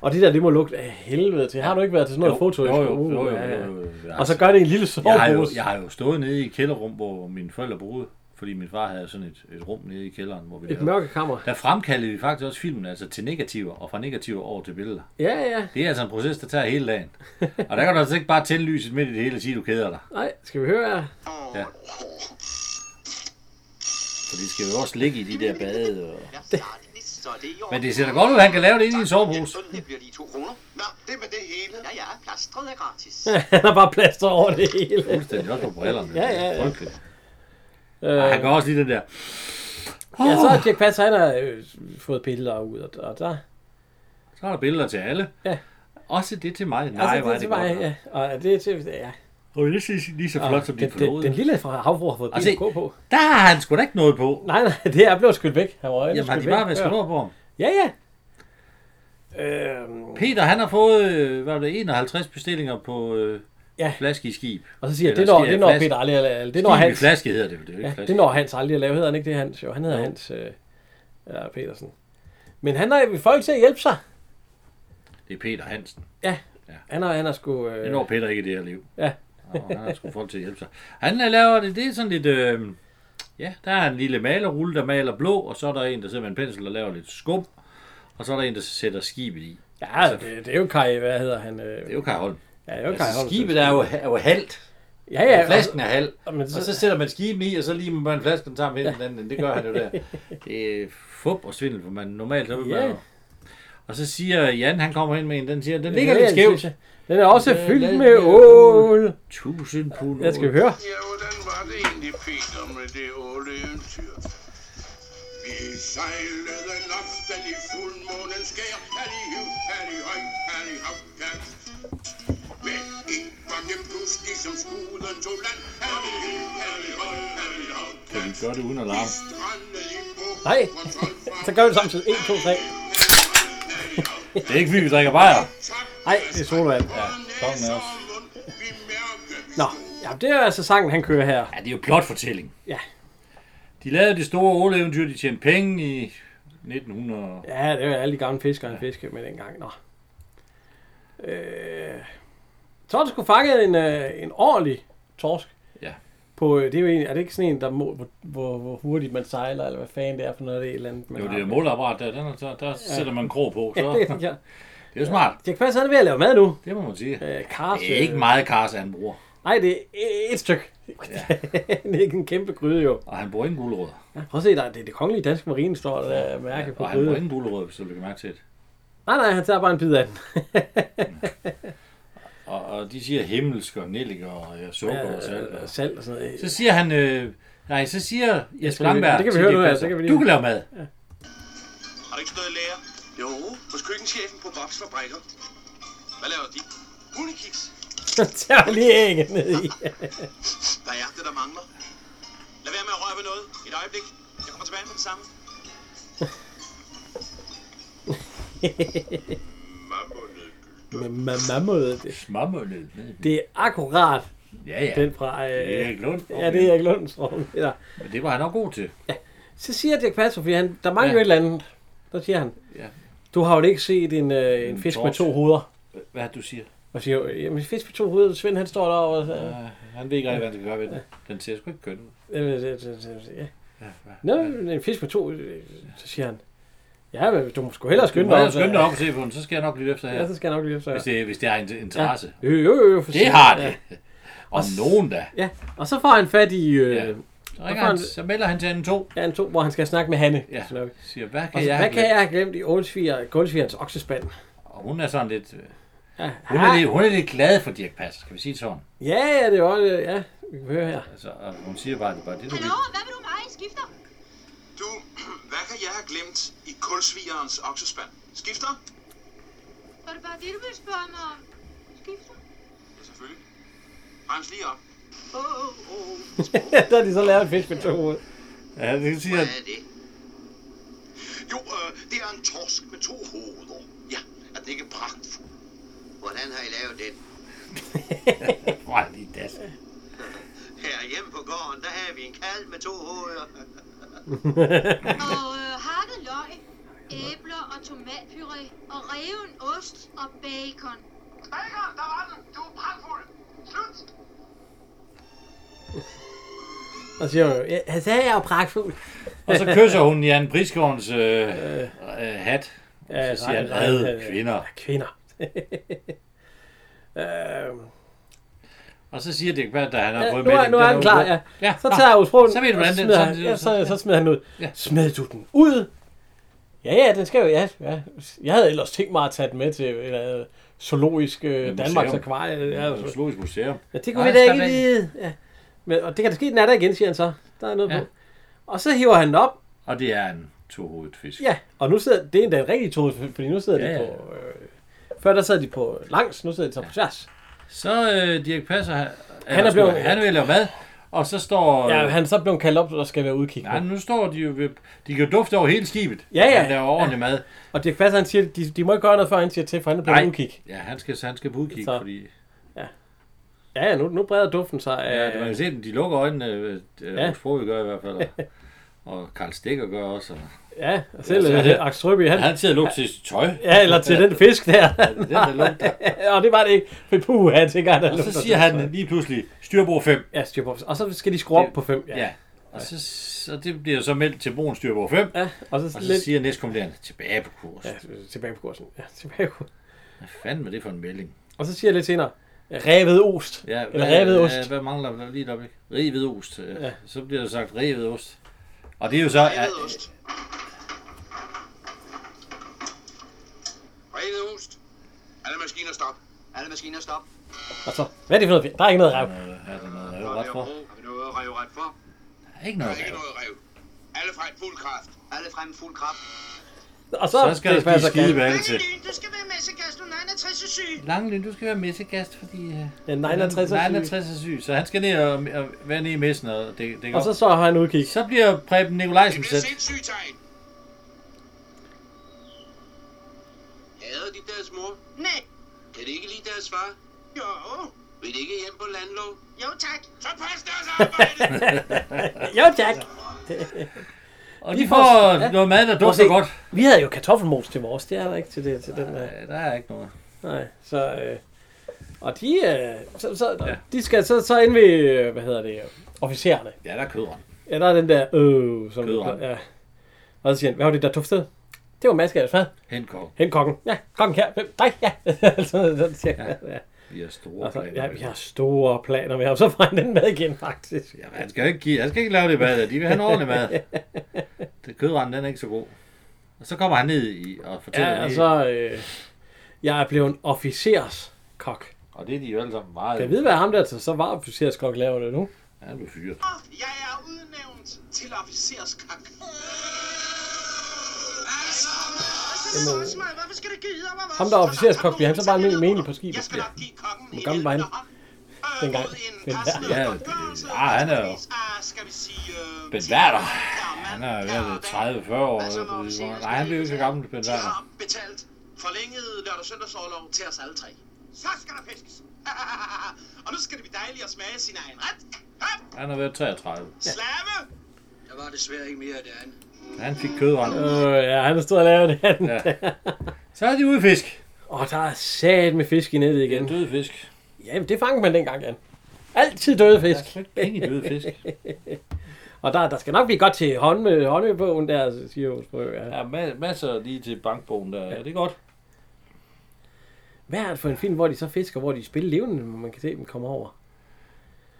[SPEAKER 1] og det der, det må lugte af helvede til. Har du ikke været til sådan noget foto?
[SPEAKER 2] jo, jo, jo, jo, jo, jo.
[SPEAKER 1] Og så gør det i en lille
[SPEAKER 2] jeg har, jo,
[SPEAKER 1] sovepose.
[SPEAKER 2] jeg har jo stået nede i et kælderrum, hvor mine forældre boede, fordi min far havde sådan et, et rum nede i kælderen, hvor vi
[SPEAKER 1] Et
[SPEAKER 2] lavede.
[SPEAKER 1] mørke kammer.
[SPEAKER 2] Der fremkaldte vi faktisk også filmen altså til negativer, og fra negativer over til billeder.
[SPEAKER 1] Ja, ja.
[SPEAKER 2] Det er altså en proces, der tager hele dagen. Og der kan du altså ikke bare tænde lyset midt i det hele og sige, du keder dig.
[SPEAKER 1] Nej, skal vi høre her?
[SPEAKER 2] Ja. For det skal jo også ligge i de der bade. Og...
[SPEAKER 4] Det. Så er det i år.
[SPEAKER 2] Men det ser da godt ud, at han kan lave det inde i en sovepose.
[SPEAKER 4] Sådan her bliver de to kroner.
[SPEAKER 6] Nå, det med det hele.
[SPEAKER 5] hele.
[SPEAKER 3] Ja, ja, plastret er gratis.
[SPEAKER 1] Han har bare plaster over det hele.
[SPEAKER 2] Fuldstændig også på brillerne.
[SPEAKER 1] Ja, ja, ja.
[SPEAKER 2] Frygteligt.
[SPEAKER 1] Øh,
[SPEAKER 2] Ej, Han kan også lige den der.
[SPEAKER 1] ja, så har Jack Patz, han har øh, fået piller ud, og, og der...
[SPEAKER 2] Så er der billeder til alle.
[SPEAKER 1] Ja. Altså,
[SPEAKER 2] Også det til mig. Nej, hvor er det,
[SPEAKER 1] til
[SPEAKER 2] godt.
[SPEAKER 1] mig, ja. Og det er til... Ja.
[SPEAKER 2] Og det er lige- lige så
[SPEAKER 1] Og
[SPEAKER 2] flot, som de
[SPEAKER 1] den, den, den,
[SPEAKER 2] forlod.
[SPEAKER 1] lille fra havfru har fået
[SPEAKER 2] Og
[SPEAKER 1] bil
[SPEAKER 2] se-
[SPEAKER 1] at gå på.
[SPEAKER 2] Der har han sgu da ikke noget på.
[SPEAKER 1] Nej, nej, det er blevet skudt væk. Han var
[SPEAKER 2] Jamen, har de bare været skudt over på ham?
[SPEAKER 1] Ja, ja. Øhm,
[SPEAKER 2] Peter, han har fået øh, hvad var det, 51 bestillinger på øh,
[SPEAKER 1] Ja.
[SPEAKER 2] ja. flaske i skib.
[SPEAKER 1] og så siger jeg,
[SPEAKER 2] Eller
[SPEAKER 1] det når,
[SPEAKER 2] sker
[SPEAKER 1] det
[SPEAKER 2] i
[SPEAKER 1] når
[SPEAKER 2] flaske.
[SPEAKER 1] Peter aldrig at lave. Det
[SPEAKER 2] Det
[SPEAKER 1] når
[SPEAKER 2] når han...
[SPEAKER 1] Hans,
[SPEAKER 2] flaske hedder det, vel? det er jo
[SPEAKER 1] ja,
[SPEAKER 2] ikke flaske.
[SPEAKER 1] det når Hans aldrig at lave. Hedder han ikke det, Hans? Jo, han hedder
[SPEAKER 2] Jo.
[SPEAKER 1] Hans øh, eller Petersen. Men han har folk til at hjælpe sig.
[SPEAKER 2] det er Peter Hansen.
[SPEAKER 1] Han har, han har sgu... Øh,
[SPEAKER 2] Det når Peter ikke i det her liv.
[SPEAKER 1] Ja.
[SPEAKER 2] Nå, han har sgu folk til at hjælpe sig. Han øh, laver det, det er sådan lidt... Øh, ja, der er en lille malerrulle, der maler blå, og så er der en, der sidder med en pensel og laver lidt skum. Og så er der en, der sætter skibet i.
[SPEAKER 1] ja, altså, det, det, er jo Kai, hvad hedder han? Øh,
[SPEAKER 2] Det er jo Kaj Holm.
[SPEAKER 1] ja, det er jo Kai
[SPEAKER 2] Altså,
[SPEAKER 1] Holst.
[SPEAKER 2] skibet er jo, er jo halvt.
[SPEAKER 1] Ja, ja.
[SPEAKER 2] Flasken er halv.
[SPEAKER 1] og- men så-
[SPEAKER 2] Og så sætter man skiben i, og så lige man flasken sammen hen den anden. Det gør han jo der. Det er fup og svindel, for man normalt så vil man
[SPEAKER 1] Ja.
[SPEAKER 2] jo- Og så siger Jan, han kommer hen med en, den siger, den
[SPEAKER 1] Ja,
[SPEAKER 2] ligger lidt
[SPEAKER 1] det synes
[SPEAKER 2] skævt.
[SPEAKER 1] jeg. Den er også
[SPEAKER 2] Ja,
[SPEAKER 1] fyldt
[SPEAKER 2] den-
[SPEAKER 1] med
[SPEAKER 2] den-
[SPEAKER 1] ål.
[SPEAKER 2] Tusind pund.
[SPEAKER 1] Jeg skal vi høre.
[SPEAKER 6] Ja, hvordan var det egentlig, Peter, med det åleeventyr? Vi sejlede loften i fuldmånens skær, her i hiv, her i høj, her i hav, ja. Men ikke var det pludselig, som skuden tog land, her i hiv, her i høj, her i hav, ja.
[SPEAKER 2] Kan vi gøre det uden alarm?
[SPEAKER 1] Nej, så gør vi det samtidig. 1, 2, 3.
[SPEAKER 2] Det er ikke fordi, vi drikker bajer.
[SPEAKER 1] Nej, det er solvand.
[SPEAKER 2] Ja, kongen er også.
[SPEAKER 1] Nå, ja, det er altså sangen, han kører her.
[SPEAKER 2] Ja, det er jo plotfortælling.
[SPEAKER 1] Ja.
[SPEAKER 2] De lavede det store åleeventyr, de tjente penge i 1900.
[SPEAKER 1] Ja, det var alle de gamle fiskere, han fiskede med dengang. Nå. Øh, så har du sgu fanget en, øh, en ordentlig torsk.
[SPEAKER 2] Ja.
[SPEAKER 1] På, øh, det er, jo en, er det ikke sådan en, der må, hvor, hvor, hvor hurtigt man sejler, eller hvad fanden det er for noget af det et eller andet? Man
[SPEAKER 2] Jo,
[SPEAKER 1] har.
[SPEAKER 2] det er måleapparat der, den er, der, der sætter man en krog på,
[SPEAKER 1] Ja,
[SPEAKER 2] så
[SPEAKER 1] det er- ja.
[SPEAKER 2] det er jo smart.
[SPEAKER 1] Jack Pass, han er ved at lave mad nu.
[SPEAKER 2] Det må man sige.
[SPEAKER 1] Øh, kars,
[SPEAKER 2] Det er ikke meget kars, han bruger.
[SPEAKER 1] Nej, det er et stykke. Ja. det er ikke en kæmpe gryde, jo.
[SPEAKER 2] Og han bruger ingen gulerødder.
[SPEAKER 1] Prøv at se, der, det er det kongelige danske marine, står der, der er mærke på
[SPEAKER 2] Og han bruger
[SPEAKER 1] gryden.
[SPEAKER 2] ingen gulerødder, hvis du lægger mærke til det.
[SPEAKER 1] Nej, nej, han tager bare en bid af den.
[SPEAKER 2] Og, og de siger himmelsk og nellik og ja, sukker ja, og salt.
[SPEAKER 1] Øh,
[SPEAKER 2] Og.
[SPEAKER 1] salt og sådan noget.
[SPEAKER 2] Så siger han... Øh, nej, så siger Jesper Langberg...
[SPEAKER 1] det kan vi
[SPEAKER 2] til
[SPEAKER 1] høre
[SPEAKER 2] Dirch
[SPEAKER 1] nu her,
[SPEAKER 2] Passer,
[SPEAKER 1] det kan vi lige-
[SPEAKER 2] Du kan lave mad.
[SPEAKER 4] Har du ikke stået i lære? Jo, hos køkkenchefen på Bobs Fabrikker. Hvad laver de? Hundekiks.
[SPEAKER 1] Så tager jeg lige ægget ned i.
[SPEAKER 4] Der er det, der mangler. Lad være med at røre ved noget. Et øjeblik. Jeg kommer tilbage med det samme.
[SPEAKER 1] Men man, man må det.
[SPEAKER 2] Småmålet.
[SPEAKER 1] Det er akkurat
[SPEAKER 2] Ja, ja.
[SPEAKER 1] den fra... Øh,
[SPEAKER 2] Erik Lund.
[SPEAKER 1] Ja, det er Erik Lundstrøm. Ja.
[SPEAKER 2] Men det var han også god til.
[SPEAKER 1] Så siger Dirk Passer, fordi han, der mangler
[SPEAKER 2] Ja.
[SPEAKER 1] jo et eller andet. Der siger han,
[SPEAKER 2] Ja.
[SPEAKER 1] du har jo ikke set en, øh, en
[SPEAKER 2] En
[SPEAKER 1] fisk med
[SPEAKER 2] torsk.
[SPEAKER 1] to hoveder.
[SPEAKER 2] Hvad er det, du siger?
[SPEAKER 1] Og siger, jo, jamen en fisk med to hoveder, Svend han står derovre. og,
[SPEAKER 2] Uh,
[SPEAKER 1] Øh,
[SPEAKER 2] han ved ikke rigtig, hvad han skal gøre ved den. Den ser sgu ikke køn ud.
[SPEAKER 1] øh, øh, øh, øh, ja.
[SPEAKER 2] Ja, ja.
[SPEAKER 1] Nå, en fisk med to, øh, så siger han. Ja, men du må sgu hellere
[SPEAKER 2] Du
[SPEAKER 1] skynde
[SPEAKER 2] må
[SPEAKER 1] dig.
[SPEAKER 2] hellere
[SPEAKER 1] så-
[SPEAKER 2] skynde dig op og se på den, så skal jeg nok lytte efter her.
[SPEAKER 1] Ja, så skal jeg nok lige efter.
[SPEAKER 2] Hvis det, hvis det er en interesse.
[SPEAKER 1] Jo, jo, jo. for
[SPEAKER 2] Det
[SPEAKER 1] søren.
[SPEAKER 2] har det.
[SPEAKER 1] Ja.
[SPEAKER 2] Om nogen da.
[SPEAKER 1] ja, og så får han fat i... Øh,
[SPEAKER 2] Ja. Så, ringer
[SPEAKER 1] får
[SPEAKER 2] han,
[SPEAKER 1] han-
[SPEAKER 2] så melder han til anden to.
[SPEAKER 1] Ja, en to, hvor han skal snakke med Hanne.
[SPEAKER 2] Ja,
[SPEAKER 1] Så,
[SPEAKER 2] siger, hvad kan
[SPEAKER 1] og så, hvad
[SPEAKER 2] jeg have
[SPEAKER 1] kan
[SPEAKER 2] glemt?
[SPEAKER 1] jeg have glemt i Ålsfjer- Guldsfjerens oksespand?
[SPEAKER 2] Og hun er sådan lidt... øh,
[SPEAKER 1] Ja,
[SPEAKER 2] Hun er, lidt, hun er lidt glad for Dirk Passer, kan vi sige det sådan.
[SPEAKER 1] ja, ja, det er også, øh, ja, vi kan høre her.
[SPEAKER 2] Altså, og hun siger bare, at det er bare det, du vil.
[SPEAKER 7] Hallo, hvad vil du mig? Skifter?
[SPEAKER 4] Du, hvad kan jeg have glemt i kulsvigerens oksespand? Skifter?
[SPEAKER 7] Var det bare det, du ville spørge mig om? Skifter?
[SPEAKER 4] Ja, selvfølgelig. Rens lige op.
[SPEAKER 3] Åh, oh, oh.
[SPEAKER 1] der har de så lavet en fisk med to hoveder.
[SPEAKER 2] Ja, det siger
[SPEAKER 4] Hvad
[SPEAKER 2] han.
[SPEAKER 4] er det? Jo, øh, det er en torsk med to hoveder. Ja, er den ikke pragtfuld?
[SPEAKER 5] Hvordan har I lavet den?
[SPEAKER 2] Hvor er lige das.
[SPEAKER 5] Herhjemme på gården, der havde vi en kalv med to hoveder.
[SPEAKER 7] Og øh, hakket løg, æbler og tomatpuré og reven ost og bacon.
[SPEAKER 6] Baker, der var den. Du er pragtfuld. Slut.
[SPEAKER 1] Og så siger hun, ja, han sagde, jeg er pragtfuld.
[SPEAKER 2] Og så kysser hun Jan Prisgaards øh, øh, hat.
[SPEAKER 1] Ja,
[SPEAKER 2] Og så siger han,
[SPEAKER 1] nej, nej,
[SPEAKER 2] ad
[SPEAKER 1] nej.
[SPEAKER 2] kvinder.
[SPEAKER 1] Ja, kvinder. øhm,
[SPEAKER 2] Og så siger Dirk Passer, at han har
[SPEAKER 1] ja,
[SPEAKER 2] fået
[SPEAKER 1] Øhm, nu, er,
[SPEAKER 2] den-
[SPEAKER 1] nu
[SPEAKER 2] den
[SPEAKER 1] er han klar,
[SPEAKER 2] ude.
[SPEAKER 1] ja.
[SPEAKER 2] ja.
[SPEAKER 1] Så
[SPEAKER 2] nå,
[SPEAKER 1] tager jeg jo sprogen,
[SPEAKER 2] Så ved du,
[SPEAKER 1] og
[SPEAKER 2] hvordan
[SPEAKER 1] så
[SPEAKER 2] den...
[SPEAKER 1] smider,
[SPEAKER 2] Sådan,
[SPEAKER 1] han, ja, så, så
[SPEAKER 2] så,
[SPEAKER 1] smider han ud.
[SPEAKER 2] Ja.
[SPEAKER 1] Smed du den ud? Ja, ja, den skal jo, ja, ja. Jeg havde ellers tænkt mig at tage den med til et eller andet zoologisk øh, Danmarks
[SPEAKER 2] museum.
[SPEAKER 1] akvarie.
[SPEAKER 2] Ja,
[SPEAKER 1] Ja,
[SPEAKER 2] det er
[SPEAKER 1] altså.
[SPEAKER 2] Zoologisk Museum.
[SPEAKER 1] ja, det
[SPEAKER 8] Nå,
[SPEAKER 1] kunne vi
[SPEAKER 8] der
[SPEAKER 1] da
[SPEAKER 8] skal
[SPEAKER 1] ikke
[SPEAKER 8] være
[SPEAKER 1] vide. Ja. Men, og det kan da ske, den er der igen, siger han så. Der er noget ja.
[SPEAKER 8] Ja.
[SPEAKER 1] på. Og så hiver han den op.
[SPEAKER 2] Og det er en tohovedet fisk.
[SPEAKER 1] Ja, og nu sidder det er endda en rigtig tog, fordi nu sidder ja.
[SPEAKER 2] Ja,
[SPEAKER 1] de
[SPEAKER 2] ja.
[SPEAKER 1] på... Øh, før der sad de på langs, nu sidder de så på tværs.
[SPEAKER 2] Så øh, Dirk Passer, han,
[SPEAKER 1] Han er blevet-
[SPEAKER 2] han vælger hvad? Og så står...
[SPEAKER 1] Ja, han er så blevet kaldt op, og der skal være udkig.
[SPEAKER 2] Nej,
[SPEAKER 1] Ja,
[SPEAKER 2] nu står de jo ved... De kan jo dufte over hele skibet.
[SPEAKER 1] Ja, ja.
[SPEAKER 2] Han laver ordentlig mad.
[SPEAKER 1] og Dirk Passer, han siger, de, de må ikke gøre noget, før han siger til, for han er blevet
[SPEAKER 2] Nej.
[SPEAKER 1] udkig.
[SPEAKER 2] Ja, han skal, han skal på udkig,
[SPEAKER 1] Så-
[SPEAKER 2] fordi...
[SPEAKER 1] Ja, ja, nu, nu breder duften sig. øh,
[SPEAKER 2] Ja,
[SPEAKER 1] af-
[SPEAKER 2] man kan se dem, de lukker øjnene. Øh,
[SPEAKER 1] Ja.
[SPEAKER 2] ja. Sprog gør i hvert fald. og- Og Karl Stikker gør også. og-
[SPEAKER 1] Ja, og selv
[SPEAKER 2] Ja,
[SPEAKER 1] ja,
[SPEAKER 2] så-
[SPEAKER 1] ja. Aks Trøby, han,
[SPEAKER 2] Han til at lugte til sit tøj.
[SPEAKER 1] Ja, eller til den fisk der.
[SPEAKER 2] Den, der lugter.
[SPEAKER 1] og det var det ikke. For puh, han tænker, han
[SPEAKER 2] Og så siger han lige pludselig, styrbord 5.
[SPEAKER 1] Ja, styr på. Og så skal de skrue op på 5. Ja.
[SPEAKER 2] Ja. Og så, så det bliver så meldt til broen styrbord 5.
[SPEAKER 1] ja. Og så,
[SPEAKER 2] Og så
[SPEAKER 1] lidt...
[SPEAKER 2] siger næstkommanderende, tilbage på kurs. Ja.
[SPEAKER 1] Ja, tilbage på kursen. Ja, tilbage på kursen.
[SPEAKER 2] Hvad fanden var det for en melding?
[SPEAKER 1] Og så siger jeg lidt senere, revet ost. Ja, eller revet ost.
[SPEAKER 2] Hvad, hvad mangler der lige deroppe? Revet ost. Ja. Så bliver der sagt revet ost. Og det er jo så... Ja,
[SPEAKER 4] Revet ost.
[SPEAKER 6] Revet ost. Alle maskiner stop.
[SPEAKER 4] Alle maskiner stop.
[SPEAKER 1] Og så, hvad er det for noget? Der er ikke noget rev.
[SPEAKER 2] Øh, er der noget revet
[SPEAKER 6] Der
[SPEAKER 2] ret for?
[SPEAKER 6] ro.
[SPEAKER 4] Har vi noget at rive ret for?
[SPEAKER 2] Der er ikke
[SPEAKER 6] Der
[SPEAKER 2] noget
[SPEAKER 6] er ikke
[SPEAKER 2] revet.
[SPEAKER 6] noget rev. Alle frem fuld kraft.
[SPEAKER 4] Alle frem fuld kraft.
[SPEAKER 1] Og så,
[SPEAKER 2] Så skal der blive skide valg til.
[SPEAKER 7] Lyn, du skal være massegast, du er 69 og syg.
[SPEAKER 2] Langelyn, du skal være messegast, fordi... øh,
[SPEAKER 1] Ja, 69 er syg.
[SPEAKER 2] 69 er syg. Så han skal ned og, og være nede i messen, og det, det går.
[SPEAKER 1] Og så så har han udkig.
[SPEAKER 2] så bliver Preben
[SPEAKER 6] Det
[SPEAKER 2] Nikolajsen
[SPEAKER 6] bliver
[SPEAKER 2] sat.
[SPEAKER 6] sindssygt tegn.
[SPEAKER 4] Hader de deres mor?
[SPEAKER 7] Nej,
[SPEAKER 4] Kan de ikke lide deres far?
[SPEAKER 7] jo,
[SPEAKER 4] Vil de ikke hjem på landlov?
[SPEAKER 7] jo tak.
[SPEAKER 6] Så pas deres arbejde.
[SPEAKER 1] Jo, Jack.
[SPEAKER 2] Og
[SPEAKER 1] De
[SPEAKER 2] de
[SPEAKER 1] får-
[SPEAKER 2] får
[SPEAKER 1] ja.
[SPEAKER 2] noget mad, der
[SPEAKER 1] Prøv at se.
[SPEAKER 2] dufter godt.
[SPEAKER 1] Vi havde jo kartoffelmos til vores. Det er der ikke til, det, til den der.
[SPEAKER 2] Ja, der er ikke noget.
[SPEAKER 1] Nej, så... Øh, og de, øh, så, så, ja. de skal så, så ind ved, øh, hvad hedder det, øh, officererne.
[SPEAKER 2] Ja, der er kødren.
[SPEAKER 1] Ja, der er den der, øh, som...
[SPEAKER 2] Kødrand.
[SPEAKER 1] Ja. Og så siger han, hvad var det, der duftede? Det var maske af fad.
[SPEAKER 2] Henkog.
[SPEAKER 1] Hent kokken. Ja, kokken her. Hvem? Dig, ja. så, så siger han, ja.
[SPEAKER 2] Vi har store
[SPEAKER 1] Og så,
[SPEAKER 2] planer. altså.
[SPEAKER 1] ja, vi har store planer med ham. Så får han den med igen, faktisk.
[SPEAKER 2] Ja, men han skal jo ikke, give, han skal ikke lave det mad, de vil have en ordentlig mad. Det kødrand, den er ikke så god. Og så kommer han ned i og fortæller
[SPEAKER 1] Ja,
[SPEAKER 2] ja,
[SPEAKER 1] og
[SPEAKER 2] altså.
[SPEAKER 1] så... Øh, jeg er blevet en officerskok.
[SPEAKER 2] Og det er de jo alle sammen meget.
[SPEAKER 1] Kan jeg vide, hvad ham der til så var officerskok laver det nu?
[SPEAKER 2] Ja, han blev fyret.
[SPEAKER 4] Og jeg er udnævnt til officerskak.
[SPEAKER 1] Jamen,
[SPEAKER 7] Hvorfor skal du gide om at
[SPEAKER 1] ham der er officerskok, bliver han så bare ny menig på skibet?
[SPEAKER 4] Jeg skal nok give kongen en
[SPEAKER 1] gammel var han
[SPEAKER 4] hjælpende hånd, øh,
[SPEAKER 1] dengang?
[SPEAKER 4] mod en
[SPEAKER 1] Den her.
[SPEAKER 4] passende
[SPEAKER 2] Ja,
[SPEAKER 4] godtgørelse,
[SPEAKER 2] det- ah, han er jo-
[SPEAKER 4] Ah, skal vi sige... øh,
[SPEAKER 2] Ben Werther.
[SPEAKER 4] Herman,
[SPEAKER 2] Han er
[SPEAKER 4] Herman,
[SPEAKER 2] ved 30-40 år.
[SPEAKER 4] Hvad så med
[SPEAKER 2] på det tidspunkt.
[SPEAKER 4] officerens
[SPEAKER 2] Nej, han blev ikke så gammel, Ben
[SPEAKER 4] De
[SPEAKER 2] Werther.
[SPEAKER 4] har betalt forlænget lørdag søndagsårlov til os alle tre. Så skal der fiskes. og nu skal det blive dejligt at smage sin egen ret. Hop!
[SPEAKER 2] Han har været 33.
[SPEAKER 4] Slave! Der var desværre ikke mere af det andet.
[SPEAKER 2] Han fik kødrand.
[SPEAKER 1] Øh, ja, han stod og lavede det. Han.
[SPEAKER 2] Mm. Ja.
[SPEAKER 1] Ja.
[SPEAKER 2] Så er de ude i fisk.
[SPEAKER 1] Og der er sat med fisk i nettet
[SPEAKER 2] En
[SPEAKER 1] igen.
[SPEAKER 2] død fisk.
[SPEAKER 1] Ja, det fangede man dengang, Jan. Altid døde
[SPEAKER 2] Der er
[SPEAKER 1] fisk.
[SPEAKER 2] sgu ikke penge i døde fisk.
[SPEAKER 1] Og der, der skal nok blive godt til hånd med håndøbogen der, siger Aarhus Brø. Ja.
[SPEAKER 2] Der er ma- masser lige til bankbogen der. Ja, det er godt.
[SPEAKER 1] Hvad er det for en film, hvor de så fisker, hvor de spiller levende, men man kan se dem komme over?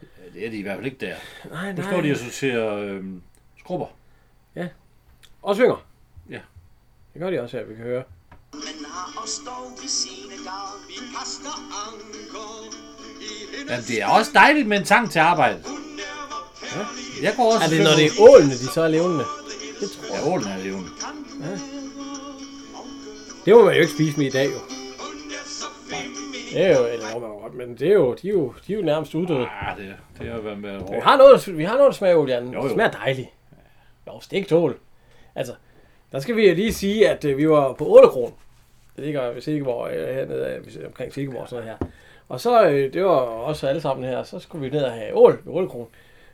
[SPEAKER 2] Ja, det er de i hvert fald ikke der.
[SPEAKER 1] Nej, nej.
[SPEAKER 2] Nu står de og sorterer øhm, skrubber.
[SPEAKER 1] Og synger.
[SPEAKER 2] Ja.
[SPEAKER 1] Det gør de også her, vi kan høre.
[SPEAKER 4] Men har os dog i sine gavn. Vi kaster anker i hendes
[SPEAKER 2] Jamen, det er også dejligt med en tang til arbejde.
[SPEAKER 4] Hun er vor kærlige
[SPEAKER 2] Jeg går også
[SPEAKER 1] Er det,
[SPEAKER 2] til-
[SPEAKER 1] når det er ålene, de så er levende? Det tror
[SPEAKER 2] Ja,
[SPEAKER 1] jeg.
[SPEAKER 2] ålen er levende.
[SPEAKER 1] Det må man jo ikke spise med i dag, jo.
[SPEAKER 4] Hun er så feminin.
[SPEAKER 1] Det er jo, eller jo, man må godt, men det er jo, de er jo, de er jo nærmest uddøde.
[SPEAKER 2] Ah, det, det har været med
[SPEAKER 1] Vi
[SPEAKER 2] hårdt.
[SPEAKER 1] har noget, vi har noget smag, Julian.
[SPEAKER 2] Jo,
[SPEAKER 1] Det
[SPEAKER 2] jo.
[SPEAKER 1] smager dejligt. Jo, stik tål. Altså, der skal vi lige sige, at øh, vi var på 8 kroner. Det ligger ved Silkeborg, øh, hernede øh, ved- omkring Silkeborg, sådan noget her. Og så, øh, det var også alle sammen her, så skulle vi ned og have ål ved 8 kroner.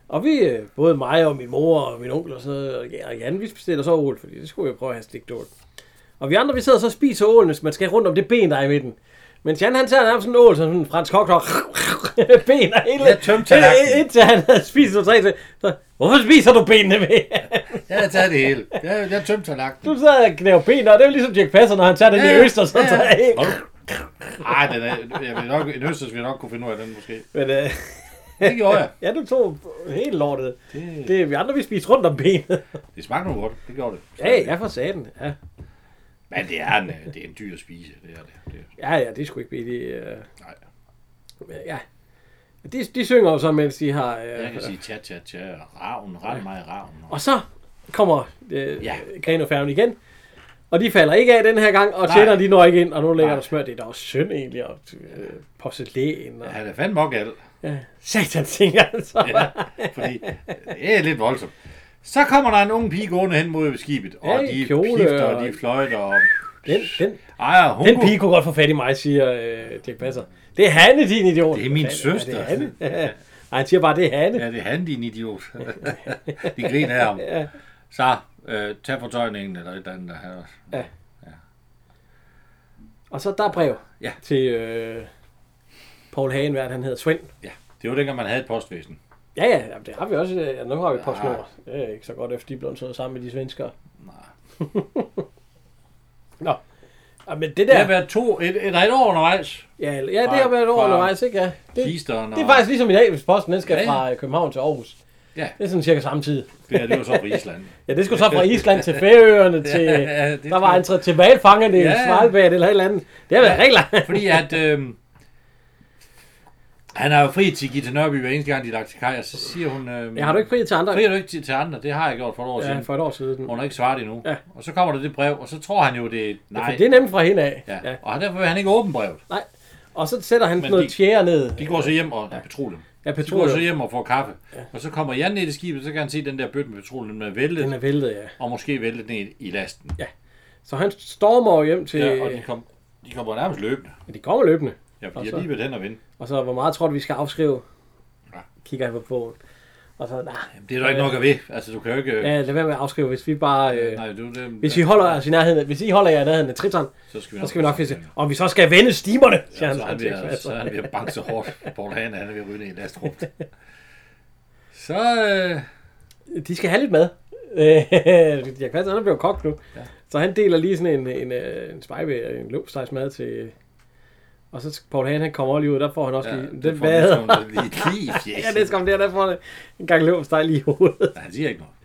[SPEAKER 1] Og vi, øh, både mig og min mor og min onkel og sådan noget, og- og Jan, vi bestiller så ål, fordi det skulle vi jo prøve at have stik tål. Og vi andre, vi sidder så og spiser ålen, hvis man skal rundt om det ben, der er i midten. Men Jan, han tager nærmest sådan en ål, som sådan en fransk kok, der ben er hele...
[SPEAKER 2] Jeg tømte tallerkenen.
[SPEAKER 1] ind- Indtil han havde spist og tre til. Så, hvorfor spiser du benene med?
[SPEAKER 2] Jeg har taget det hele. Jeg, jeg tømte tallerkenen.
[SPEAKER 1] Du sad og knæver ben, og det er jo ligesom Jack Passer, når han tager den
[SPEAKER 2] Ja,
[SPEAKER 1] i
[SPEAKER 2] ja.
[SPEAKER 1] øster, så
[SPEAKER 2] Ja, ja.
[SPEAKER 1] tager jeg ikke.
[SPEAKER 2] Ej, den er, jeg vil nok, en østers vil jeg nok kunne finde ud af den måske.
[SPEAKER 1] Men øh,
[SPEAKER 2] Det gjorde jeg.
[SPEAKER 1] ja, du tog helt lortet.
[SPEAKER 2] Det-
[SPEAKER 1] Det er vi andre, vi spiste rundt om benet.
[SPEAKER 2] Det smagte nu godt. Det gjorde det.
[SPEAKER 1] Ja, ja, for satan. Ja.
[SPEAKER 2] Men det er en, øh, det er en dyr spise, det er det. det er,
[SPEAKER 1] Ja, ja, det er sgu ikke billigt. Øh,
[SPEAKER 2] nej.
[SPEAKER 1] ja. De, de synger jo så, mens de har... Øh,
[SPEAKER 2] Jeg kan sige tja, tja, tja, og ravn, ret meget ravn.
[SPEAKER 1] Og så kommer øh, ja.
[SPEAKER 2] Ja.
[SPEAKER 1] grenofærgen igen. Og de falder ikke af den her gang, og
[SPEAKER 2] Nej.
[SPEAKER 1] tjenerne de når ikke ind, og nu lægger
[SPEAKER 2] Nej.
[SPEAKER 1] der smør. Det er da også synd egentlig, og øh, porcelæn. Og,
[SPEAKER 2] Han er fandme også gal,
[SPEAKER 1] ja. altså. Satan tænker jeg så.
[SPEAKER 2] ja, fordi øh, det er lidt voldsomt. Så kommer der en ung pige gående hen mod skibet, og
[SPEAKER 1] Ja, i
[SPEAKER 2] de
[SPEAKER 1] kjole,
[SPEAKER 2] pifter,
[SPEAKER 1] og-
[SPEAKER 2] og de fløjter, og
[SPEAKER 1] Den, den,
[SPEAKER 2] ejer hun.
[SPEAKER 1] den pige kunne godt få fat i mig, siger øh, Dirk Passer. Det er Hanne, din idiot.
[SPEAKER 2] Det er min
[SPEAKER 1] Ja,
[SPEAKER 2] søster.
[SPEAKER 1] det er Hanne. Nej, han siger bare, det er Hanne.
[SPEAKER 2] Ja, det er han, din idiot. de griner af ham. Så øh, tag fortøjningen eller et eller andet. Der her.
[SPEAKER 1] Og så der er brev
[SPEAKER 2] Ja.
[SPEAKER 1] til øh, Paul Hagen, hvad er det, han hedder Svend.
[SPEAKER 2] Ja, det var dengang, man havde et postvæsen.
[SPEAKER 1] Ja, ja, jamen, det har vi også. øh, Nu har vi et par snor. Det er ikke så godt, efter de er blevet slået sammen med de svenskere.
[SPEAKER 2] Nej.
[SPEAKER 1] Nå. Ja, men det
[SPEAKER 2] Det har
[SPEAKER 1] der...
[SPEAKER 2] været to, et, et, et år undervejs.
[SPEAKER 1] Ja, ja det har været over
[SPEAKER 2] Fra-
[SPEAKER 1] undervejs, ikke? Ja. Det,
[SPEAKER 2] Kisteren
[SPEAKER 1] det er
[SPEAKER 2] og-
[SPEAKER 1] faktisk ligesom i dag, hvis posten den skal
[SPEAKER 2] Ja,
[SPEAKER 1] ja,
[SPEAKER 2] ja.
[SPEAKER 1] fra øh, København til Aarhus.
[SPEAKER 2] Ja.
[SPEAKER 1] Det er sådan cirka samme tid.
[SPEAKER 2] Det her, det var så fra Island.
[SPEAKER 1] Ja, det skulle så fra Island til Færøerne til...
[SPEAKER 2] ja, det
[SPEAKER 1] der var
[SPEAKER 2] tror-
[SPEAKER 1] en træ- til valfangerne i
[SPEAKER 2] Ja,
[SPEAKER 1] ja.
[SPEAKER 2] ja.
[SPEAKER 1] Svalbard eller et eller andet. Det har været ja.
[SPEAKER 2] Ja.
[SPEAKER 1] regler.
[SPEAKER 2] Fordi at... Øh, han har jo fri til Gita Nørby hver eneste gang, de er lagt til kaj, og så siger hun... Øh,
[SPEAKER 1] Jeg har du ikke fri til andre?
[SPEAKER 2] Fri er du ikke til, til andre, det har jeg gjort for et år
[SPEAKER 1] ja,
[SPEAKER 2] siden.
[SPEAKER 1] for et år siden.
[SPEAKER 2] Hun har ikke svaret endnu.
[SPEAKER 1] Ja.
[SPEAKER 2] Og så kommer der det brev, og så tror han jo, det er...
[SPEAKER 1] Ja,
[SPEAKER 2] Nej.
[SPEAKER 1] for det er nemt fra hende af.
[SPEAKER 2] ja. Og derfor vil han ikke åbne brevet.
[SPEAKER 1] Nej. Og så sætter han
[SPEAKER 2] Men
[SPEAKER 1] noget
[SPEAKER 2] de-
[SPEAKER 1] tjære ned.
[SPEAKER 2] De går så hjem og ja. petroleum.
[SPEAKER 1] Ja,
[SPEAKER 2] De går så
[SPEAKER 1] petroleum.
[SPEAKER 2] hjem og får kaffe. Ja. Og så kommer Jan ned i skibet, så kan han se den der bøtte med petroleum, den er væltet,
[SPEAKER 1] Den er væltet, ja.
[SPEAKER 2] og måske væltet ned i- i lasten.
[SPEAKER 1] Så han stormer jo hjem til...
[SPEAKER 2] Ja, og de, kom, de kommer nærmest løbende.
[SPEAKER 1] Ja, de kommer løbende.
[SPEAKER 2] Ja, for
[SPEAKER 1] Og
[SPEAKER 2] de
[SPEAKER 1] så-
[SPEAKER 2] har lige været hen og vinde.
[SPEAKER 1] Og så, hvor meget tror du, vi skal afskrive?
[SPEAKER 2] Ja.
[SPEAKER 1] Kigger han på bogen. Og så, nej,
[SPEAKER 2] Det er der ikke nok at ved. Altså, du kan jo ikke... Ja.
[SPEAKER 1] ja, lad være med at afskrive, hvis vi bare... Øh,
[SPEAKER 2] Nej, du, det,
[SPEAKER 1] hvis vi holder os i nærheden, hvis I holder jer i nærheden af Triton,
[SPEAKER 2] så skal
[SPEAKER 1] så
[SPEAKER 2] vi nok,
[SPEAKER 1] skal vi nok fiske. Og vi så skal vende stimerne, siger
[SPEAKER 2] Ja,
[SPEAKER 1] han.
[SPEAKER 2] så er han ved, at- så er han ved
[SPEAKER 1] altså.
[SPEAKER 2] at banke så hårdt. Paul Hane, han er ved at ryge ned i lastrup. Så, øh,
[SPEAKER 1] De skal have lidt mad. Øh, Jeg kan han er blevet kok nu. Ja. Så han deler lige sådan en, en, øh, en spejbe, en løbstegsmad til... Og så Paul Hagen, han kommer lige ud, der får han også
[SPEAKER 2] ja,
[SPEAKER 1] ja, lige...
[SPEAKER 2] det
[SPEAKER 1] Den
[SPEAKER 2] får han
[SPEAKER 1] mad.
[SPEAKER 2] sådan lige, lige i
[SPEAKER 1] Ja,
[SPEAKER 2] fjeset.
[SPEAKER 1] det skal han der, der får han en gang løbsteg lige i hovedet.
[SPEAKER 2] Nej, han siger ikke noget.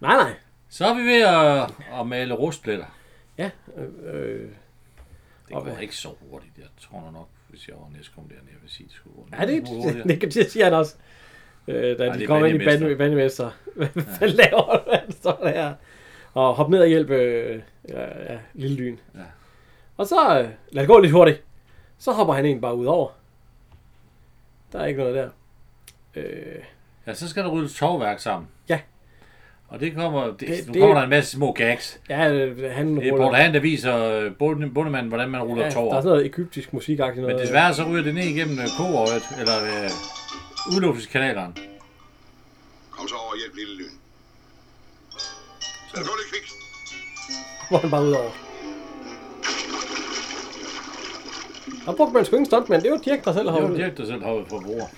[SPEAKER 1] Nej, nej.
[SPEAKER 2] Så er vi ved at, at male rustpletter.
[SPEAKER 1] Ja, øh, øh,
[SPEAKER 2] Det går ikke så hurtigt. Jeg tror nu nok, hvis jeg var næstkom der, jeg vil sige, det skulle gå
[SPEAKER 1] Ja, det,
[SPEAKER 2] en lille smule hurtigere.
[SPEAKER 1] det kan sige han også. Øh, da
[SPEAKER 2] det
[SPEAKER 1] de
[SPEAKER 2] er
[SPEAKER 1] kommer ind i
[SPEAKER 2] bandemester.
[SPEAKER 1] band- bandemester. Hvad ja. laver du? Han står der. Og hop ned og hjælp øh, ja, ja, lille lyn. Ja.
[SPEAKER 2] Ja.
[SPEAKER 1] Og så, øh, lad det gå lidt hurtigt. Så hopper han en bare ud over. Der er ikke noget der. Øh,
[SPEAKER 2] Ja, så skal der ryddes tovværk sammen.
[SPEAKER 1] Ja.
[SPEAKER 2] Og det kommer, det,
[SPEAKER 1] Det-
[SPEAKER 2] det, nu
[SPEAKER 1] det-
[SPEAKER 2] kommer der en masse små gags.
[SPEAKER 1] ja, øh, han
[SPEAKER 2] Det er
[SPEAKER 1] ruller-
[SPEAKER 2] Paul Hand, der viser øh, bunde- bundemanden, hvordan man ruller
[SPEAKER 1] ja,
[SPEAKER 2] ja,
[SPEAKER 1] der er sådan
[SPEAKER 2] tov.
[SPEAKER 1] noget egyptisk musikagtigt
[SPEAKER 2] Men
[SPEAKER 1] noget. øh,
[SPEAKER 2] desværre så ryger det ned igennem øh, koåret, eller øh, udluftningskanalerne.
[SPEAKER 6] Kom så over og hjælp lille lyn. Så gå lidt kvikt.
[SPEAKER 1] Hvor han bare ud over. Der brugte man sgu ingen stuntmand. Det var Dirk, der selv har
[SPEAKER 2] Det var Dirk, der selv hoppede på bordet.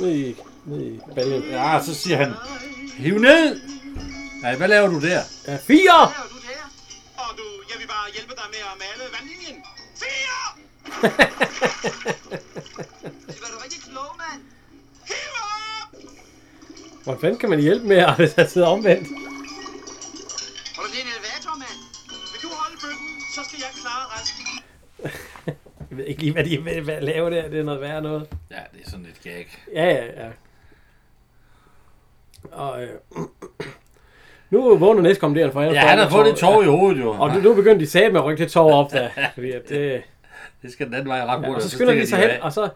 [SPEAKER 1] ned i, ned i baljen.
[SPEAKER 2] Ja, så siger han, hiv ned! Nej, hvad laver du der?
[SPEAKER 1] Ja, fire!
[SPEAKER 4] Hvad er du der? Og du, jeg vil bare hjælpe dig med at male vandlinjen. Fire! det var du rigtig klog, mand. Hiv op!
[SPEAKER 1] Hvordan fanden kan man hjælpe med, at hvis han sidder omvendt?
[SPEAKER 4] Holder det en elevator, mand? Vil du holde bøtten, så skal jeg klare resten.
[SPEAKER 1] Jeg ved ikke lige, hvad de hvad, hvad laver der. Det er noget værre noget.
[SPEAKER 2] Ja, det er sådan et gag.
[SPEAKER 1] Ja, ja, ja. Og øh, nu vågner næstkommanderende for
[SPEAKER 2] Ja, han har fået det tov i hovedet jo.
[SPEAKER 1] Og nu, nu begyndte de sat med at rykke det tov op der. Fordi at det,
[SPEAKER 2] Det skal den anden vej ret
[SPEAKER 1] ja,
[SPEAKER 2] hurtigt.
[SPEAKER 1] og så skynder vi
[SPEAKER 2] stikker
[SPEAKER 1] sig hen,
[SPEAKER 2] af.
[SPEAKER 1] og så,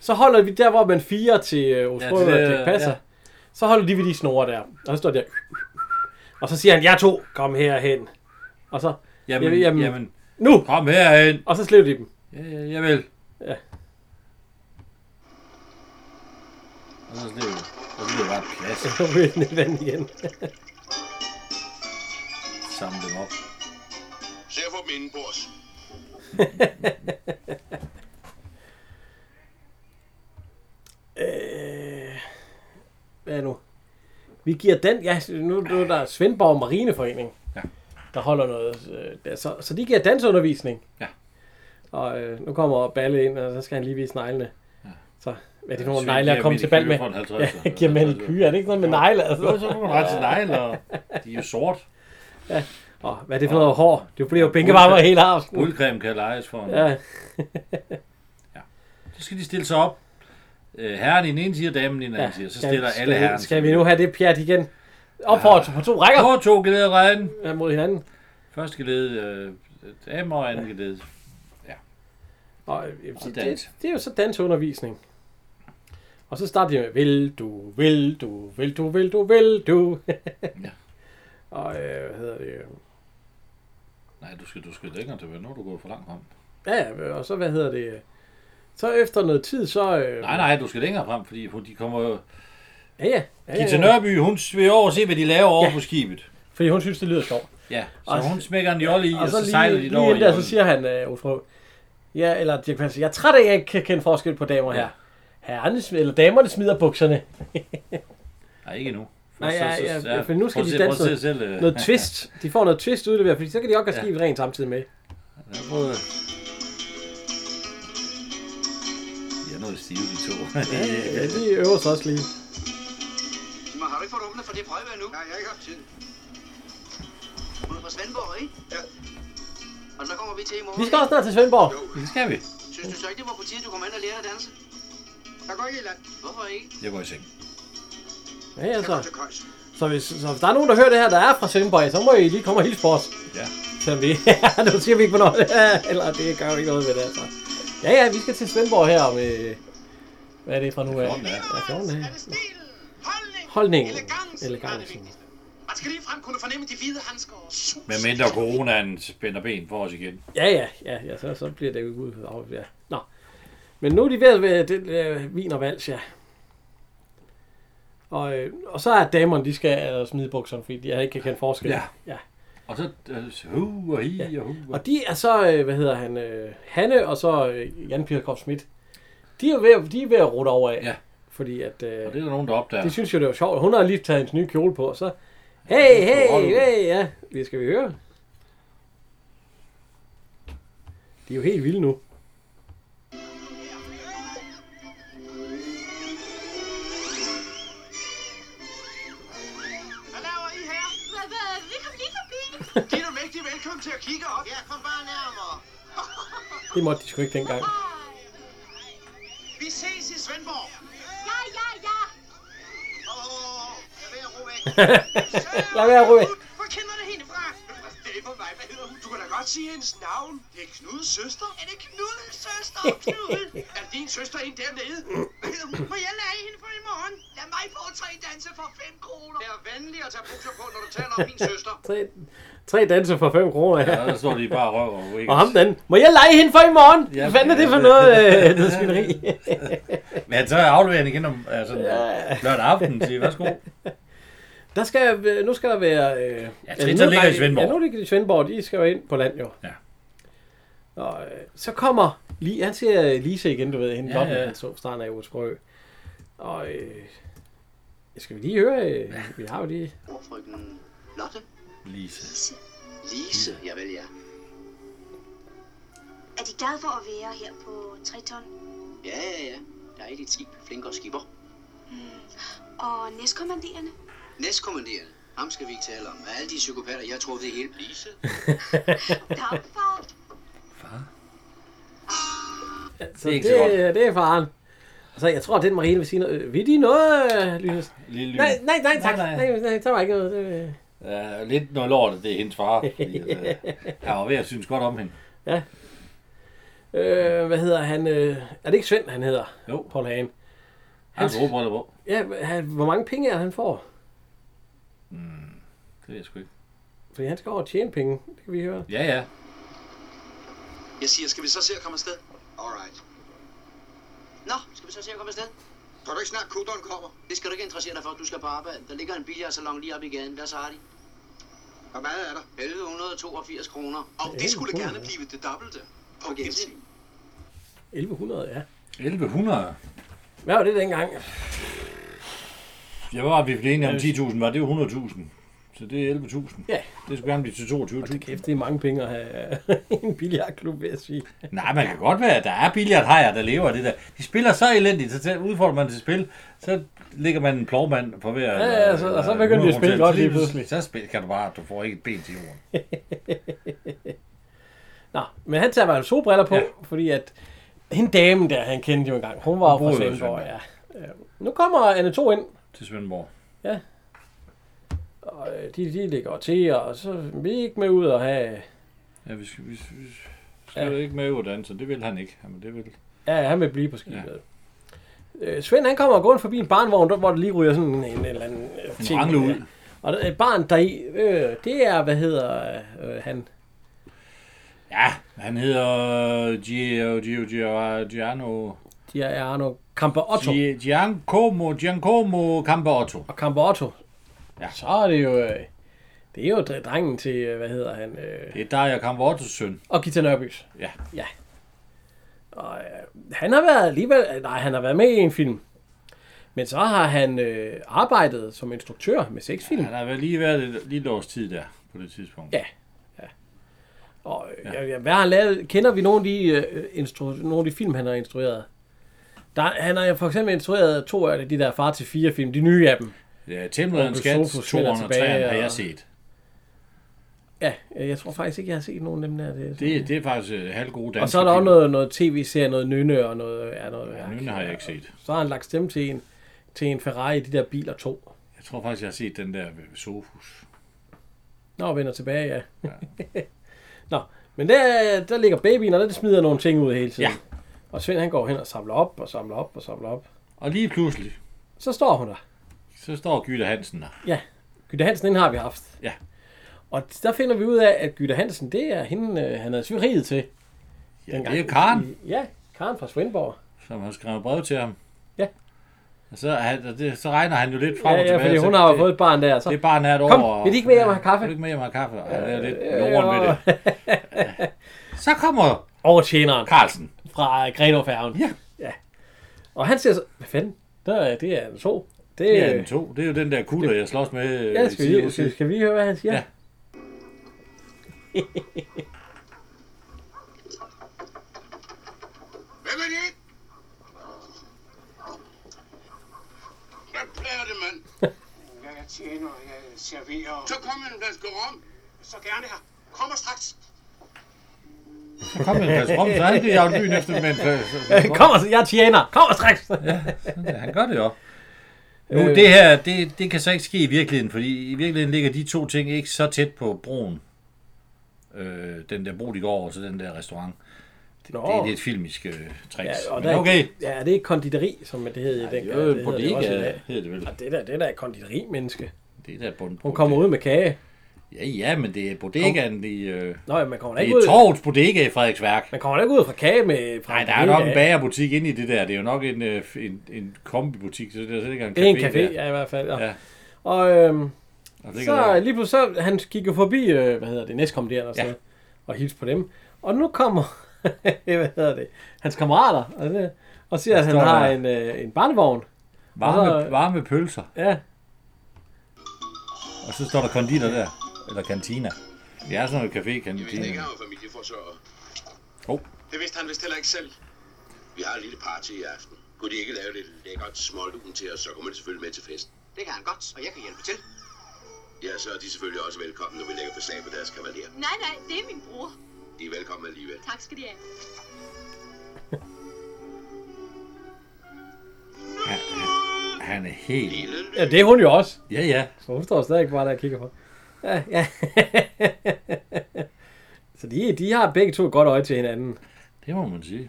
[SPEAKER 1] så holder vi der, hvor man fire til øh, Osbro
[SPEAKER 2] Ja,
[SPEAKER 1] ja,
[SPEAKER 2] det er-
[SPEAKER 1] det, det passer. Ja.
[SPEAKER 2] ja.
[SPEAKER 1] Så holder de ved de snore der. Og så står der. Og så siger han, jeg to, kom herhen. Og så,
[SPEAKER 2] Jamen,
[SPEAKER 1] Jamen-
[SPEAKER 2] jamen, jamen,
[SPEAKER 1] nu!
[SPEAKER 2] kom herhen.
[SPEAKER 1] Og så slev de dem.
[SPEAKER 2] Ja, ja, jeg vil.
[SPEAKER 1] Ja.
[SPEAKER 2] Og så blev det, så blev det bare plads
[SPEAKER 1] Så ryger den i vand igen.
[SPEAKER 2] samle dem op.
[SPEAKER 6] Så jeg får dem inde på os.
[SPEAKER 1] Øh, hvad er nu? Vi giver den, ja, nu, nu er der Svendborg Marineforening,
[SPEAKER 2] Ja.
[SPEAKER 1] der holder noget. Øh, der, så, så de giver dansundervisning.
[SPEAKER 2] Ja.
[SPEAKER 1] Og øh, nu kommer Balle ind, og så skal han lige vise neglene. Ja. Så hvad er det for nogle
[SPEAKER 2] Svend
[SPEAKER 1] negle,
[SPEAKER 2] giver
[SPEAKER 1] jeg kom
[SPEAKER 2] mænd i
[SPEAKER 1] til ball
[SPEAKER 2] køer
[SPEAKER 1] med?
[SPEAKER 2] for en 50'er.
[SPEAKER 1] Ja, giver mænd i køer, er det ikke sådan med negle?
[SPEAKER 2] Jo, så
[SPEAKER 1] Altså?
[SPEAKER 2] kunne man ret til negle, og de er jo sort.
[SPEAKER 1] Og hvad er det for noget hår? Det bliver jo bænkevarmer hele aftenen.
[SPEAKER 2] Uldcreme kan lejes for en. Ja.
[SPEAKER 1] Ja.
[SPEAKER 2] Så skal de stille sig op. Øh, herren i den ene side, damen i den anden ja. side. Så stiller
[SPEAKER 1] skal,
[SPEAKER 2] alle
[SPEAKER 1] skal-
[SPEAKER 2] herren.
[SPEAKER 1] Skal vi nu have det pjat igen? Op for, på to rækker
[SPEAKER 2] Hvor to gelede regn.
[SPEAKER 1] ja, mod hinanden.
[SPEAKER 2] Første gelede øh, damer og anden gelede.
[SPEAKER 1] Og, jeg vil sige,
[SPEAKER 2] dans.
[SPEAKER 1] det, det, er jo så danseundervisning. Og så starter de med, vil du, vil du, vil du, vil du, vil du.
[SPEAKER 2] Ja.
[SPEAKER 1] Og øh, hvad hedder det?
[SPEAKER 2] Nej, du skal, du skal længere til nu er du gået for langt frem.
[SPEAKER 1] Ja, ja, og så hvad hedder det? Så efter noget tid, så... Øh,
[SPEAKER 2] Nej, nej, du skal længere frem, fordi hun- de kommer jo...
[SPEAKER 1] Ja, ja. ja,
[SPEAKER 2] Gita
[SPEAKER 1] ja, ja.
[SPEAKER 2] Nørby, hun vil over og se, hvad de laver over ja. på skibet.
[SPEAKER 1] Fordi hun synes, det lyder sjovt.
[SPEAKER 2] Ja, så
[SPEAKER 1] Og-
[SPEAKER 2] hun smækker en jolle i, og,
[SPEAKER 1] Og så,
[SPEAKER 2] så, sejler
[SPEAKER 1] lige,
[SPEAKER 2] de
[SPEAKER 1] lige
[SPEAKER 2] over i
[SPEAKER 1] inden der, så
[SPEAKER 2] jollen.
[SPEAKER 1] siger han, øh, Ulf Røg, ja, eller Dirk Passer, jeg er træt af, at jeg ikke kan kende forskel på damer her.
[SPEAKER 2] Ja.
[SPEAKER 1] Herrerne, sm- eller damerne smider bukserne.
[SPEAKER 2] Nej, ikke endnu.
[SPEAKER 1] Nej,
[SPEAKER 2] Så-
[SPEAKER 1] ja,
[SPEAKER 2] så-
[SPEAKER 1] ja,
[SPEAKER 2] så-
[SPEAKER 1] ja, for nu skal
[SPEAKER 2] prøv at
[SPEAKER 1] de
[SPEAKER 2] se- prøv
[SPEAKER 1] danse
[SPEAKER 2] at se selv, øh,
[SPEAKER 1] Noget twist. De får noget twist udleveret, fordi så kan de også gøre skibet rent samtidig med.
[SPEAKER 2] Ja, prøv at- De er noget stive, de to.
[SPEAKER 1] Ja, de øver sig også lige.
[SPEAKER 4] Men har du ikke fået åbnet for det prøve endnu? Nej, jeg har ikke haft tid.
[SPEAKER 3] Hun er fra Svendborg, ikke?
[SPEAKER 4] Ja.
[SPEAKER 3] Og så kommer vi til i morgen.
[SPEAKER 1] Vi skal også snart til Svendborg.
[SPEAKER 2] det skal vi.
[SPEAKER 3] Synes du så ikke, det var på tide, at du kom ind og lærte at danse?
[SPEAKER 4] Jeg går ikke i land.
[SPEAKER 3] Hvorfor ikke?
[SPEAKER 2] Jeg går i seng.
[SPEAKER 1] Ja, ja,
[SPEAKER 4] Jeg går
[SPEAKER 1] så.
[SPEAKER 4] til køjs.
[SPEAKER 1] Så hvis, så hvis der er nogen, der hører det her, der er fra Svendborg, så må I lige komme og hilse på os.
[SPEAKER 2] Ja.
[SPEAKER 1] Så vi, ja, nu siger vi ikke, hvornår det er, eller det gør jo ikke noget ved det, altså. Ja, ja, vi skal til Svendborg her om, øh, hvad er det fra nu af?
[SPEAKER 2] 14 dage.
[SPEAKER 1] Ja, 14 dage.
[SPEAKER 4] stilen? Holdning?
[SPEAKER 1] Holdningen.
[SPEAKER 4] Elegancen.
[SPEAKER 1] Elegancen.
[SPEAKER 4] Man skal lige frem kunne fornemme de hvide handsker.
[SPEAKER 2] Men mindre coronaen spænder ben for os igen.
[SPEAKER 1] Ja, ja, ja, ja så, så bliver det jo ud af, ja. Nå. Men nu er de ved at være det, øh, vin og vals, ja. Og, øh, og så er damerne, de skal øh, smide bukserne, fordi de ikke kan kende forskel.
[SPEAKER 2] Ja.
[SPEAKER 1] ja.
[SPEAKER 2] Og så øh, hu og hi og hu.
[SPEAKER 1] Og de er så, øh, hvad hedder han, øh, Hanne og så øh, Jan Pirkov Schmidt. De er, ved, at- de er ved at rute over af.
[SPEAKER 2] Ja.
[SPEAKER 1] Fordi at,
[SPEAKER 2] Og
[SPEAKER 1] øh,
[SPEAKER 2] det er der nogen, der opdager.
[SPEAKER 1] de synes jo, det var sjovt. Hun har lige taget hendes nye kjole på, og så... Hey,
[SPEAKER 2] det er sgu
[SPEAKER 1] hey,
[SPEAKER 2] Hollywood.
[SPEAKER 1] hey, ja. Det skal vi høre. De er jo helt vilde nu.
[SPEAKER 4] Hvad laver I her?
[SPEAKER 7] Hvad, hvad, vi kom lige forbi.
[SPEAKER 4] De er da mægtige velkommen til at kigge op. Ja, kom bare nærmere.
[SPEAKER 1] Det måtte de sgu ikke dengang.
[SPEAKER 7] Ej,
[SPEAKER 4] Vi ses i Svendborg.
[SPEAKER 7] Ja, ja, ja.
[SPEAKER 4] Åh, lad være at ro af.
[SPEAKER 1] Lad være, Røe.
[SPEAKER 4] Hvor kender du hende fra? Det er på mig. Hvad hedder hun? Du kan da godt sige hendes navn. Det er Knuds søster. Er det Knuds søster? Knud? er din søster en dernede? Hvad hedder hun? Må jeg lade hende for i morgen? Lad mig få tre danse for 5 kroner. Vær venlig at tage bukser på, når du taler om min søster.
[SPEAKER 1] Tre, tre danser for 5 kroner.
[SPEAKER 2] Ja, der står de bare og røver. og ikke-
[SPEAKER 1] Og ham den. Må jeg lege hende for i morgen?
[SPEAKER 2] Ja,
[SPEAKER 1] Ja, Hvad fanden er det for
[SPEAKER 2] ja.
[SPEAKER 1] noget, øh, noget svineri?
[SPEAKER 2] Men så afleverer han igen om altså, lørdag aften. Siger, værsgo.
[SPEAKER 1] Der skal, øh, nu skal der være... Øh, eller
[SPEAKER 2] Trinta
[SPEAKER 1] nu-
[SPEAKER 2] ligger i
[SPEAKER 1] nej,
[SPEAKER 2] Svendborg.
[SPEAKER 1] Ja, nu ligger de i Svendborg. De skal jo ind på land, jo.
[SPEAKER 2] Ja.
[SPEAKER 1] Og øh, så kommer... Lige, han ser øh, Lise igen, du ved. Hende
[SPEAKER 2] Ja,
[SPEAKER 1] ja, ja.
[SPEAKER 2] ja.
[SPEAKER 1] han så starten af Osbrø. Og øh, skal vi lige høre... Øh, vi har jo lige...
[SPEAKER 3] Hvor frygten Lotte?
[SPEAKER 2] Lise.
[SPEAKER 3] Lise, jeg vil ja.
[SPEAKER 8] Er de glade for at være her på Triton?
[SPEAKER 3] Ja, ja, ja. Der er et i skib, flinkere skipper.
[SPEAKER 8] Mm. Og næstkommanderende?
[SPEAKER 3] Næstkommanderende. Ham skal vi ikke tale om. Af alle de psykopater, jeg tror, det er helt Lise.
[SPEAKER 8] Dampfar?
[SPEAKER 1] Så
[SPEAKER 2] er
[SPEAKER 1] det, øh,
[SPEAKER 2] ikke så
[SPEAKER 1] det, det er faren. Og så jeg tror, at den Marine vil sige noget. Øh, Vil de noget, øh, Lynes?
[SPEAKER 2] Lille
[SPEAKER 1] Nej,
[SPEAKER 2] Lyne.
[SPEAKER 1] nej, nej, tak.
[SPEAKER 2] Nej,
[SPEAKER 1] Nej,
[SPEAKER 2] nej.
[SPEAKER 1] nej, nej der var ikke noget. Det, øh.
[SPEAKER 2] Ja, lidt noget lort, at det er hendes far. Fordi, altså, jeg var ved at synes godt om hende.
[SPEAKER 1] Øh, hvad hedder han? Øh, er det ikke Svend, han hedder?
[SPEAKER 2] Jo.
[SPEAKER 1] Paul Hagen.
[SPEAKER 2] Han har robrøller på.
[SPEAKER 1] Ja, h- han, hvor mange penge er det, han får?
[SPEAKER 2] Det ved jeg sgu ikke.
[SPEAKER 1] Fordi han skal over og tjene penge. Det kan vi høre.
[SPEAKER 2] Ja, ja.
[SPEAKER 4] Jeg siger, skal vi så se at komme afsted?
[SPEAKER 3] Alright. Nå, skal vi så se at komme afsted?
[SPEAKER 4] Kan du ikke snart kutteren kommer?
[SPEAKER 3] Det skal du ikke interessere dig for, du skal på arbejde. Der ligger en billardsalon lige oppe i gaden, der så har de
[SPEAKER 4] Hvor meget er der?
[SPEAKER 3] 1182 kroner.
[SPEAKER 4] Og det skulle
[SPEAKER 1] Ja,
[SPEAKER 4] gerne
[SPEAKER 1] ja.
[SPEAKER 4] blive det dobbelte. På
[SPEAKER 3] På
[SPEAKER 4] gensyn.
[SPEAKER 3] gensyn.
[SPEAKER 1] 1100, ja.
[SPEAKER 2] 1100.
[SPEAKER 1] Hvad var det dengang?
[SPEAKER 2] Jeg var, vi blev enige om 10.000, var det jo 100.000. Så det er 11.000.
[SPEAKER 1] Ja.
[SPEAKER 2] Det skulle gerne blive til
[SPEAKER 1] Det
[SPEAKER 2] 22.000.
[SPEAKER 1] kæft, det er mange penge at have i en billiardklub, vil jeg sige.
[SPEAKER 2] Nej, man kan godt være, at der er billiardhajer, der lever af det der. De spiller så elendigt, så til- udfordrer man til spil, så ligger man en plovmand på hver... øh,
[SPEAKER 1] Ja, ja, så- og så begynder de at spille godt lige pludselig.
[SPEAKER 2] Så spil, kan du bare, du får ikke et ben til jorden.
[SPEAKER 1] Nå, men han tager bare solbriller på, ja.
[SPEAKER 2] Ja.
[SPEAKER 1] fordi at hende dame der, han kendte jo engang, hun var jo
[SPEAKER 2] Hun
[SPEAKER 1] fra
[SPEAKER 2] boede jo i
[SPEAKER 1] Svendborg, ja. Ja. Øh, Nu kommer Anne 2 ind,
[SPEAKER 2] Til Svendborg.
[SPEAKER 1] og øh, de, de ligger til, og så vi er ikke med ud og have...
[SPEAKER 2] Ja, vi skal, vi, vi skal ja. ikke med øvrigt danse. Det vil han ikke. Jamen, det vil...
[SPEAKER 1] Ja, han vil blive på skibet. Ja. Øh, Svend, han kommer gående forbi en barnvogn, der- hvor der lige ryger sådan en, en eller anden øh, ting.
[SPEAKER 2] rangle ud.
[SPEAKER 1] Ja. Og der- et barn deri, øh, det er, hvad hedder øh, han?
[SPEAKER 2] Ja, han hedder Gio, Gio, Gio, Giano...
[SPEAKER 1] De er Arno Camper Otto.
[SPEAKER 2] Gi- Giancomo, Giancomo Camperotto.
[SPEAKER 1] Og Camper Otto. Ja.
[SPEAKER 2] Ja.
[SPEAKER 1] Så er det jo... Øh, det er jo dre- drengen til, øh, hvad hedder han? Øh,
[SPEAKER 2] Det er Daria Camperottos søn.
[SPEAKER 1] og Gita Nørbys.
[SPEAKER 2] Ja.
[SPEAKER 1] Ja. Og øh, han har været alligevel... øh, Nej, han har været med i en film. Men så har han øh, arbejdet som instruktør med seks film.
[SPEAKER 2] Han har vel lige været et lille års tid der på det tidspunkt.
[SPEAKER 1] Ja. Og ja. Ja, hvad har han lavet? Kender vi nogle af de, øh, instru- nogle af de film, han har instrueret? Der, han har jo for eksempel instrueret to af de der Far til fire film, de nye af dem.
[SPEAKER 2] Ja, Timmerlands
[SPEAKER 1] Onkel
[SPEAKER 2] Skat,
[SPEAKER 1] Sofus
[SPEAKER 2] 2
[SPEAKER 1] vender
[SPEAKER 2] og 3
[SPEAKER 1] tilbage,
[SPEAKER 2] har
[SPEAKER 1] og-
[SPEAKER 2] jeg set.
[SPEAKER 1] Ja, øh, jeg tror faktisk ikke, jeg har set nogen af dem der. Det,
[SPEAKER 2] Det, det er faktisk øh, halvgode danske
[SPEAKER 1] og så er der også
[SPEAKER 2] film.
[SPEAKER 1] noget, noget tv-serie, noget nynne og noget... Ja, noget
[SPEAKER 2] Ja, Nynne har jeg ikke set.
[SPEAKER 1] Så har han lagt stemme til en, til en Ferrari i de der biler to.
[SPEAKER 2] Jeg tror faktisk, jeg har set den der ved Sofus.
[SPEAKER 1] Nå, og vender tilbage, ja. ja. Nå, men der, der ligger babyen, og der smider nogle ting ud hele tiden. Ja. Og Svend han går hen og samler op, og samler op, og samler op.
[SPEAKER 2] Og lige pludselig,
[SPEAKER 1] Så står hun der.
[SPEAKER 2] så står Gyda Hansen der.
[SPEAKER 1] Ja, Gytte Hansen, den har vi haft.
[SPEAKER 2] Ja.
[SPEAKER 1] Og der finder vi ud af, at Gytte Hansen, det er hende, øh, han havde svigeriet til.
[SPEAKER 2] Ja,
[SPEAKER 1] dengang
[SPEAKER 2] det er jo Karen,
[SPEAKER 1] i- Ja, Karen fra Svendborg.
[SPEAKER 2] som har skrevet brev til ham.
[SPEAKER 1] Ja.
[SPEAKER 2] Og så, er han- og det, så regner han jo lidt frem
[SPEAKER 1] Ja,
[SPEAKER 2] og
[SPEAKER 1] ja,
[SPEAKER 2] tilbage.
[SPEAKER 1] fordi
[SPEAKER 2] så
[SPEAKER 1] hun har jo
[SPEAKER 2] det,
[SPEAKER 1] fået et barn der. Så.
[SPEAKER 2] Det er bare nært over.
[SPEAKER 1] Kom, vil de ikke med hjem og have kaffe? Øh,
[SPEAKER 2] Vil du ikke med hjem og have kaffe? Ja, det er lidt jorden ved det. Så kommer
[SPEAKER 1] Over tjeneren
[SPEAKER 2] Carlsen.
[SPEAKER 1] fra Grenaa-færgen.
[SPEAKER 2] Ja.
[SPEAKER 1] ja. Og han siger så, hvad fanden? Der, er- det er en so. Det,
[SPEAKER 2] Det er den to. Det er jo den der kutter, jeg slås med. øh,
[SPEAKER 1] Ja, skal vi,
[SPEAKER 2] i
[SPEAKER 1] lige,
[SPEAKER 2] sidste
[SPEAKER 1] skal,
[SPEAKER 2] uge.
[SPEAKER 1] skal vi lige høre, hvad han siger?
[SPEAKER 2] Ja.
[SPEAKER 6] Hvem er det? Hvad plejer det, mand?
[SPEAKER 4] Jeg er tjener, jeg serverer.
[SPEAKER 6] Så kom en flaske rom.
[SPEAKER 4] Så gerne her. Kommer straks.
[SPEAKER 2] Så kom en plads rum, så han bliver jo byen efter med en plads.
[SPEAKER 1] Kom og, jeg tjener. Kom og straks.
[SPEAKER 2] Han gør det jo. Nu,
[SPEAKER 1] Øh.
[SPEAKER 2] det her, det, det kan så ikke ske i virkeligheden, fordi i virkeligheden ligger de to ting ikke så tæt på broen. Øh, den der bro, de går over til den der restaurant. Det,
[SPEAKER 1] Nå.
[SPEAKER 2] det er lidt filmisk øh,
[SPEAKER 1] Ja,
[SPEAKER 2] tricks.
[SPEAKER 1] og
[SPEAKER 2] Men
[SPEAKER 1] der,
[SPEAKER 2] okay.
[SPEAKER 1] Ja, det er ikke konditori, som det hed i den
[SPEAKER 2] Det er jo en bodega,
[SPEAKER 1] også i dag.
[SPEAKER 2] hedder det vel.
[SPEAKER 1] Og det der, det der er konditori-menneske.
[SPEAKER 2] Det er der bund.
[SPEAKER 1] Hun kommer ud med kage.
[SPEAKER 2] Ja, ja, men det er bodegaen i... Øh,
[SPEAKER 1] Nå, ja, man kommer da
[SPEAKER 2] det
[SPEAKER 1] ikke
[SPEAKER 2] er
[SPEAKER 1] ud,
[SPEAKER 2] Torvets bodega i Frederiksværk.
[SPEAKER 1] man kommer da ikke ud fra kage med... Fra
[SPEAKER 2] Nej, der
[SPEAKER 1] kage,
[SPEAKER 2] er nok en
[SPEAKER 1] ja.
[SPEAKER 2] bagerbutik inde i det der. Det er jo nok en, øh, en, en kombibutik, så det er slet ikke engang
[SPEAKER 1] Det er en
[SPEAKER 2] café
[SPEAKER 1] café,
[SPEAKER 2] der.
[SPEAKER 1] ja, i hvert fald. Ja.
[SPEAKER 2] Ja.
[SPEAKER 1] Og øhm,
[SPEAKER 2] Og det
[SPEAKER 1] så
[SPEAKER 2] så...
[SPEAKER 1] lige pludselig, så, han gik jo forbi, øh, hvad hedder det, næstkommanderende og
[SPEAKER 2] Ja.
[SPEAKER 1] sådan ja. og hilste på dem. Og nu kommer, hvad hedder det, hans kammerater, og, det, og siger, at han
[SPEAKER 2] står
[SPEAKER 1] har
[SPEAKER 2] der.
[SPEAKER 1] en, øh, en barnevogn.
[SPEAKER 2] varme,
[SPEAKER 1] så-
[SPEAKER 2] varme pølser.
[SPEAKER 1] Ja,
[SPEAKER 2] Og så står der konditor der. Eller kantina. Det er sådan noget café kantina.
[SPEAKER 6] var familieforsørger.
[SPEAKER 2] Oh.
[SPEAKER 4] Det vidste han vist heller ikke selv.
[SPEAKER 6] Vi har en lille party i aften. Kunne de ikke lave lidt lækkert smålun til os, så kommer de selvfølgelig med til festen.
[SPEAKER 4] Det kan han godt, og jeg kan hjælpe til.
[SPEAKER 6] Ja, så er de selvfølgelig også velkomne, når vi lægger beslag på deres kavaler.
[SPEAKER 7] Nej, nej, det er min bror.
[SPEAKER 6] De er velkomne alligevel.
[SPEAKER 7] Tak skal de have.
[SPEAKER 2] Han er helt...
[SPEAKER 6] Lille
[SPEAKER 1] ja det er hun jo også.
[SPEAKER 2] Ja, ja.
[SPEAKER 1] Så hun står stadig bare der og kigger på. Ja, ja. så de, de har begge to et godt øje til hinanden.
[SPEAKER 2] Det må man sige.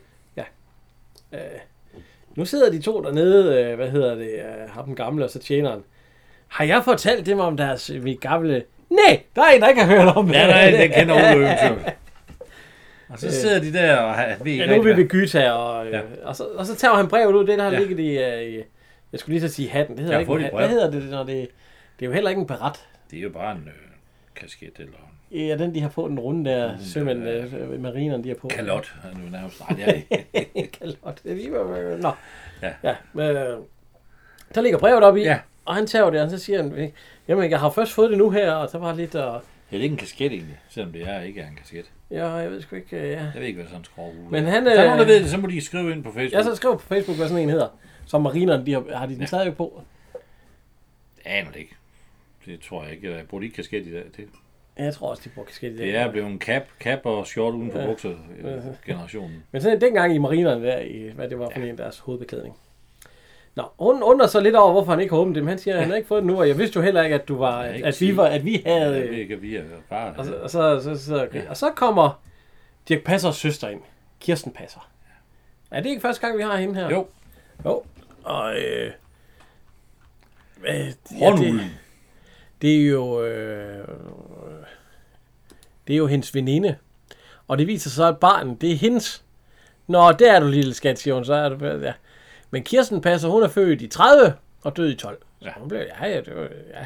[SPEAKER 1] Nu sidder de to dernede, øh, hvad hedder det, øh, ham den gamle og så tjeneren. Har jeg fortalt dem om deres øh, mit gamle... Nej, der er en, der ikke har hørt om det.
[SPEAKER 2] Ja, nej, den kender Ole Øventyr. Og så sidder de der, og han ved ikke
[SPEAKER 1] Ja, nu er vi
[SPEAKER 2] rigtig,
[SPEAKER 1] ved Gyta, og, øh, ja.
[SPEAKER 2] Ja.
[SPEAKER 1] og, så, og så tager han brevet ud, det der har
[SPEAKER 2] Ja.
[SPEAKER 1] ligget i, øh, i- jeg skulle lige så sige hatten, det hedder
[SPEAKER 2] Jeg har
[SPEAKER 1] ikke
[SPEAKER 2] fået
[SPEAKER 1] en
[SPEAKER 2] dit
[SPEAKER 1] hat.
[SPEAKER 2] brev.
[SPEAKER 1] Hvad hedder det, når det, det er jo heller ikke en barat.
[SPEAKER 2] hvad- Det er jo bare en øh, kasket eller en
[SPEAKER 1] Ja, den de har på, den runde der, sømænd, øh, marinerne de har på.
[SPEAKER 2] Mm, kalot. Han er jo nærmest... Nej, det er det ikke.
[SPEAKER 1] Kalot. Det er lige, øh, Nå.
[SPEAKER 2] Ja.
[SPEAKER 1] ja øh, der ligger brevet op i, ja.
[SPEAKER 2] Ja.
[SPEAKER 1] og han tager jo det, og så siger han, øh, jamen, jeg har først fået det nu her, og der var lidt, og
[SPEAKER 2] Ja, det er ikke en kasket egentlig, selvom det er ikke er en kasket.
[SPEAKER 1] ja, jeg ved sgu ikke, øh, ja.
[SPEAKER 2] Jeg ved ikke, hvad sådan en skrovhule
[SPEAKER 1] Men
[SPEAKER 2] er.
[SPEAKER 1] han,
[SPEAKER 2] Hvis der er nogen,
[SPEAKER 1] øh,
[SPEAKER 2] der ved det, så må de skrive ind på Facebook.
[SPEAKER 1] Jeg så skrev på Facebook, hvad sådan en hedder. Så marinerne, de har, har de den stadigvæk på?
[SPEAKER 2] Jeg aner det ikke. Det tror jeg ikke. Jeg bruger ikke kasket i dag. Det,
[SPEAKER 1] Ja, jeg tror også, de bruger kasket i dag.
[SPEAKER 2] det er blevet en cap, cap og short uden på bukser øh, generationen.
[SPEAKER 1] Men sådan dengang i marinerne der, i, hvad det var for ja. en deres hovedbeklædning. Nå, hun undrer sig lidt over, hvorfor han ikke har åbnet dem. Han siger, at han har ikke fået den nu, og jeg vidste jo heller ikke, at du var,
[SPEAKER 2] er
[SPEAKER 1] at,
[SPEAKER 2] ikke
[SPEAKER 1] at vi
[SPEAKER 2] tid.
[SPEAKER 1] var, at vi havde...
[SPEAKER 2] Jeg ved ikke, at vi er bare...
[SPEAKER 1] Og så, og så, så, så, okay. og så kommer Dirk Passers søster ind. Kirsten Passer. Er det ikke første gang, vi har hende her?
[SPEAKER 2] Jo,
[SPEAKER 1] Jo. Og øh, øh, ja,
[SPEAKER 2] Hornhulen.
[SPEAKER 1] det, det er jo øh, det er jo hendes veninde. Og det viser sig, at barnet, det er hendes. Nå, der er du lille skat, siger hun, så er du ja. Men Kirsten Passer, hun er født i 30 og død i 12. Så
[SPEAKER 2] Ja.
[SPEAKER 1] hun blev, ja, ja, det var, ja.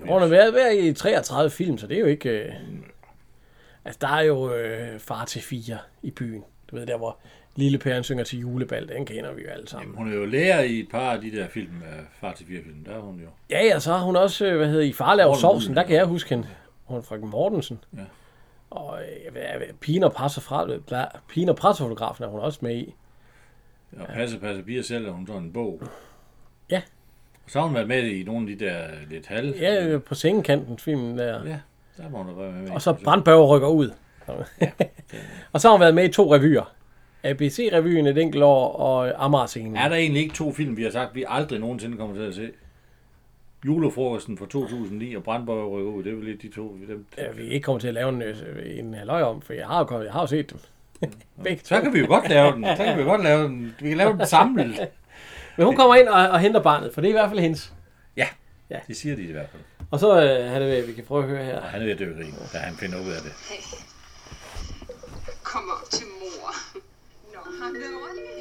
[SPEAKER 1] Hun har
[SPEAKER 2] det,
[SPEAKER 1] været, været i 33 film, så det er jo ikke... Øh... Altså, der er jo øh, far til fire i byen. Du ved, der hvor Lille Pæren synger til julebal, den kender vi jo alle sammen.
[SPEAKER 2] Hun er jo lærer i et par af de der film, øh, Far til fire film, der er hun jo.
[SPEAKER 1] Ja, ja, så har hun også, øh, hvad hedder I, Farlav
[SPEAKER 2] Morten
[SPEAKER 1] Sovsen,
[SPEAKER 2] Ulven.
[SPEAKER 1] der kan jeg huske hende. Hun er fra Mortensen.
[SPEAKER 2] Ja.
[SPEAKER 1] Og øh, hvad er det, pigen og presser fra, øh, bla, pigen og pressefotografen er hun også med i.
[SPEAKER 2] Og Passer, passer piger selv, og hun sådan en bog.
[SPEAKER 1] Ja.
[SPEAKER 2] Og så har hun været med i nogle af de der lidt halv...
[SPEAKER 1] Ja, øh, på sengekanten filmen der.
[SPEAKER 2] ja der må hun have været med.
[SPEAKER 1] Og så Brandbørger rykker ud. og så har hun været med i to revyer. ABC-revyen et enkelt år, og Amager-scenen.
[SPEAKER 2] Er der egentlig ikke to film, vi har sagt, vi aldrig nogensinde kommer til at se? Julefrokosten fra 2009 og Brandborg rykker ud, det er vel lidt de to. Dem.
[SPEAKER 1] Ja, vi ikke kommer til at lave en, øh, en løg om, for jeg har jo, kommet, jeg har jo set dem. Begge to.
[SPEAKER 2] Så kan vi jo godt lave den. Så kan vi jo godt lave den. Vi kan lave den samlet.
[SPEAKER 1] Men hun kommer ind og, og henter barnet, for det er i hvert fald hendes.
[SPEAKER 2] Det siger de i hvert fald.
[SPEAKER 1] Og så øh, har det været, vi kan prøve at høre her.
[SPEAKER 2] Og han er ved at dø af grin, da han finder ud af det.
[SPEAKER 3] Kom op til mor.
[SPEAKER 8] Nå, har du været ordentlig?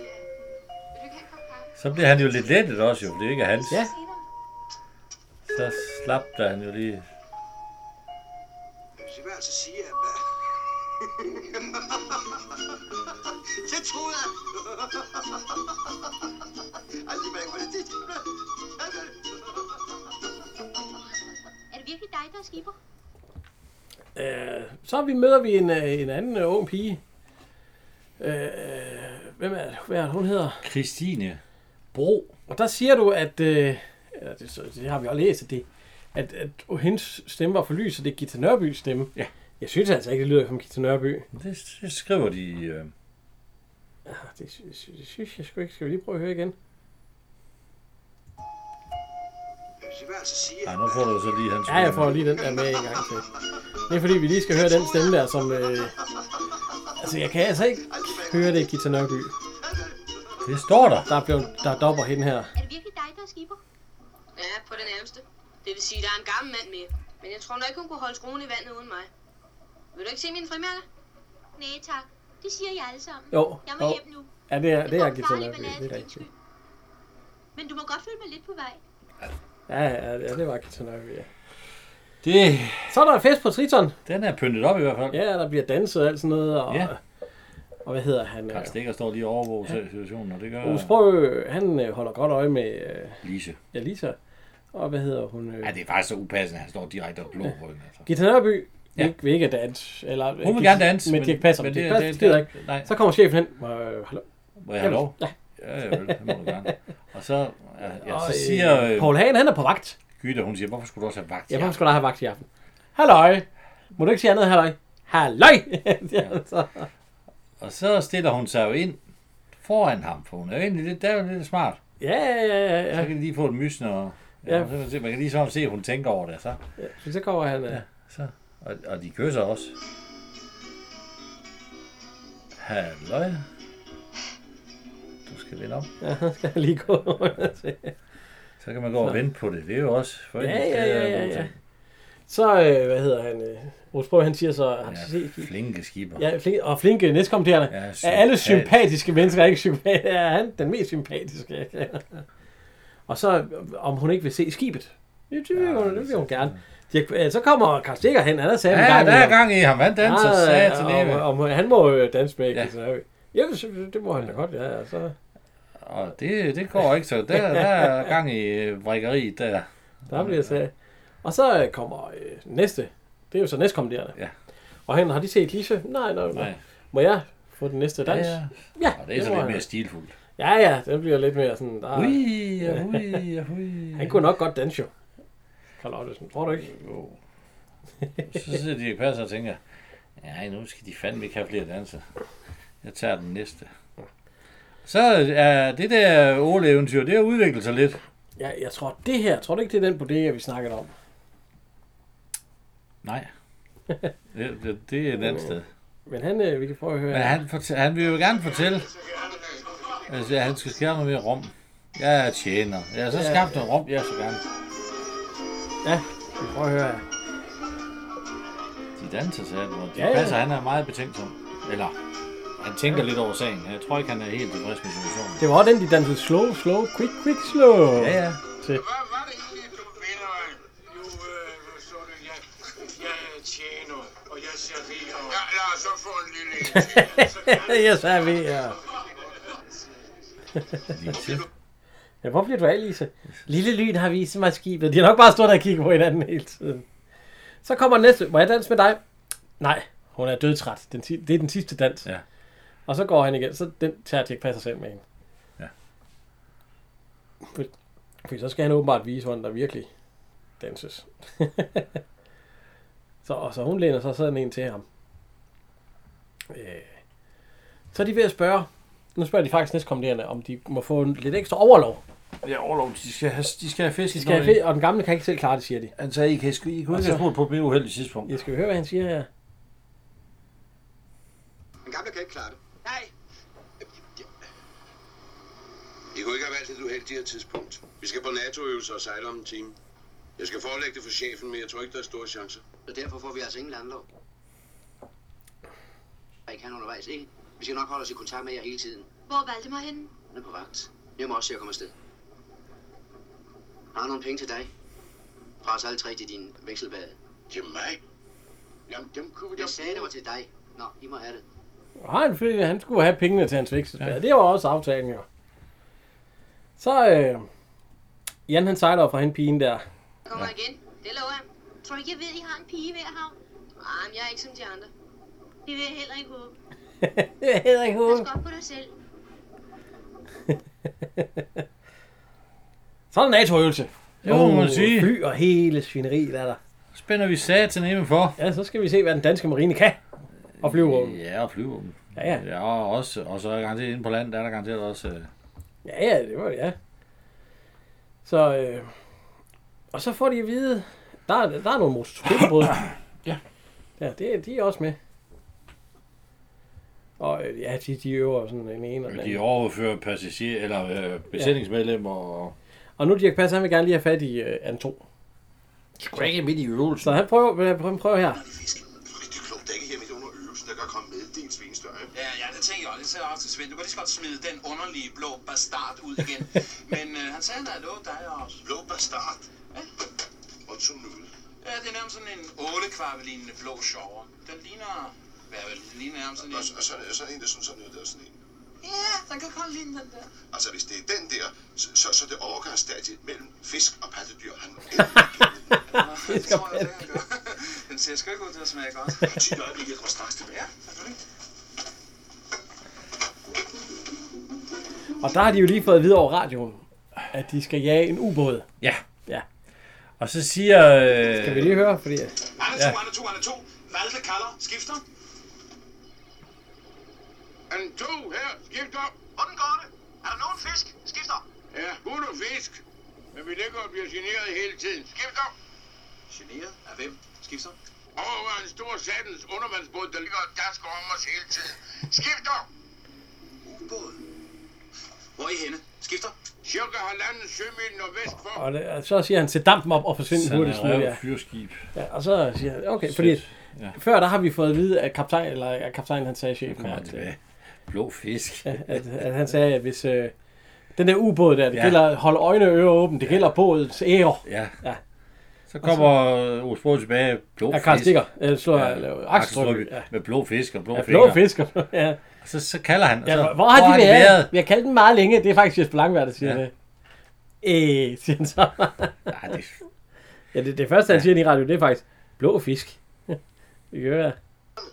[SPEAKER 8] Vil du ikke have en kop kaffe?
[SPEAKER 2] Så bliver han jo lidt lettet også jo, for det er ikke hans.
[SPEAKER 1] Ja.
[SPEAKER 8] Senere.
[SPEAKER 2] Så slap der han jo lige.
[SPEAKER 4] Så vil jeg altså sige, at... det troede jeg. Altså, Aldrig mærke, hvordan det Altså,
[SPEAKER 7] Er det virkelig dig, der er skipper?
[SPEAKER 1] Øh, så vi møder vi en, øh, en anden øh, ung pige. Øh, hvem er det? Hvad er det, hun hedder?
[SPEAKER 2] Christine Bro.
[SPEAKER 1] Og der siger du, at... Øh, ja, det, så, det har vi jo læst, at, det, at, at hendes stemme var for lys, så det er Gita Nørbys stemme.
[SPEAKER 2] Ja.
[SPEAKER 1] Jeg synes altså ikke, det lyder som Gita Nørby.
[SPEAKER 2] Det, det skriver de. Øh,
[SPEAKER 1] Ah, Det, sy- sy- det synes jeg sgu ikke. Skal vi lige prøve at høre igen?
[SPEAKER 4] Så vil jeg altså sige,
[SPEAKER 2] ej,
[SPEAKER 4] at...
[SPEAKER 2] nu får du så lige hans
[SPEAKER 1] Ja, jeg får lige den der med en gang til. Det er fordi, vi lige skal høre den stemme der, som... Øh... Altså, jeg kan altså ikke høre det i Gita Nørby.
[SPEAKER 2] Det står der.
[SPEAKER 1] Der er, blevet, der er dopper hende her.
[SPEAKER 7] Er det virkelig dig, der er skipper?
[SPEAKER 3] Ja, på den nærmeste. Det vil sige, der er en gammel mand med. Men jeg tror nok ikke, hun kunne holde skruen i vandet uden mig. Vil du ikke se mine frimærker?
[SPEAKER 7] Nej tak. Det siger jeg alle sammen.
[SPEAKER 1] Jo,
[SPEAKER 7] Jeg må
[SPEAKER 1] jo.
[SPEAKER 7] hjem nu.
[SPEAKER 1] Ja, det er, det er
[SPEAKER 7] går
[SPEAKER 1] Gita
[SPEAKER 7] farligt
[SPEAKER 1] Nørby.
[SPEAKER 7] ballade for
[SPEAKER 1] Det er
[SPEAKER 7] din
[SPEAKER 1] rigtigt.
[SPEAKER 7] skyld. Men du må godt følge mig lidt på vej.
[SPEAKER 1] Ja, ja, ja, det var Gita Nørby, ja.
[SPEAKER 2] Det,
[SPEAKER 1] Så er der en fest på Triton.
[SPEAKER 2] den er pyntet op i hvert fald.
[SPEAKER 1] Ja, der bliver danset og alt sådan noget. Og,
[SPEAKER 2] Ja.
[SPEAKER 1] og hvad hedder han?
[SPEAKER 2] Karl Stikker står lige og overvåger selv situationen, og det gør
[SPEAKER 1] Rose Brø, han øh, holder godt øje med øh,
[SPEAKER 2] Lise.
[SPEAKER 1] Alisa. Og hvad hedder hun? Øh,
[SPEAKER 2] Ja, det er faktisk så upassende, at han står direkte og glor på hende. Altså.
[SPEAKER 1] Gita Nørby
[SPEAKER 2] Ja.
[SPEAKER 1] ja. ikke, vil ikke danse. Eller,
[SPEAKER 2] Hun vil gerne danse,
[SPEAKER 1] Men,
[SPEAKER 2] men-
[SPEAKER 1] Dirk Passer.
[SPEAKER 2] men
[SPEAKER 1] Dirk
[SPEAKER 2] det-
[SPEAKER 1] Passer
[SPEAKER 2] det-
[SPEAKER 1] gider
[SPEAKER 2] det-
[SPEAKER 1] ikke.
[SPEAKER 2] nej.
[SPEAKER 1] Så kommer chefen hen. Øh, hallo.
[SPEAKER 2] Må jeg have lov?
[SPEAKER 1] Ja.
[SPEAKER 2] Ja, ja, vel, det må du gerne. Og så, ja, ja,
[SPEAKER 1] Og,
[SPEAKER 2] så siger
[SPEAKER 1] øh,
[SPEAKER 2] øh,
[SPEAKER 1] Paul Hagen, han er på vagt.
[SPEAKER 2] Gyda, hun siger, hvorfor skulle du også have vagt?
[SPEAKER 1] Ja,
[SPEAKER 2] Ja,
[SPEAKER 1] hvorfor skulle der have vagt i aften? Halløj! Må du ikke sige andet, end halløj? Halløj! ja, så.
[SPEAKER 2] og så stiller hun sig jo ind foran ham, for hun er jo egentlig lidt, der er jo lidt smart.
[SPEAKER 1] ja, ja, ja, ja,
[SPEAKER 2] Så
[SPEAKER 1] ja.
[SPEAKER 2] kan de lige få et mysne, og ja,
[SPEAKER 1] Ja.
[SPEAKER 2] så kan man, se, man kan lige sådan se, at hun tænker over det. Så.
[SPEAKER 1] Så, så kommer han. øh, Ja.
[SPEAKER 2] Så, og, og de kysser også. Halløj. Du skal vende om.
[SPEAKER 1] ja, så skal han lige gå rundt og se.
[SPEAKER 2] Så kan man gå og vente på det. Det er jo også for
[SPEAKER 1] Ja,
[SPEAKER 2] det
[SPEAKER 1] ja,
[SPEAKER 2] er
[SPEAKER 1] ja,
[SPEAKER 2] en
[SPEAKER 1] ja,
[SPEAKER 2] god
[SPEAKER 1] ja.
[SPEAKER 2] ting.
[SPEAKER 1] Så, øh, hvad hedder han? Øh, Rose Brøgh, han siger så, har du
[SPEAKER 2] ja.
[SPEAKER 1] set
[SPEAKER 2] Flinke skipper.
[SPEAKER 1] Ja, flinke, og flinke næstkommenterende. Ja,
[SPEAKER 2] Ja, sympatisk.
[SPEAKER 1] er alle sympatiske mennesker ikke sympatiske? Er han den mest sympatiske? jeg kender. og så, om hun ikke vil se skibet. Ja, det vil, hun, det vil hun gerne. De, øh, så kommer Karl Stikker hen, han er sat
[SPEAKER 2] Ja, der er gang i ham. Han danser ja, satan
[SPEAKER 1] Ah, og,
[SPEAKER 2] ja,
[SPEAKER 1] og, og, han må øh, danse med,
[SPEAKER 2] Ja.
[SPEAKER 1] ja. så, ja, så- det må han da godt, ja. ja, Så,
[SPEAKER 2] Og det, det går ikke så. Der, der er gang i øh, vrikkeriet der.
[SPEAKER 1] der bliver sat. Og så øh, kommer øh, næste. Det er jo så næstkommenterende.
[SPEAKER 2] Ja.
[SPEAKER 1] Og han, har de set Lise? Nej, nej, nej.
[SPEAKER 2] Nej.
[SPEAKER 1] Må jeg få den næste dans?
[SPEAKER 2] Ja, ja.
[SPEAKER 1] ja
[SPEAKER 2] Og det er så
[SPEAKER 1] må
[SPEAKER 2] lidt
[SPEAKER 1] jeg.
[SPEAKER 2] mere stilfuldt.
[SPEAKER 1] Ja, ja, den bliver lidt mere sådan...
[SPEAKER 2] Ah.
[SPEAKER 1] Der...
[SPEAKER 2] Ui, ja, ui, ja, ui.
[SPEAKER 1] Han kunne nok godt danse jo. Carl Ottesen, tror du ikke?
[SPEAKER 2] Jo. Så sidder de passer og tænker, nej, nu skal de fandme ikke have flere danser. Jeg tager den næste. Så er det der Ole-eventyr, det har udviklet sig lidt.
[SPEAKER 1] Ja, jeg tror det her, tror du ikke det er den bodega, vi snakkede om?
[SPEAKER 2] Nej. Det, det, det er et andet sted.
[SPEAKER 1] Men han, øh, vi kan prøve at høre.
[SPEAKER 2] Men han, fortæ- han vil jo gerne fortælle, altså, at han skal skære noget mere rum. Jeg er tjener. Jeg har så skabt noget rum, jeg så gerne.
[SPEAKER 1] Ja, vi prøver at høre her.
[SPEAKER 2] De danser, sagde du. Det
[SPEAKER 1] Ja, ja.
[SPEAKER 2] passer, han er meget betænksom. Eller, han tænker lidt over sagen. Jeg tror ikke, han er helt tilfreds med situationen.
[SPEAKER 1] Det var også den, de dansede slow, slow, quick, quick, slow.
[SPEAKER 2] Ja, ja.
[SPEAKER 1] Til.
[SPEAKER 6] Hvad var det egentlig, du ville mig? Jo, øh, sådan, jeg, jeg er tjener, og jeg ser rig og... Ja, lad os så få en lille en til.
[SPEAKER 1] yes, er vi. Ja.
[SPEAKER 2] Lige til.
[SPEAKER 1] ja, hvor bliver du af, Lise? Lille lyn har vist mig skibet. De har nok bare stået der og kigget på hinanden hele tiden. Så kommer næste. Må jeg danse med dig? Nej, hun er dødtræt. Den, si- det er den sidste dans.
[SPEAKER 2] Ja.
[SPEAKER 1] Og så går han igen. Så den tager Jack passer selv med hende.
[SPEAKER 2] Ja.
[SPEAKER 1] For- Fordi så skal han åbenbart vise, hvordan der virkelig danses. så, og så hun læner sig sådan en til ham. Øh. Så er de ved at spørge. Nu spørger de faktisk næstkommanderende, om de må få en lidt ekstra overlov.
[SPEAKER 2] Ja, overlov, de skal have, de skal have fisk.
[SPEAKER 1] De skal have, og den gamle kan ikke selv klare det, siger de.
[SPEAKER 2] Han sagde, I, kan, I, I kunne ikke have spurgt på det uheldige tidspunkt.
[SPEAKER 1] Jeg skal vi høre, hvad han siger her.
[SPEAKER 4] Den gamle kan ikke klare det.
[SPEAKER 3] Nej,
[SPEAKER 6] I kunne ikke have valgt et uheldigere tidspunkt. Vi skal på NATO-øvelse og sejle om en time. Jeg skal forelægge det for chefen, men jeg tror ikke, der er store chancer.
[SPEAKER 4] Og derfor får vi altså ingen landlov. Og ikke han undervejs, ikke? Vi skal nok holde os i kontakt med jer hele tiden.
[SPEAKER 7] Hvor valgte mig henne?
[SPEAKER 4] Han er på vagt. Jeg må også se at komme afsted. Har jeg nogle penge til dig? Fra os alle tre til din vekselbade.
[SPEAKER 6] Til mig? Jamen, dem kunne vi da...
[SPEAKER 4] Jeg sagde, det var til dig. Nå, I må have det.
[SPEAKER 1] Og han, fordi han skulle have pengene til hans vækstespad. Ja. Det var også aftalen, jo. Så, øh, Jan han sejler fra hende pigen der.
[SPEAKER 3] jeg kommer igen. Det lover jeg.
[SPEAKER 7] Tror du ikke, jeg ved, I har en pige hver havn?
[SPEAKER 3] Ah, men jeg er ikke som de andre.
[SPEAKER 7] Det vil jeg heller ikke håbe.
[SPEAKER 1] det hedder ikke
[SPEAKER 7] Pas
[SPEAKER 1] hovedet.
[SPEAKER 7] godt på dig selv.
[SPEAKER 1] Så er der NATO-øvelse.
[SPEAKER 2] Jo, må man sige.
[SPEAKER 1] Fly og hele svineriet er der.
[SPEAKER 2] Spænder vi satan hjemme for.
[SPEAKER 1] Ja, så skal vi se, hvad den danske marine kan. Og flyvevåben.
[SPEAKER 2] Ja, og flyvåben.
[SPEAKER 1] Ja, ja.
[SPEAKER 2] Ja, og, også, og så er garanteret inde på land, der er der garanteret også... Øh,
[SPEAKER 1] Ja, ja, det var det, ja. Så, øh, og så får de at vide, der, er- der er nogle motorcykelbrud.
[SPEAKER 2] Ja.
[SPEAKER 1] Ja, det, de er også med. Og øh, ja, de, de øver sådan en ene og den
[SPEAKER 2] de
[SPEAKER 1] anden.
[SPEAKER 2] overfører passagerer, eller øh, besætningsmedlemmer og...
[SPEAKER 1] Og nu Dirk Pass, han vil gerne lige have fat i øh, Anto.
[SPEAKER 2] Skrække midt i øvelsen.
[SPEAKER 1] Så han prøver, prøver, prøver her.
[SPEAKER 6] Det er klogt, der ikke er midt under øvelsen, der kan komme med. Det er en svinestøj.
[SPEAKER 9] Ja, ja, det tænker jeg også. Det sagde jeg også til Svend. Du kan lige så godt smide den underlige blå bastard ud igen. Men øh, han sagde, at han lovet dig også.
[SPEAKER 6] Blå bastard. Og tog nu ud.
[SPEAKER 9] Ja, det er nærmest sådan en ålekvarvelignende blå sjover. Den ligner... Hvad vel? Den ligner nærmest sådan
[SPEAKER 6] Og,
[SPEAKER 9] en...
[SPEAKER 6] og så, og så er der en, der synes, han er der sådan en.
[SPEAKER 9] Ja, den kan godt ligne den der.
[SPEAKER 6] Altså, hvis det er den der, så, så, så er det overgangsstadiet mellem fisk og pattedyr. Han
[SPEAKER 9] Det skal jeg, det, han gør. Den ser sgu ikke ud til at smage godt.
[SPEAKER 6] er tit øjeblik, jeg kommer straks tilbage.
[SPEAKER 1] Og der har de jo lige fået at vide over radioen, at de skal jage en ubåd.
[SPEAKER 2] Ja.
[SPEAKER 1] Ja.
[SPEAKER 2] Og så siger... Øh,
[SPEAKER 1] Kan vi lige høre? Fordi,
[SPEAKER 6] Andre
[SPEAKER 2] Ja.
[SPEAKER 6] to, andre to, andre to. Valde kalder. Skifter.
[SPEAKER 9] En to her. Skift op.
[SPEAKER 6] Hvordan går det? Er der nogen fisk? Skifter.
[SPEAKER 9] Ja, hun og fisk. Men vi ligger og bliver generet hele tiden. Skift op.
[SPEAKER 6] Generet af hvem? Skifter.
[SPEAKER 9] Over en stor satens undervandsbåd, der ligger og dasker om os hele tiden. Skift op.
[SPEAKER 6] Ubåd. Hvor er I henne? Skifter.
[SPEAKER 9] Cirka halvanden sømil nordvest for.
[SPEAKER 1] og, det, og så siger han, sæt dampen op og forsvind
[SPEAKER 2] Sådan
[SPEAKER 1] hurtigst muligt.
[SPEAKER 2] er
[SPEAKER 1] Ja.
[SPEAKER 2] et fyrskib.
[SPEAKER 1] ja. og så siger han, okay, fordi
[SPEAKER 2] Sæt.
[SPEAKER 1] før der har vi fået at vide, at kaptajn, eller at kaptajn han sagde chefen,
[SPEAKER 2] Kommer
[SPEAKER 1] at, øh,
[SPEAKER 2] tilbage. Blå fisk.
[SPEAKER 1] at, at han sagde, at hvis øh, den der ubåd der, det
[SPEAKER 2] Ja.
[SPEAKER 1] ja. gælder at holde øjne og ører åbne, det gælder bådens ære.
[SPEAKER 2] Ja.
[SPEAKER 1] Ja.
[SPEAKER 2] Så kommer Osbro tilbage. Blå
[SPEAKER 1] Ja,
[SPEAKER 2] fisk.
[SPEAKER 1] Karl Stikker, eller slår
[SPEAKER 2] Ja,
[SPEAKER 1] ja,
[SPEAKER 2] Akselstrømpe.
[SPEAKER 1] Akstrup. Ja.
[SPEAKER 2] Med blå fisk og blå
[SPEAKER 1] Ja,
[SPEAKER 2] fingre.
[SPEAKER 1] blå fisker. ja.
[SPEAKER 2] Så, så kalder han. og
[SPEAKER 1] ja,
[SPEAKER 2] så,
[SPEAKER 1] hvor, hvor har de været? Vi har kaldt den meget længe. Det er faktisk Jesper Langberg, der siger
[SPEAKER 2] Ja.
[SPEAKER 1] ja. det. Øh, siger han så.
[SPEAKER 2] Nej, det,
[SPEAKER 1] ja, det, det første, han siger i radio, det er faktisk blå fisk. det kan være.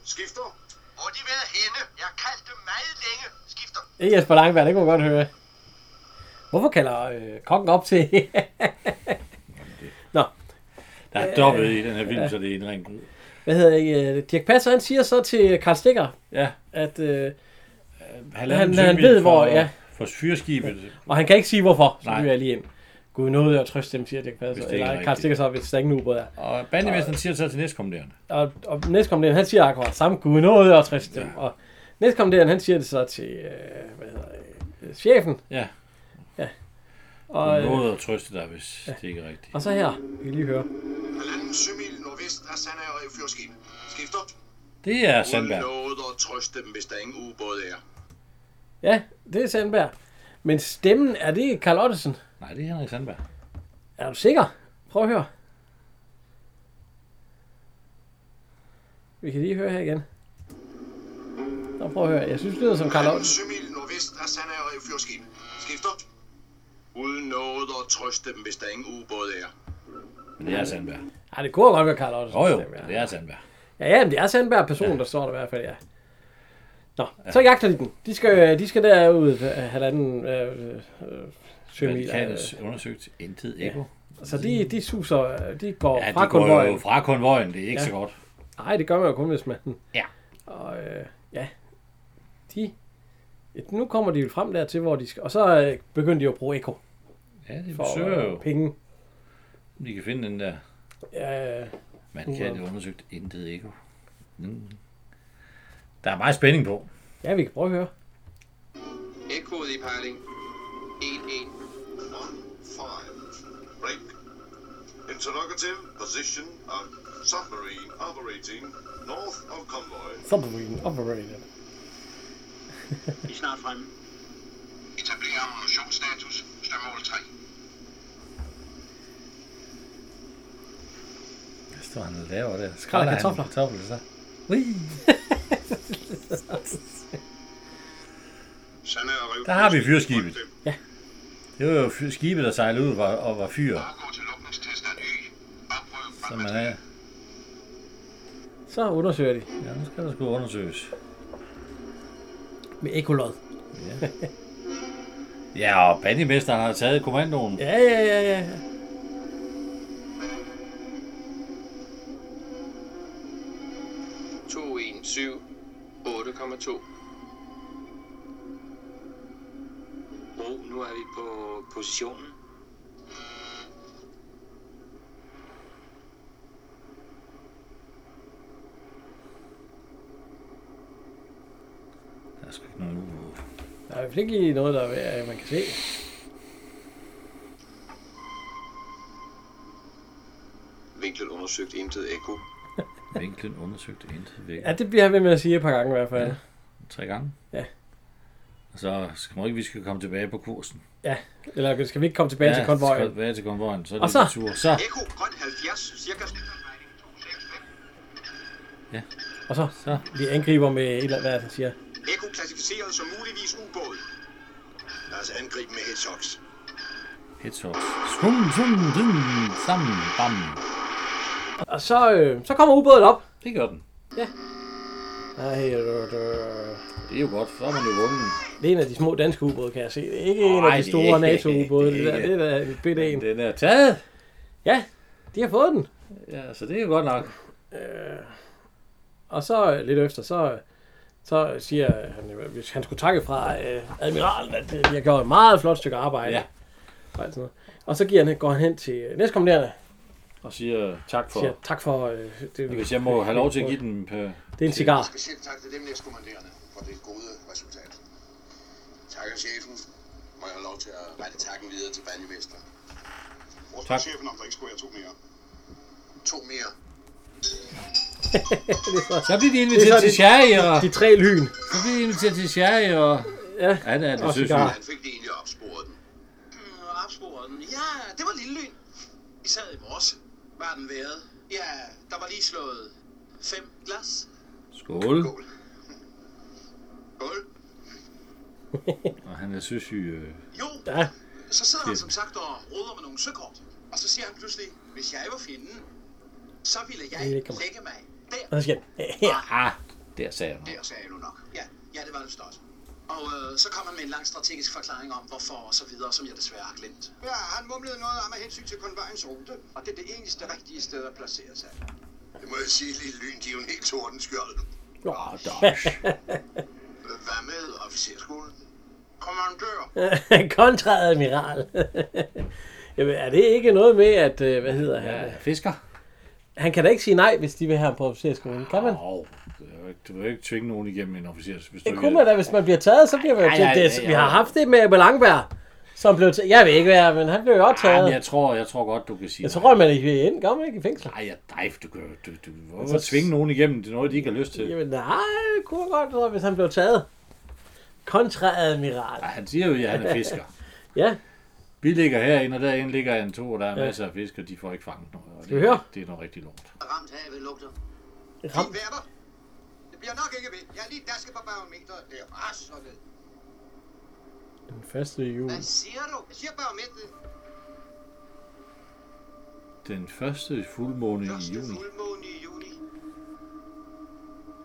[SPEAKER 6] Skifter.
[SPEAKER 4] Hvor har de været henne? Jeg har kaldt dem meget længe. Skifter.
[SPEAKER 1] Ikke Jesper Langberg, det kunne man godt høre. Hvorfor kalder øh, kongen op til... Nå,
[SPEAKER 2] Der er dobbelt i den her film, så det er en ren grud.
[SPEAKER 1] hvad hedder det? øh, Dirk Passer, han siger så til Karl Stikker,
[SPEAKER 2] Ja,
[SPEAKER 1] at... Øh,
[SPEAKER 2] han,
[SPEAKER 1] Han- han ved, hvor- ja.
[SPEAKER 2] For fyrskibet.
[SPEAKER 1] og han kan ikke sige, hvorfor. Så
[SPEAKER 2] Nej.
[SPEAKER 1] det vil jeg lige ind. Gud nåede at trøste dem, siger Dirk Passer.
[SPEAKER 2] Hvis det ikke er
[SPEAKER 1] Eller Karl
[SPEAKER 2] rigtigt.
[SPEAKER 1] Stikker så, hvis der ingen ubåd er.
[SPEAKER 2] Og bandemesteren siger så til næstkommanderende.
[SPEAKER 1] og, og næstkommanderende, han siger akkurat samme gud nåede og trist dem. Og næstkommanderende, han siger det så til, øh, hvad hedder det, øh, chefen.
[SPEAKER 2] Ja,
[SPEAKER 1] Og, øh,
[SPEAKER 2] noget at trøste dig, hvis det ikke er rigtigt.
[SPEAKER 1] og så her, vi kan lige høre.
[SPEAKER 6] Halvanden sømil nordvest af Sandøj og Fyrskib. Skifter.
[SPEAKER 2] Det er
[SPEAKER 6] Sandberg.
[SPEAKER 2] Sandberg.
[SPEAKER 6] Hun at trøste dem, hvis der ingen ubåde er.
[SPEAKER 1] Ja, det er Sandberg. Men stemmen, er det Karl Ottesen?
[SPEAKER 2] Nej, det er Henrik Sandberg.
[SPEAKER 1] Er du sikker? Prøv at høre. Vi kan lige høre her igen. Nå, prøv at høre. Jeg synes, det lyder som Karl
[SPEAKER 6] Halvanden
[SPEAKER 1] Ottesen.
[SPEAKER 6] sømil nordvest af Sandøj og Fyrskib. Skifter. Uden noget at trøste dem, hvis der ingen ubåde er.
[SPEAKER 2] Men det er Sandberg.
[SPEAKER 1] Ej, det kunne godt være Karl Ottesen.
[SPEAKER 2] Jo jo, det er Sandberg.
[SPEAKER 1] Ja, ja, men det er Sandberg personen, ja. der står der i hvert fald, ja. Nå, så jagter de den. De skal, de skal derud øh, halvanden øh, øh, sømil. Øh,
[SPEAKER 2] Vatikanet undersøgt intet ekko.
[SPEAKER 1] så de, de suser, øh, de går
[SPEAKER 2] Ja,
[SPEAKER 1] ja,
[SPEAKER 2] de
[SPEAKER 1] fra
[SPEAKER 2] går jo
[SPEAKER 1] konvojen.
[SPEAKER 2] fra konvojen, det er ikke
[SPEAKER 1] Ja.
[SPEAKER 2] så godt.
[SPEAKER 1] Nej, det gør man jo kun, hvis man...
[SPEAKER 2] Ja.
[SPEAKER 1] Og øh, ja, de... ja, Nu kommer de jo frem der til, hvor de skal... Og så øh, begynder de jo at bruge Eko
[SPEAKER 2] Ja, det
[SPEAKER 1] for
[SPEAKER 2] forsøger
[SPEAKER 1] øh,
[SPEAKER 2] jo.
[SPEAKER 1] penge.
[SPEAKER 2] De kan finde den der.
[SPEAKER 1] Ja,
[SPEAKER 2] Vatikanet undersøgt intet ekko. Mm. Der er meget spænding på.
[SPEAKER 1] ja, vi kan prøve at høre.
[SPEAKER 9] Ekkoet i pejling. 1-1.
[SPEAKER 6] One, five. Break. Interrogative position of submarine operating north of convoy.
[SPEAKER 1] Submarine operated.
[SPEAKER 4] De er snart fremme.
[SPEAKER 6] Etablere ammunitionsstatus. Størmål 3.
[SPEAKER 2] Hvad står han og laver der?
[SPEAKER 1] Skræller
[SPEAKER 2] han
[SPEAKER 1] kartofler.
[SPEAKER 2] kartofler så? Ui.
[SPEAKER 6] Sande og Riv.
[SPEAKER 2] Der har vi fyrskibet.
[SPEAKER 6] Ryk dem.
[SPEAKER 2] Det var jo fy- skibet, der sejlede ud var- og var fyr,
[SPEAKER 6] Overgå til lukningstilstand Y. Oprøv
[SPEAKER 2] som man er.
[SPEAKER 1] Så undersøger de
[SPEAKER 2] Ja, nu skal der sgu undersøges.
[SPEAKER 1] med Eko-lod.
[SPEAKER 2] Ja, og bandimesteren har taget kommandoen.
[SPEAKER 1] Ja, ja, ja, ja.
[SPEAKER 9] Oh, nu er vi på positionen.
[SPEAKER 2] Der er sgu ikke noget ubåd.
[SPEAKER 1] Der er i hvert fald ikke lige noget, der er ved, at man kan se.
[SPEAKER 6] Vinklet undersøgt intet ekko.
[SPEAKER 2] Vinklen undersøgt intet væk.
[SPEAKER 1] Ja, det bliver jeg ved med at sige et par gange i hvert fald. Ja.
[SPEAKER 2] Tre gange.
[SPEAKER 1] Ja.
[SPEAKER 2] Og så skal man ikke, vi skal komme tilbage på kursen.
[SPEAKER 1] Eller skal vi ikke komme tilbage ja, til
[SPEAKER 2] skal
[SPEAKER 1] konvojen?
[SPEAKER 2] tilbage til konvojen. Så er
[SPEAKER 1] Og
[SPEAKER 2] det
[SPEAKER 1] så-
[SPEAKER 2] så... tur. Så,
[SPEAKER 6] Ekko grøn 70, cirka.
[SPEAKER 1] Og så,
[SPEAKER 2] så.
[SPEAKER 1] vi angriber med et eller andet, hvad er det, han siger.
[SPEAKER 6] Ekko klassificeret som muligvis ubåd. Lad os angribe med hedgehogs.
[SPEAKER 2] Hedgehog. Skum, skum, dum, sam, bam.
[SPEAKER 1] Og så, øh, så kommer ubåden op.
[SPEAKER 2] Det gør den.
[SPEAKER 1] Ej, øh, øh.
[SPEAKER 2] Det er jo godt. Så har man jo vundet.
[SPEAKER 1] Det er en af de små danske ubåde, kan jeg se. Det er ikke en af
[SPEAKER 2] Nej,
[SPEAKER 1] de
[SPEAKER 2] det er
[SPEAKER 1] store
[SPEAKER 2] ikke-
[SPEAKER 1] NATO-ubåde. Det,
[SPEAKER 2] det
[SPEAKER 1] der.
[SPEAKER 2] er
[SPEAKER 1] det er da en bitte en.
[SPEAKER 2] Den er taget.
[SPEAKER 1] Ja, de har fået den.
[SPEAKER 2] Ja, så det er jo godt nok.
[SPEAKER 1] Og så øh, lidt efter, så, øh, så siger han, øh, hvis han skulle takke fra øh, admiralen, at øh, de har gjort et meget flot stykke arbejde.
[SPEAKER 2] Ja.
[SPEAKER 1] Og, alt sådan noget. og så giver han, går han hen til øh, næstkommanderende
[SPEAKER 2] Og siger tak
[SPEAKER 1] og
[SPEAKER 2] for...
[SPEAKER 1] siger, tak for... Øh, det,
[SPEAKER 2] Hvis jeg må have lov til at give den på...
[SPEAKER 1] Det er en cigar.
[SPEAKER 6] Specielt tak til dem næstkommanderende for det gode resultat. Takker chefen. Må jeg have lov til at rette takken videre til bandemester.
[SPEAKER 2] Tak.
[SPEAKER 6] chefen om der ikke skulle være to mere. To mere.
[SPEAKER 2] Så bliver de
[SPEAKER 1] Det er
[SPEAKER 2] inviteret
[SPEAKER 1] så
[SPEAKER 2] til
[SPEAKER 1] det-
[SPEAKER 2] sherry, og...
[SPEAKER 1] De tre lyn.
[SPEAKER 2] Så bliver de inviteret til sherry, og...
[SPEAKER 1] Ja.
[SPEAKER 2] Ja, det er det,
[SPEAKER 1] Og
[SPEAKER 2] synes
[SPEAKER 1] cigar.
[SPEAKER 2] jeg.
[SPEAKER 6] Han fik det egentlig opsporet den.
[SPEAKER 9] Mm, opsporede den. Ja, det var lille lyn. I sad i morges. Var den været? Ja, der var lige slået fem glas.
[SPEAKER 2] Skål.
[SPEAKER 6] Skål.
[SPEAKER 2] Og han er søsyg. øh.
[SPEAKER 9] Jo,
[SPEAKER 1] Ja,
[SPEAKER 9] så sidder han
[SPEAKER 2] Fedt.
[SPEAKER 9] som sagt og roder med nogle søkort. Og så siger han pludselig, hvis jeg var fjenden, så ville jeg
[SPEAKER 1] Det er ikke mig.
[SPEAKER 9] lægge mig der.
[SPEAKER 1] og så skal han, "Øh, her.
[SPEAKER 2] Ah, Der sagde jeg noget.
[SPEAKER 9] Der sagde du nok. Ja, ja det var det vist også. Og øh, så kom han med en lang strategisk forklaring om, hvorfor og så videre, som jeg desværre har glemt.
[SPEAKER 4] Ja, han mumlede noget om af hensyn til konvejens rute, og det er det eneste rigtige sted at placere sig.
[SPEAKER 6] Det må jeg sige, lille lyn, de er jo en helt tordenskjold.
[SPEAKER 1] Nå, Dodge.
[SPEAKER 6] Hvad med officerskolen? Kommandør,
[SPEAKER 1] Kontraadmiral. Jamen, er det ikke noget med, at... øh, Hvad hedder han?
[SPEAKER 2] Ja, fisker.
[SPEAKER 1] Han kan da ikke sige nej, hvis de vil have ham på officerskolen. Kan man?
[SPEAKER 2] Åh, du vil jo ikke- du vil jo ikke tvinge nogen igennem en officer. Hvis
[SPEAKER 1] Det
[SPEAKER 2] du
[SPEAKER 1] kunne man da, hvis man bliver taget, så bliver man jo
[SPEAKER 2] Ej,
[SPEAKER 1] til
[SPEAKER 2] ej,
[SPEAKER 1] det.
[SPEAKER 2] ej,
[SPEAKER 1] Vi har
[SPEAKER 2] ej.
[SPEAKER 1] haft det med Ebbe Langberg, som blev taget. Jeg ved ikke være, men han blev jo også
[SPEAKER 2] Ej, men
[SPEAKER 1] taget.
[SPEAKER 2] jeg tror, jeg tror godt, du kan sige
[SPEAKER 1] Jeg tror, man ikke ind. Gør man ikke i fængsel?
[SPEAKER 2] Nej, jeg, nej, du kan du, du, hvorfor
[SPEAKER 1] Altså,
[SPEAKER 2] altså, tvinge nogen igennem? Det er noget, de ikke har lyst til.
[SPEAKER 1] Jamen nej, det kunne godt være, hvis han blev taget. Kontraadmiral.
[SPEAKER 2] Ej, han siger jo, at han er fisker.
[SPEAKER 1] Ja,
[SPEAKER 2] Vi ligger herinde, og derinde ligger en to, og der er
[SPEAKER 1] Ja.
[SPEAKER 2] masser af fisk, og de får ikke fanget noget. Og
[SPEAKER 1] Skal vi
[SPEAKER 2] det,
[SPEAKER 1] høre?
[SPEAKER 2] det er noget rigtig lort.
[SPEAKER 4] Ramt havet lugter.
[SPEAKER 1] ram.
[SPEAKER 4] De værter. Det bliver nok ikke ved. Jeg er lige dasket på barometeret. Det rasler ned.
[SPEAKER 1] Den første jul.
[SPEAKER 4] Hvad siger du? Jeg siger barometeret.
[SPEAKER 2] Den første fuldmåne i
[SPEAKER 4] Første
[SPEAKER 2] juni,
[SPEAKER 4] fuldmåne i juni.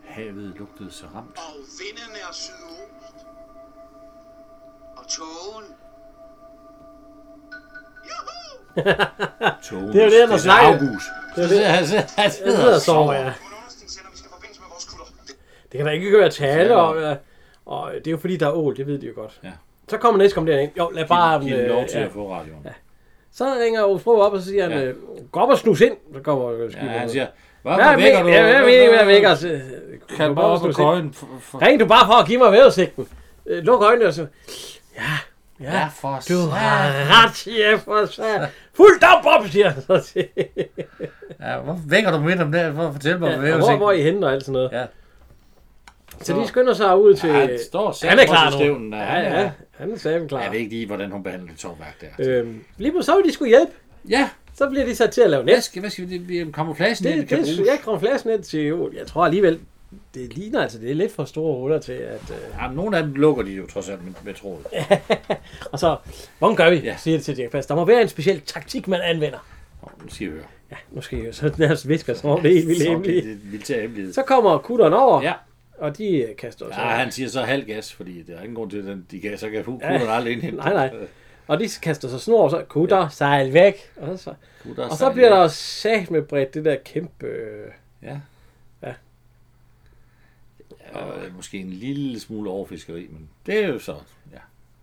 [SPEAKER 2] havet lugtede så ramt.
[SPEAKER 9] Og vinden er sydost.
[SPEAKER 4] Og togen.
[SPEAKER 9] Juhu!
[SPEAKER 2] Togen,
[SPEAKER 1] Det er jo det, han har snakket.
[SPEAKER 2] August.
[SPEAKER 1] Det er det.
[SPEAKER 2] Så sidder han sidder- han
[SPEAKER 1] Det
[SPEAKER 2] sidder
[SPEAKER 1] hedder
[SPEAKER 2] og
[SPEAKER 1] sover, ja.
[SPEAKER 4] Nogle understigninger, vi skal forbindelse med vores kutter.
[SPEAKER 1] Det kan der ikke være tale om. Ja. Og det er jo fordi, der er ål, det ved de jo godt.
[SPEAKER 2] Ja.
[SPEAKER 1] Så kommer næste kom derind. Jo, lad bare
[SPEAKER 2] sover.
[SPEAKER 1] ham...
[SPEAKER 2] Giv dem
[SPEAKER 1] øh,
[SPEAKER 2] lov til
[SPEAKER 1] ja.
[SPEAKER 2] at få radioen.
[SPEAKER 1] Så ringer Aarhus Bro op, og så siger han,
[SPEAKER 2] Ja.
[SPEAKER 1] ja. gå op og snus ind. Så kommer øh,
[SPEAKER 2] Ja,
[SPEAKER 1] skibet.
[SPEAKER 2] han
[SPEAKER 1] ud.
[SPEAKER 2] siger, hvad
[SPEAKER 1] Hvad
[SPEAKER 2] hvad vækker du?
[SPEAKER 1] Ja, hvad vækker Hvad vækker os?
[SPEAKER 2] Kan bare op på køjen. for- for-
[SPEAKER 1] Ring du bare for at give mig vejrudsigten. Øh, Luk øjnene og så... Ja,
[SPEAKER 2] Ja,
[SPEAKER 1] ja.
[SPEAKER 2] for
[SPEAKER 1] Du har
[SPEAKER 2] satan.
[SPEAKER 1] ret, chef, for satan. Fuldt op, op, siger han så til.
[SPEAKER 2] Ja, hvorfor vækker du midt om der? For at fortælle mig,
[SPEAKER 1] Ja,
[SPEAKER 2] hvad
[SPEAKER 1] og
[SPEAKER 2] jeg
[SPEAKER 1] hvor, hvor er I henne og alt sådan noget.
[SPEAKER 2] Ja.
[SPEAKER 1] Så de skynder sig ud til...
[SPEAKER 2] Ja, han står selv
[SPEAKER 1] han er
[SPEAKER 2] på
[SPEAKER 1] klar
[SPEAKER 2] til
[SPEAKER 1] nu.
[SPEAKER 2] stævnen, og
[SPEAKER 1] ja,
[SPEAKER 2] han er-
[SPEAKER 1] ja, han er sammen klar.
[SPEAKER 2] Jeg ved ikke lige, hvordan hun behandlede tovværk der.
[SPEAKER 1] Øhm, lige på så vil de skulle hjælpe.
[SPEAKER 2] Øh, Ja,
[SPEAKER 1] Så bliver de sat til at lave
[SPEAKER 2] hvad
[SPEAKER 1] net.
[SPEAKER 2] skal, hvad skal vi, vi kamuflagen
[SPEAKER 1] Det,
[SPEAKER 2] her, vi
[SPEAKER 1] det,
[SPEAKER 2] kan bruge?
[SPEAKER 1] det, jeg kommer flash net til jo. Jeg tror alligevel, det ligner altså, det er lidt for store huller til, at... Øh,
[SPEAKER 2] Ja, men nogle af dem lukker de jo trods alt med, med tråd.
[SPEAKER 1] og så, hvordan gør vi? Ja.
[SPEAKER 2] Ja.
[SPEAKER 1] Siger det til Dirk Fast. Der må være en speciel taktik, man anvender.
[SPEAKER 2] Nå, nu skal I høre.
[SPEAKER 1] Nu skal jeg jo så nærmest visker, som om det er helt vildt
[SPEAKER 2] Så
[SPEAKER 1] hemmeligt.
[SPEAKER 2] bliver det militær hemmelighed.
[SPEAKER 1] Så kommer kutteren over,
[SPEAKER 2] Ja.
[SPEAKER 1] og de øh, kaster os
[SPEAKER 2] ja,
[SPEAKER 1] over.
[SPEAKER 2] han siger så halv gas, fordi der er ingen grund til, at den- de kan, så kan kuglerne ja. aldrig indhente.
[SPEAKER 1] Nej, nej. Og de kaster sig snor, og så kutter, ja. sejl væk. Og så,
[SPEAKER 2] Kutter
[SPEAKER 1] og så
[SPEAKER 2] sejler.
[SPEAKER 1] bliver der jo sat med bredt det der kæmpe... Øh,
[SPEAKER 2] Ja.
[SPEAKER 1] Ja.
[SPEAKER 2] Og øh, måske en lille smule overfiskeri, men det er jo så... Ja.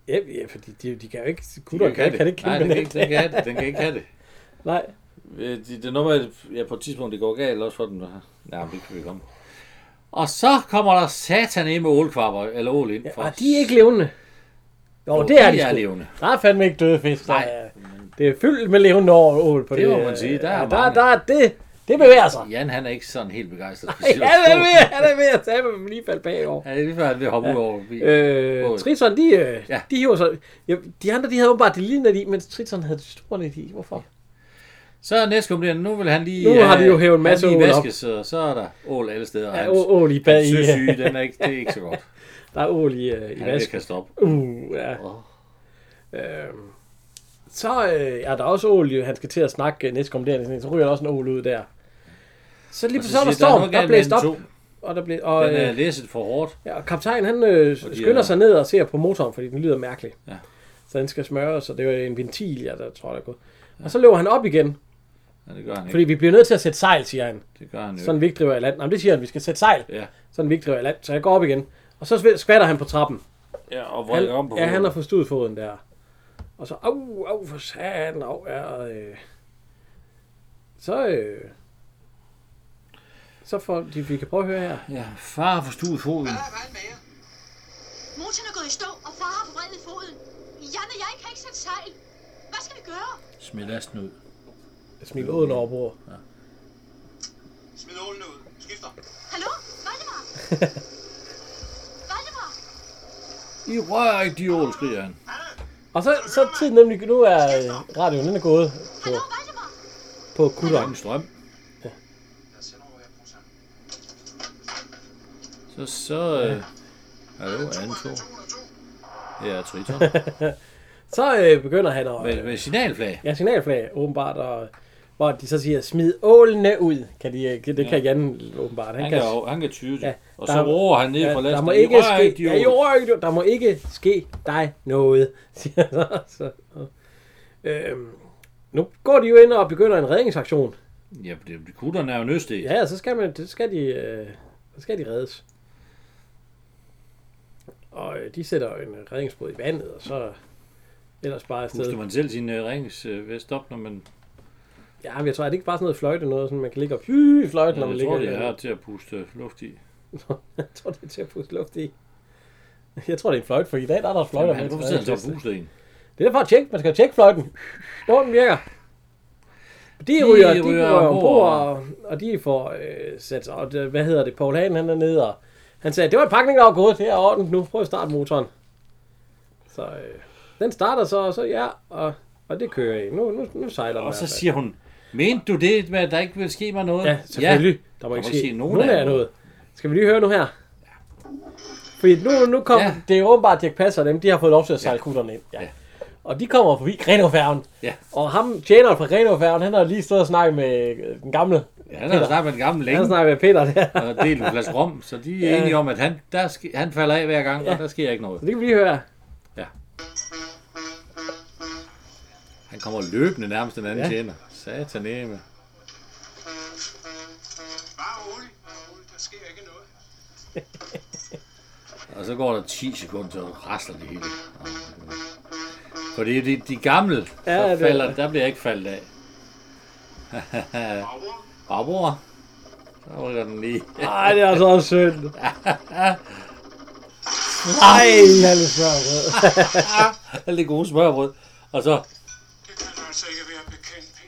[SPEAKER 1] ja, ja, fordi de, de kan jo ikke... Kutteren kan, kan, ikke
[SPEAKER 2] Nej,
[SPEAKER 1] kæmpe Nej,
[SPEAKER 2] den kan ikke, den kan have det. Den kan ikke have det.
[SPEAKER 1] Nej.
[SPEAKER 2] Øh, Det, det er noget med, at ja, på et tidspunkt, det går galt også for den. Nej, men det kan vi komme. Og så kommer der satan ind med ålkvapper, eller ål ind.
[SPEAKER 1] Og ah, de er ikke levende. Jo,
[SPEAKER 2] Jo,
[SPEAKER 1] det er
[SPEAKER 2] de
[SPEAKER 1] de,
[SPEAKER 2] er
[SPEAKER 1] sgu.
[SPEAKER 2] levende.
[SPEAKER 1] Der er fandme ikke døde fisk. Der
[SPEAKER 2] Nej.
[SPEAKER 1] er, det er fyldt med levende over ål på det.
[SPEAKER 2] Det må man sige. Der er
[SPEAKER 1] ja, der,
[SPEAKER 2] mange.
[SPEAKER 1] der, er det, det bevæger sig.
[SPEAKER 2] Jan, han er ikke sådan helt begejstret. for
[SPEAKER 1] Ja,
[SPEAKER 2] situationen.
[SPEAKER 1] han er ved, han er ved at tabe dem lige faldt bagover.
[SPEAKER 2] Ja, det er lige før, han vil hoppe ud over forbi.
[SPEAKER 1] Øh,
[SPEAKER 2] Båd.
[SPEAKER 1] Triton, de, øh, ja.
[SPEAKER 2] Ja.
[SPEAKER 1] de hiver sig... Ja, de andre, de havde åbenbart det lille net i, mens Triton havde det store net i. Hvorfor?
[SPEAKER 2] Så er næste kommenterende, nu vil han lige...
[SPEAKER 1] Nu har de jo
[SPEAKER 2] øh,
[SPEAKER 1] hævet en masse
[SPEAKER 2] han lige
[SPEAKER 1] ål op.
[SPEAKER 2] vaskes, og så er der ål alle steder. og
[SPEAKER 1] Ja,
[SPEAKER 2] hans-
[SPEAKER 1] å- ål i bad
[SPEAKER 2] hans
[SPEAKER 1] i-
[SPEAKER 2] søsyge, den er ikke, det er ikke så godt.
[SPEAKER 1] Der er ål i, øh, i
[SPEAKER 2] Han vil
[SPEAKER 1] vasken.
[SPEAKER 2] kaste op.
[SPEAKER 1] Uh, ja.
[SPEAKER 2] Åh.
[SPEAKER 1] Øh, så øh, er der også ål, jo. han skal til at snakke øh, næstkommanderende, sådan en, så ryger der også en ål ud der. Så lige
[SPEAKER 2] Og
[SPEAKER 1] på så er der
[SPEAKER 2] siger,
[SPEAKER 1] storm,
[SPEAKER 2] noget
[SPEAKER 1] der
[SPEAKER 2] galt med
[SPEAKER 1] blæst
[SPEAKER 2] den
[SPEAKER 1] op,
[SPEAKER 2] to.
[SPEAKER 1] og, der blæ, og,
[SPEAKER 2] Den er
[SPEAKER 1] øh,
[SPEAKER 2] læsset for hårdt.
[SPEAKER 1] ja, og kaptajnen han øh,
[SPEAKER 2] de
[SPEAKER 1] skynder
[SPEAKER 2] er-
[SPEAKER 1] sig ned og ser på motoren, fordi den lyder mærkelig.
[SPEAKER 2] Ja.
[SPEAKER 1] Så den skal smøres, og det var en ventil, jeg der tror, der er gået. Og så løber han op igen,
[SPEAKER 2] Ja, det gør han
[SPEAKER 1] fordi
[SPEAKER 2] ikke.
[SPEAKER 1] vi bliver nødt til at sætte sejl, siger han.
[SPEAKER 2] Det gør han jo
[SPEAKER 1] Sådan vi ikke driver i land. Jamen det siger han, vi skal sætte sejl.
[SPEAKER 2] ikke. Ja.
[SPEAKER 1] Sådan vi ikke driver i land. Så jeg går op igen. Og så sv- skvatter han på trappen.
[SPEAKER 2] Ja, og
[SPEAKER 1] Han,
[SPEAKER 2] vrøg om på
[SPEAKER 1] ja, han har
[SPEAKER 2] hovedet.
[SPEAKER 1] forstået foden der. Og så, au, au, for satan, au, ja, øh. Så, øh. Så får de, vi kan prøve at høre her.
[SPEAKER 2] Ja, far har forstuet foden.
[SPEAKER 4] Hvad er vejen med jer?
[SPEAKER 7] Motoren er gået i stå, og far har forvredet foden. Jan og jeg kan ikke sætte sejl. Hvad skal vi gøre?
[SPEAKER 2] Smid lasten ud.
[SPEAKER 1] Smil åden over bordet.
[SPEAKER 4] Smid ålen ud. Skifter.
[SPEAKER 7] Hallo? Valdemar? Valdemar?
[SPEAKER 2] I rører ikke de ål, skriger han.
[SPEAKER 1] Og så, så er tiden nemlig, nu er øh, radioen, den er gået på,
[SPEAKER 7] Hallo, Valdemar?
[SPEAKER 1] på
[SPEAKER 2] Der er
[SPEAKER 1] kutteren.
[SPEAKER 2] ingen strøm.
[SPEAKER 4] Jeg sender over her, Brusan.
[SPEAKER 2] Så, så... Øh, hallo, anden to. Ja, Triton.
[SPEAKER 1] Så øh, begynder han at,
[SPEAKER 2] Med,
[SPEAKER 1] øh,
[SPEAKER 2] med signalflag.
[SPEAKER 1] ja, signalflag åbenbart, og Hvor de så siger, smid ålene ud. Kan de, øh, det kan Jan åbenbart.
[SPEAKER 2] Han, kan, han kan tyde det.
[SPEAKER 1] Ja,
[SPEAKER 2] Ja, og så
[SPEAKER 1] der-
[SPEAKER 2] roer han ned
[SPEAKER 1] Ja,
[SPEAKER 2] fra lasten.
[SPEAKER 1] der må ikke
[SPEAKER 2] "I rører
[SPEAKER 1] ske,
[SPEAKER 2] ikke de
[SPEAKER 1] ja, I
[SPEAKER 2] ål."
[SPEAKER 1] rører ikke de ål. der må ikke ske dig noget, siger han så. så. Øhm, nu går de jo ind og begynder en redningsaktion.
[SPEAKER 2] Ja, det, det- kutterne er jo nøstet. Ja.
[SPEAKER 1] Ja, ja, så skal, man, så skal, de, øh, så skal de reddes. Og øh, de sætter en redningsbåd i vandet, og så ellers bare afsted.
[SPEAKER 2] Husker man selv sin uh, rings uh, vest op, når man...
[SPEAKER 1] Ja, men jeg tror, er det ikke bare sådan noget fløjte noget, sådan man kan ligge og hyy, fløjte, når
[SPEAKER 2] Når
[SPEAKER 1] man
[SPEAKER 2] jeg
[SPEAKER 1] ligger
[SPEAKER 2] tror, det
[SPEAKER 1] i vandet?
[SPEAKER 2] er til at puste øh, luft i.
[SPEAKER 1] jeg tror, det er til at puste luft i. Jeg tror, det er en fløjte, for i dag der er der fløjter.
[SPEAKER 2] Jamen,
[SPEAKER 1] med
[SPEAKER 2] han, hvorfor
[SPEAKER 1] til
[SPEAKER 2] sidder han så og
[SPEAKER 1] redningsveste.
[SPEAKER 2] puster en?
[SPEAKER 1] Det er for at tjekke. Man skal jo tjekke fløjten. Når den virker. De ryger, de ryger ombord, og, og de får øh, sat sig. Og det, hvad hedder det? Paul Hagen, han er nede, og han sagde, det var en pakning, der var gået. Det er ordentligt nu. Prøv at starte motoren. Så øh, den starter så, og så ja, og, og det kører i. Nu, nu, nu sejler den. altså.
[SPEAKER 2] Og
[SPEAKER 1] i
[SPEAKER 2] så
[SPEAKER 1] hvert fald.
[SPEAKER 2] siger hun, mente du det med, at der ikke vil ske mig noget?
[SPEAKER 1] Ja, selvfølgelig. Ja, der må ikke ske nogen af jer noget. Skal vi lige høre nu her? Fordi nu, nu kom, ja.
[SPEAKER 2] Ja.
[SPEAKER 1] det er åbenbart, at Dirk Passer og dem, de har fået lov til at sejle ja. kutterne ind. Ja. ja.
[SPEAKER 2] Ja.
[SPEAKER 1] Og de kommer forbi Grenofærgen.
[SPEAKER 2] Ja.
[SPEAKER 1] Og ham, tjeneren fra Grenofærgen, han har lige stået og snakket med øh, den gamle.
[SPEAKER 2] Ja, han har snakket med den
[SPEAKER 1] Han
[SPEAKER 2] gamle længe,
[SPEAKER 1] snakker med Peter der.
[SPEAKER 2] og delt en flaske rom, så de er
[SPEAKER 1] Ja.
[SPEAKER 2] enige om, at han, der ske, han falder af hver gang, og der sker ikke noget.
[SPEAKER 1] Så det kan vi lige høre.
[SPEAKER 2] Han kommer løbende nærmest den anden
[SPEAKER 1] Ja.
[SPEAKER 2] ja. tjener. Sataneme.
[SPEAKER 9] Bare rolig. Bare rolig. Der sker ikke noget.
[SPEAKER 2] Og så går der 10 sekunder, så rasler det hele. Fordi de, de gamle,
[SPEAKER 1] Ja,
[SPEAKER 2] ja,
[SPEAKER 1] det
[SPEAKER 2] så falder,
[SPEAKER 1] er-
[SPEAKER 2] der bliver ikke faldet af.
[SPEAKER 9] Over.
[SPEAKER 2] Barbror. Der rykker den lige.
[SPEAKER 1] Ej, det er altså også synd. Ej, han er så rød.
[SPEAKER 2] Alt det gode smørbrød. Og så,
[SPEAKER 9] Det kan du altså ikke være bekendt,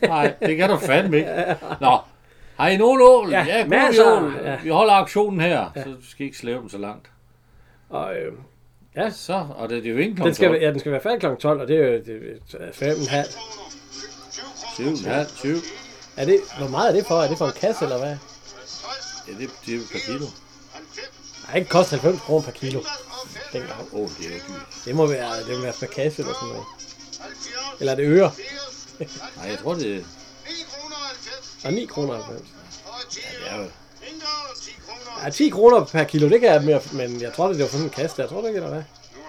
[SPEAKER 9] Peter.
[SPEAKER 2] nej, det kan du fandme ikke. Nå, har I nogen ål?
[SPEAKER 1] Ja,
[SPEAKER 2] Ja, ja
[SPEAKER 1] masser.
[SPEAKER 2] masser. Ål.
[SPEAKER 1] Ja.
[SPEAKER 2] Vi holder aktionen her, så du skal ikke slæve dem så langt.
[SPEAKER 1] Og øh,
[SPEAKER 2] Så, og det, det er jo ikke
[SPEAKER 1] den,
[SPEAKER 2] kommet
[SPEAKER 1] skal,
[SPEAKER 2] op.
[SPEAKER 1] ja, den skal være færdig kl. 12, og det er jo det er fem og en halv.
[SPEAKER 9] 20 kroner.
[SPEAKER 2] 20, ja, 20.
[SPEAKER 1] Er det, hvor meget er det for? Er det for en kasse, eller hvad?
[SPEAKER 9] 60,
[SPEAKER 2] Ja, det, det er jo per kilo.
[SPEAKER 9] 90,
[SPEAKER 1] Nej, det koster 90 kroner per kilo
[SPEAKER 9] 105,
[SPEAKER 1] dengang.
[SPEAKER 2] Åh, oh, det er jo dyrt.
[SPEAKER 1] Det må være, det må være per kasse eller sådan noget.
[SPEAKER 9] 70,
[SPEAKER 1] Eller er det øre.
[SPEAKER 9] 80,
[SPEAKER 2] Nej, jeg tror, det er,
[SPEAKER 9] 9 kroner 90
[SPEAKER 1] Og 9 kroner.
[SPEAKER 9] og
[SPEAKER 1] 90.
[SPEAKER 9] 10
[SPEAKER 2] det er jo
[SPEAKER 9] mindre 10 kroner.
[SPEAKER 1] Ja, 10 kroner per kilo, det kan jeg mere, men jeg tror, det var for sådan en kasse. Jeg tror det ikke, eller hvad?
[SPEAKER 6] Nu er der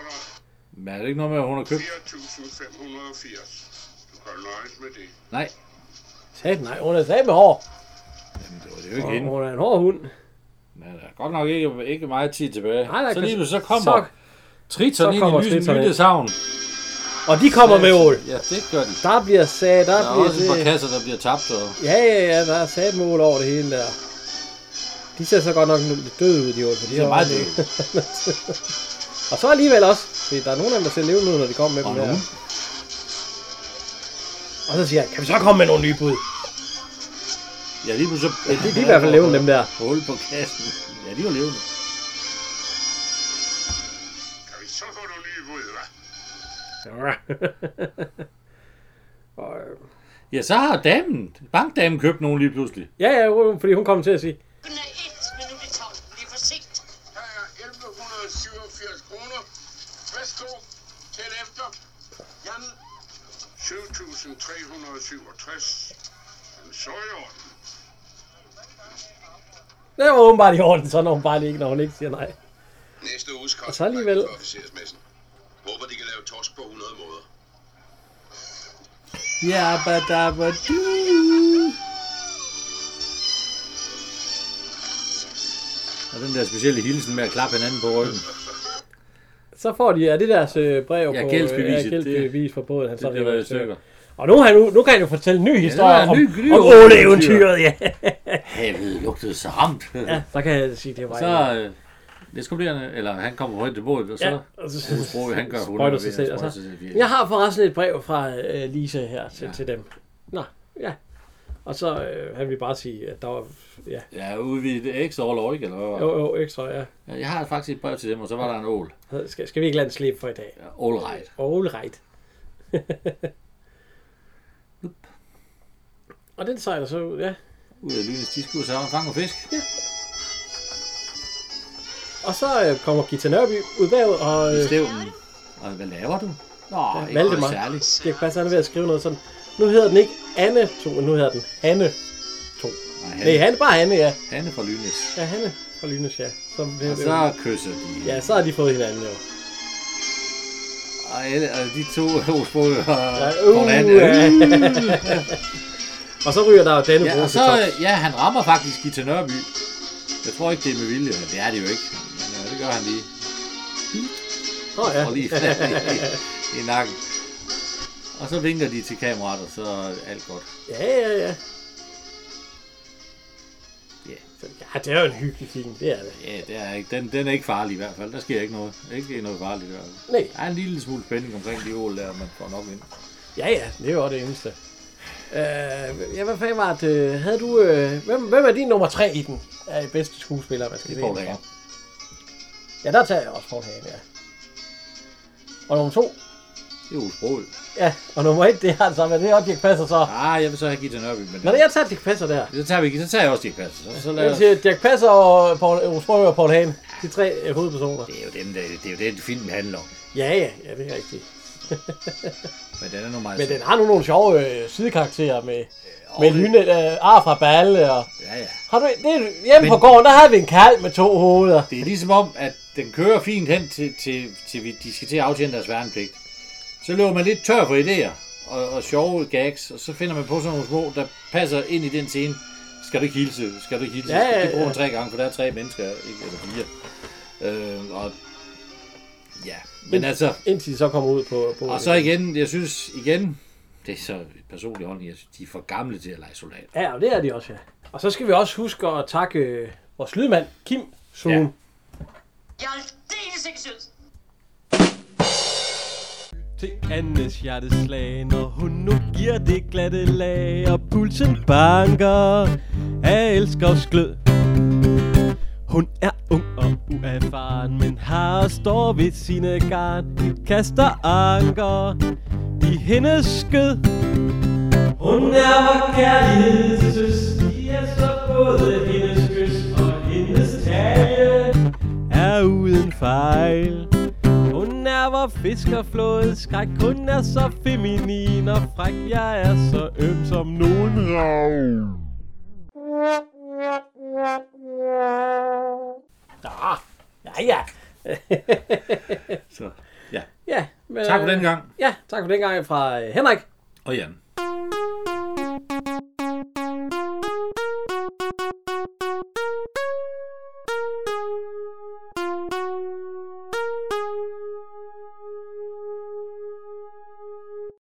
[SPEAKER 2] Men er det ikke noget med, at hun har købt?
[SPEAKER 6] 4.580. Du kan nøjes med det.
[SPEAKER 2] Nej,
[SPEAKER 1] Satan, nej, hun er sat med hår.
[SPEAKER 2] Jamen, det var det jo ikke
[SPEAKER 1] Og
[SPEAKER 2] hende.
[SPEAKER 1] Hun er en hård hund.
[SPEAKER 2] Men der er godt nok ikke, ikke meget tid tilbage.
[SPEAKER 1] Nej, der
[SPEAKER 2] så
[SPEAKER 1] kan-
[SPEAKER 2] lige pludselig så
[SPEAKER 1] så, så
[SPEAKER 2] kommer Triton ind
[SPEAKER 1] kommer
[SPEAKER 2] i lysen
[SPEAKER 1] Triton ind.
[SPEAKER 2] nytte savn.
[SPEAKER 1] Og de kommer med ål.
[SPEAKER 2] Ja, det gør de.
[SPEAKER 1] Der bliver sat, der,
[SPEAKER 2] Der er
[SPEAKER 1] bliver
[SPEAKER 2] også et par
[SPEAKER 1] det.
[SPEAKER 2] kasser, der bliver tabt. Og...
[SPEAKER 1] Ja, ja, ja, der er sat med ål over det hele der. De ser så godt nok lidt døde ud, de ål, for de
[SPEAKER 2] ser
[SPEAKER 1] har
[SPEAKER 2] meget
[SPEAKER 1] meget Og så alligevel også, fordi der er nogen af dem, der ser levende ud, når de kommer med
[SPEAKER 2] Og
[SPEAKER 1] dem der.
[SPEAKER 2] nogen.
[SPEAKER 1] Og så siger jeg, kan vi så komme med nogle nye bud?
[SPEAKER 2] Ja, lige pludselig...
[SPEAKER 1] Ja, de, de er i hvert fald levende, dem der.
[SPEAKER 2] Hul på kassen. Ja, de var levende.
[SPEAKER 6] Kan vi så få nogle nye bud, hva'?
[SPEAKER 1] Og, øh,
[SPEAKER 2] Ja, så har damen, bankdamen købt nogen lige pludselig.
[SPEAKER 1] ja, ja, hun- fordi hun kom til at sige,
[SPEAKER 3] Klokken er et minut i tolv. Bliv forsigtig.
[SPEAKER 6] Her er 1187 kroner. Værsgo, tæl efter.
[SPEAKER 9] Jamen,
[SPEAKER 6] 7.367. Men så i orden.
[SPEAKER 1] det var åbenbart i orden, så når hun bare lige, når hun ikke siger nej.
[SPEAKER 6] Næste uges kost.
[SPEAKER 1] Og så alligevel-
[SPEAKER 6] for officersmessen. Håber, de kan lave torsk på 100 måder.
[SPEAKER 2] Ja, badabba, du. Og den der specielle hilsen med at klappe hinanden på ryggen.
[SPEAKER 1] Så får de, ja, det deres øh, brev
[SPEAKER 2] Ja,
[SPEAKER 1] på,
[SPEAKER 2] gældsbeviset,
[SPEAKER 1] ja, gældsbevis på båden, han så
[SPEAKER 2] Det bliver
[SPEAKER 1] river
[SPEAKER 2] været i stykker.
[SPEAKER 1] Og nu, har han, nu kan han jo fortælle en ny historie
[SPEAKER 2] er
[SPEAKER 1] ja,
[SPEAKER 2] en
[SPEAKER 1] om,
[SPEAKER 2] ny- ny
[SPEAKER 1] om
[SPEAKER 2] Ole-
[SPEAKER 1] Ole-eventyret, ja.
[SPEAKER 2] Helvede lugtede så ramt.
[SPEAKER 1] ja. Så kan jeg sige, det var
[SPEAKER 2] Så øh, det skulle blive, eller han kommer højt til bådet, og så...
[SPEAKER 1] ja,
[SPEAKER 2] Ja.
[SPEAKER 1] og så,
[SPEAKER 2] Husbro, han gør
[SPEAKER 1] sprøjter
[SPEAKER 2] hundrede
[SPEAKER 1] sig
[SPEAKER 2] ved,
[SPEAKER 1] selv,
[SPEAKER 2] han
[SPEAKER 1] og så-
[SPEAKER 2] sprøjter sig selv.
[SPEAKER 1] Jeg har forresten et brev fra øh, Lise her til, ja. til dem. Nå, ja. Og så, øh, han vil bare sige, at der var, ja,
[SPEAKER 2] Ja, udvidet X overlov, ikke? Eller hvad var det?
[SPEAKER 1] jo, jo, ekstra, ja.
[SPEAKER 2] Ja, Jeg har faktisk et brev til dem, og så var der en ål.
[SPEAKER 1] Så Skal, skal vi ikke lade den slippe for i dag?
[SPEAKER 2] Ja, All right.
[SPEAKER 1] All right. og den sejler så ud, ja.
[SPEAKER 2] Ud af lynets diskud, så har han fanget fisk.
[SPEAKER 1] Og så øh, kommer Gita Nørby ud bagud, og
[SPEAKER 2] I
[SPEAKER 1] øh,
[SPEAKER 2] stævnen. Og hvad laver du? Nå, ikke
[SPEAKER 1] Valdemar.
[SPEAKER 2] noget særligt.
[SPEAKER 1] Dirk Passer han er ved at skrive noget sådan. Nu hedder den ikke Anne 2, men nu hedder den Hanne 2.
[SPEAKER 2] Nej,
[SPEAKER 1] Nej,
[SPEAKER 2] Hanne,
[SPEAKER 1] Hanne, bare Hanne, ja.
[SPEAKER 2] Hanne fra Lynes.
[SPEAKER 1] Ja, Hanne fra Lynes, ja. Så, det,
[SPEAKER 2] Og
[SPEAKER 1] det,
[SPEAKER 2] så kysser de.
[SPEAKER 1] ja, så har de fået hinanden jo.
[SPEAKER 2] Og, alle, og de to Osbro og
[SPEAKER 1] Ja,
[SPEAKER 2] Paul Hanne.
[SPEAKER 1] uh, ja. og så ryger der jo Danne
[SPEAKER 2] Ja,
[SPEAKER 1] ja,
[SPEAKER 2] og så, ja, han rammer faktisk i Nørreby. Jeg tror ikke, det er med vilje, men det er det jo ikke. Men øh, det gør han lige.
[SPEAKER 1] Nå ja.
[SPEAKER 2] Og lige fat i, i, i nakken. Og så vinker de til kameraet, og så er alt godt.
[SPEAKER 1] Ja, ja, ja.
[SPEAKER 2] Ja.
[SPEAKER 1] Så- Ja, det er jo en hyggelig film, det er det.
[SPEAKER 2] Ja, det er ikke, den, den er ikke farlig i hvert fald. Der sker ikke noget. Ikke noget farligt i hvert fald.
[SPEAKER 1] Nej.
[SPEAKER 2] Der er en lille smule spænding omkring de ål der, man får nok ind.
[SPEAKER 1] Ja, ja, det er jo også det eneste. Øh, ja, hvad fanden var det? øh, Havde du... Øh, hvem, hvem er din nummer tre i den? Er i bedste skuespiller, hvad skal
[SPEAKER 2] Det
[SPEAKER 1] det
[SPEAKER 2] får
[SPEAKER 1] egentlig
[SPEAKER 2] lækker.
[SPEAKER 1] være? Ja, der tager jeg også Paul Hagen, ja. Og nummer to?
[SPEAKER 2] Det er Osbro.
[SPEAKER 1] Ja, og nummer et, det har det samme. Det er også Dirk Passer så.
[SPEAKER 2] Ah, jeg vil så have Gita Nørby, men
[SPEAKER 1] Når jeg tager Dirk Passer der.
[SPEAKER 2] så tager, vi, så tager jeg også de kasse. Så, så lader
[SPEAKER 1] Jeg
[SPEAKER 2] os...
[SPEAKER 1] siger Dirk Passer og Paul, Rosborg og Paul Hagen. De tre øh, hovedpersoner.
[SPEAKER 2] Det er jo dem, der, det er jo det, filmen handler om.
[SPEAKER 1] Ja, ja, ja, det er rigtigt.
[SPEAKER 2] Men den er nu meget
[SPEAKER 1] Men
[SPEAKER 2] sød.
[SPEAKER 1] den har nu nogle sjove øh, sidekarakterer med, med Lyne, øh, ar fra Balle og...
[SPEAKER 2] Ja, ja.
[SPEAKER 1] Har du, det, er- hjemme
[SPEAKER 2] Men-
[SPEAKER 1] på gården, der havde vi en kalv med to hoveder.
[SPEAKER 2] Det er ligesom om, at den kører fint hen til, til, til vi- de skal til at aftjene deres værnepligt. Så løber man lidt tør for idéer og, og sjove gags, og så finder man på sådan nogle små, der passer ind i den scene. Skal du ikke hilse? Skal du ikke hilse?
[SPEAKER 1] Ja, ja,
[SPEAKER 2] Det bruger man
[SPEAKER 1] ja.
[SPEAKER 2] tre gange, for der er tre mennesker, ikke? eller fire. Øh, og ja, men
[SPEAKER 1] Men-
[SPEAKER 2] altså,
[SPEAKER 1] Indtil de så kommer ud på... på
[SPEAKER 2] og så igen, jeg synes igen, det er så et personligt holdning, jeg synes, de er for gamle til at lege soldat.
[SPEAKER 1] Ja, og det er de også, ja. Og så skal vi også huske at takke øh, vores lydmand, Kim Zoom.
[SPEAKER 2] Ja.
[SPEAKER 1] Ja.
[SPEAKER 3] Jeg er aldeles ikke sød.
[SPEAKER 1] Til Annes hjerteslag, når hun nu giver det glatte lag, og pulsen banker af elskers glød. Hun er ung og uerfaren, men har og står ved sine garn. De kaster anker i hendes skød. Hun er vor kærlighedssøs, de er så både hendes kys og hendes tale er uden fejl. Hun er vor fiskerflåde skræk, hun er så feminin og fræk, jeg er så øm som nogen rav. Ja, ja.
[SPEAKER 2] Så ja,
[SPEAKER 1] ja men,
[SPEAKER 2] tak for den gang.
[SPEAKER 1] Ja, tak for den gang fra øh, Henrik.
[SPEAKER 2] Og Jan.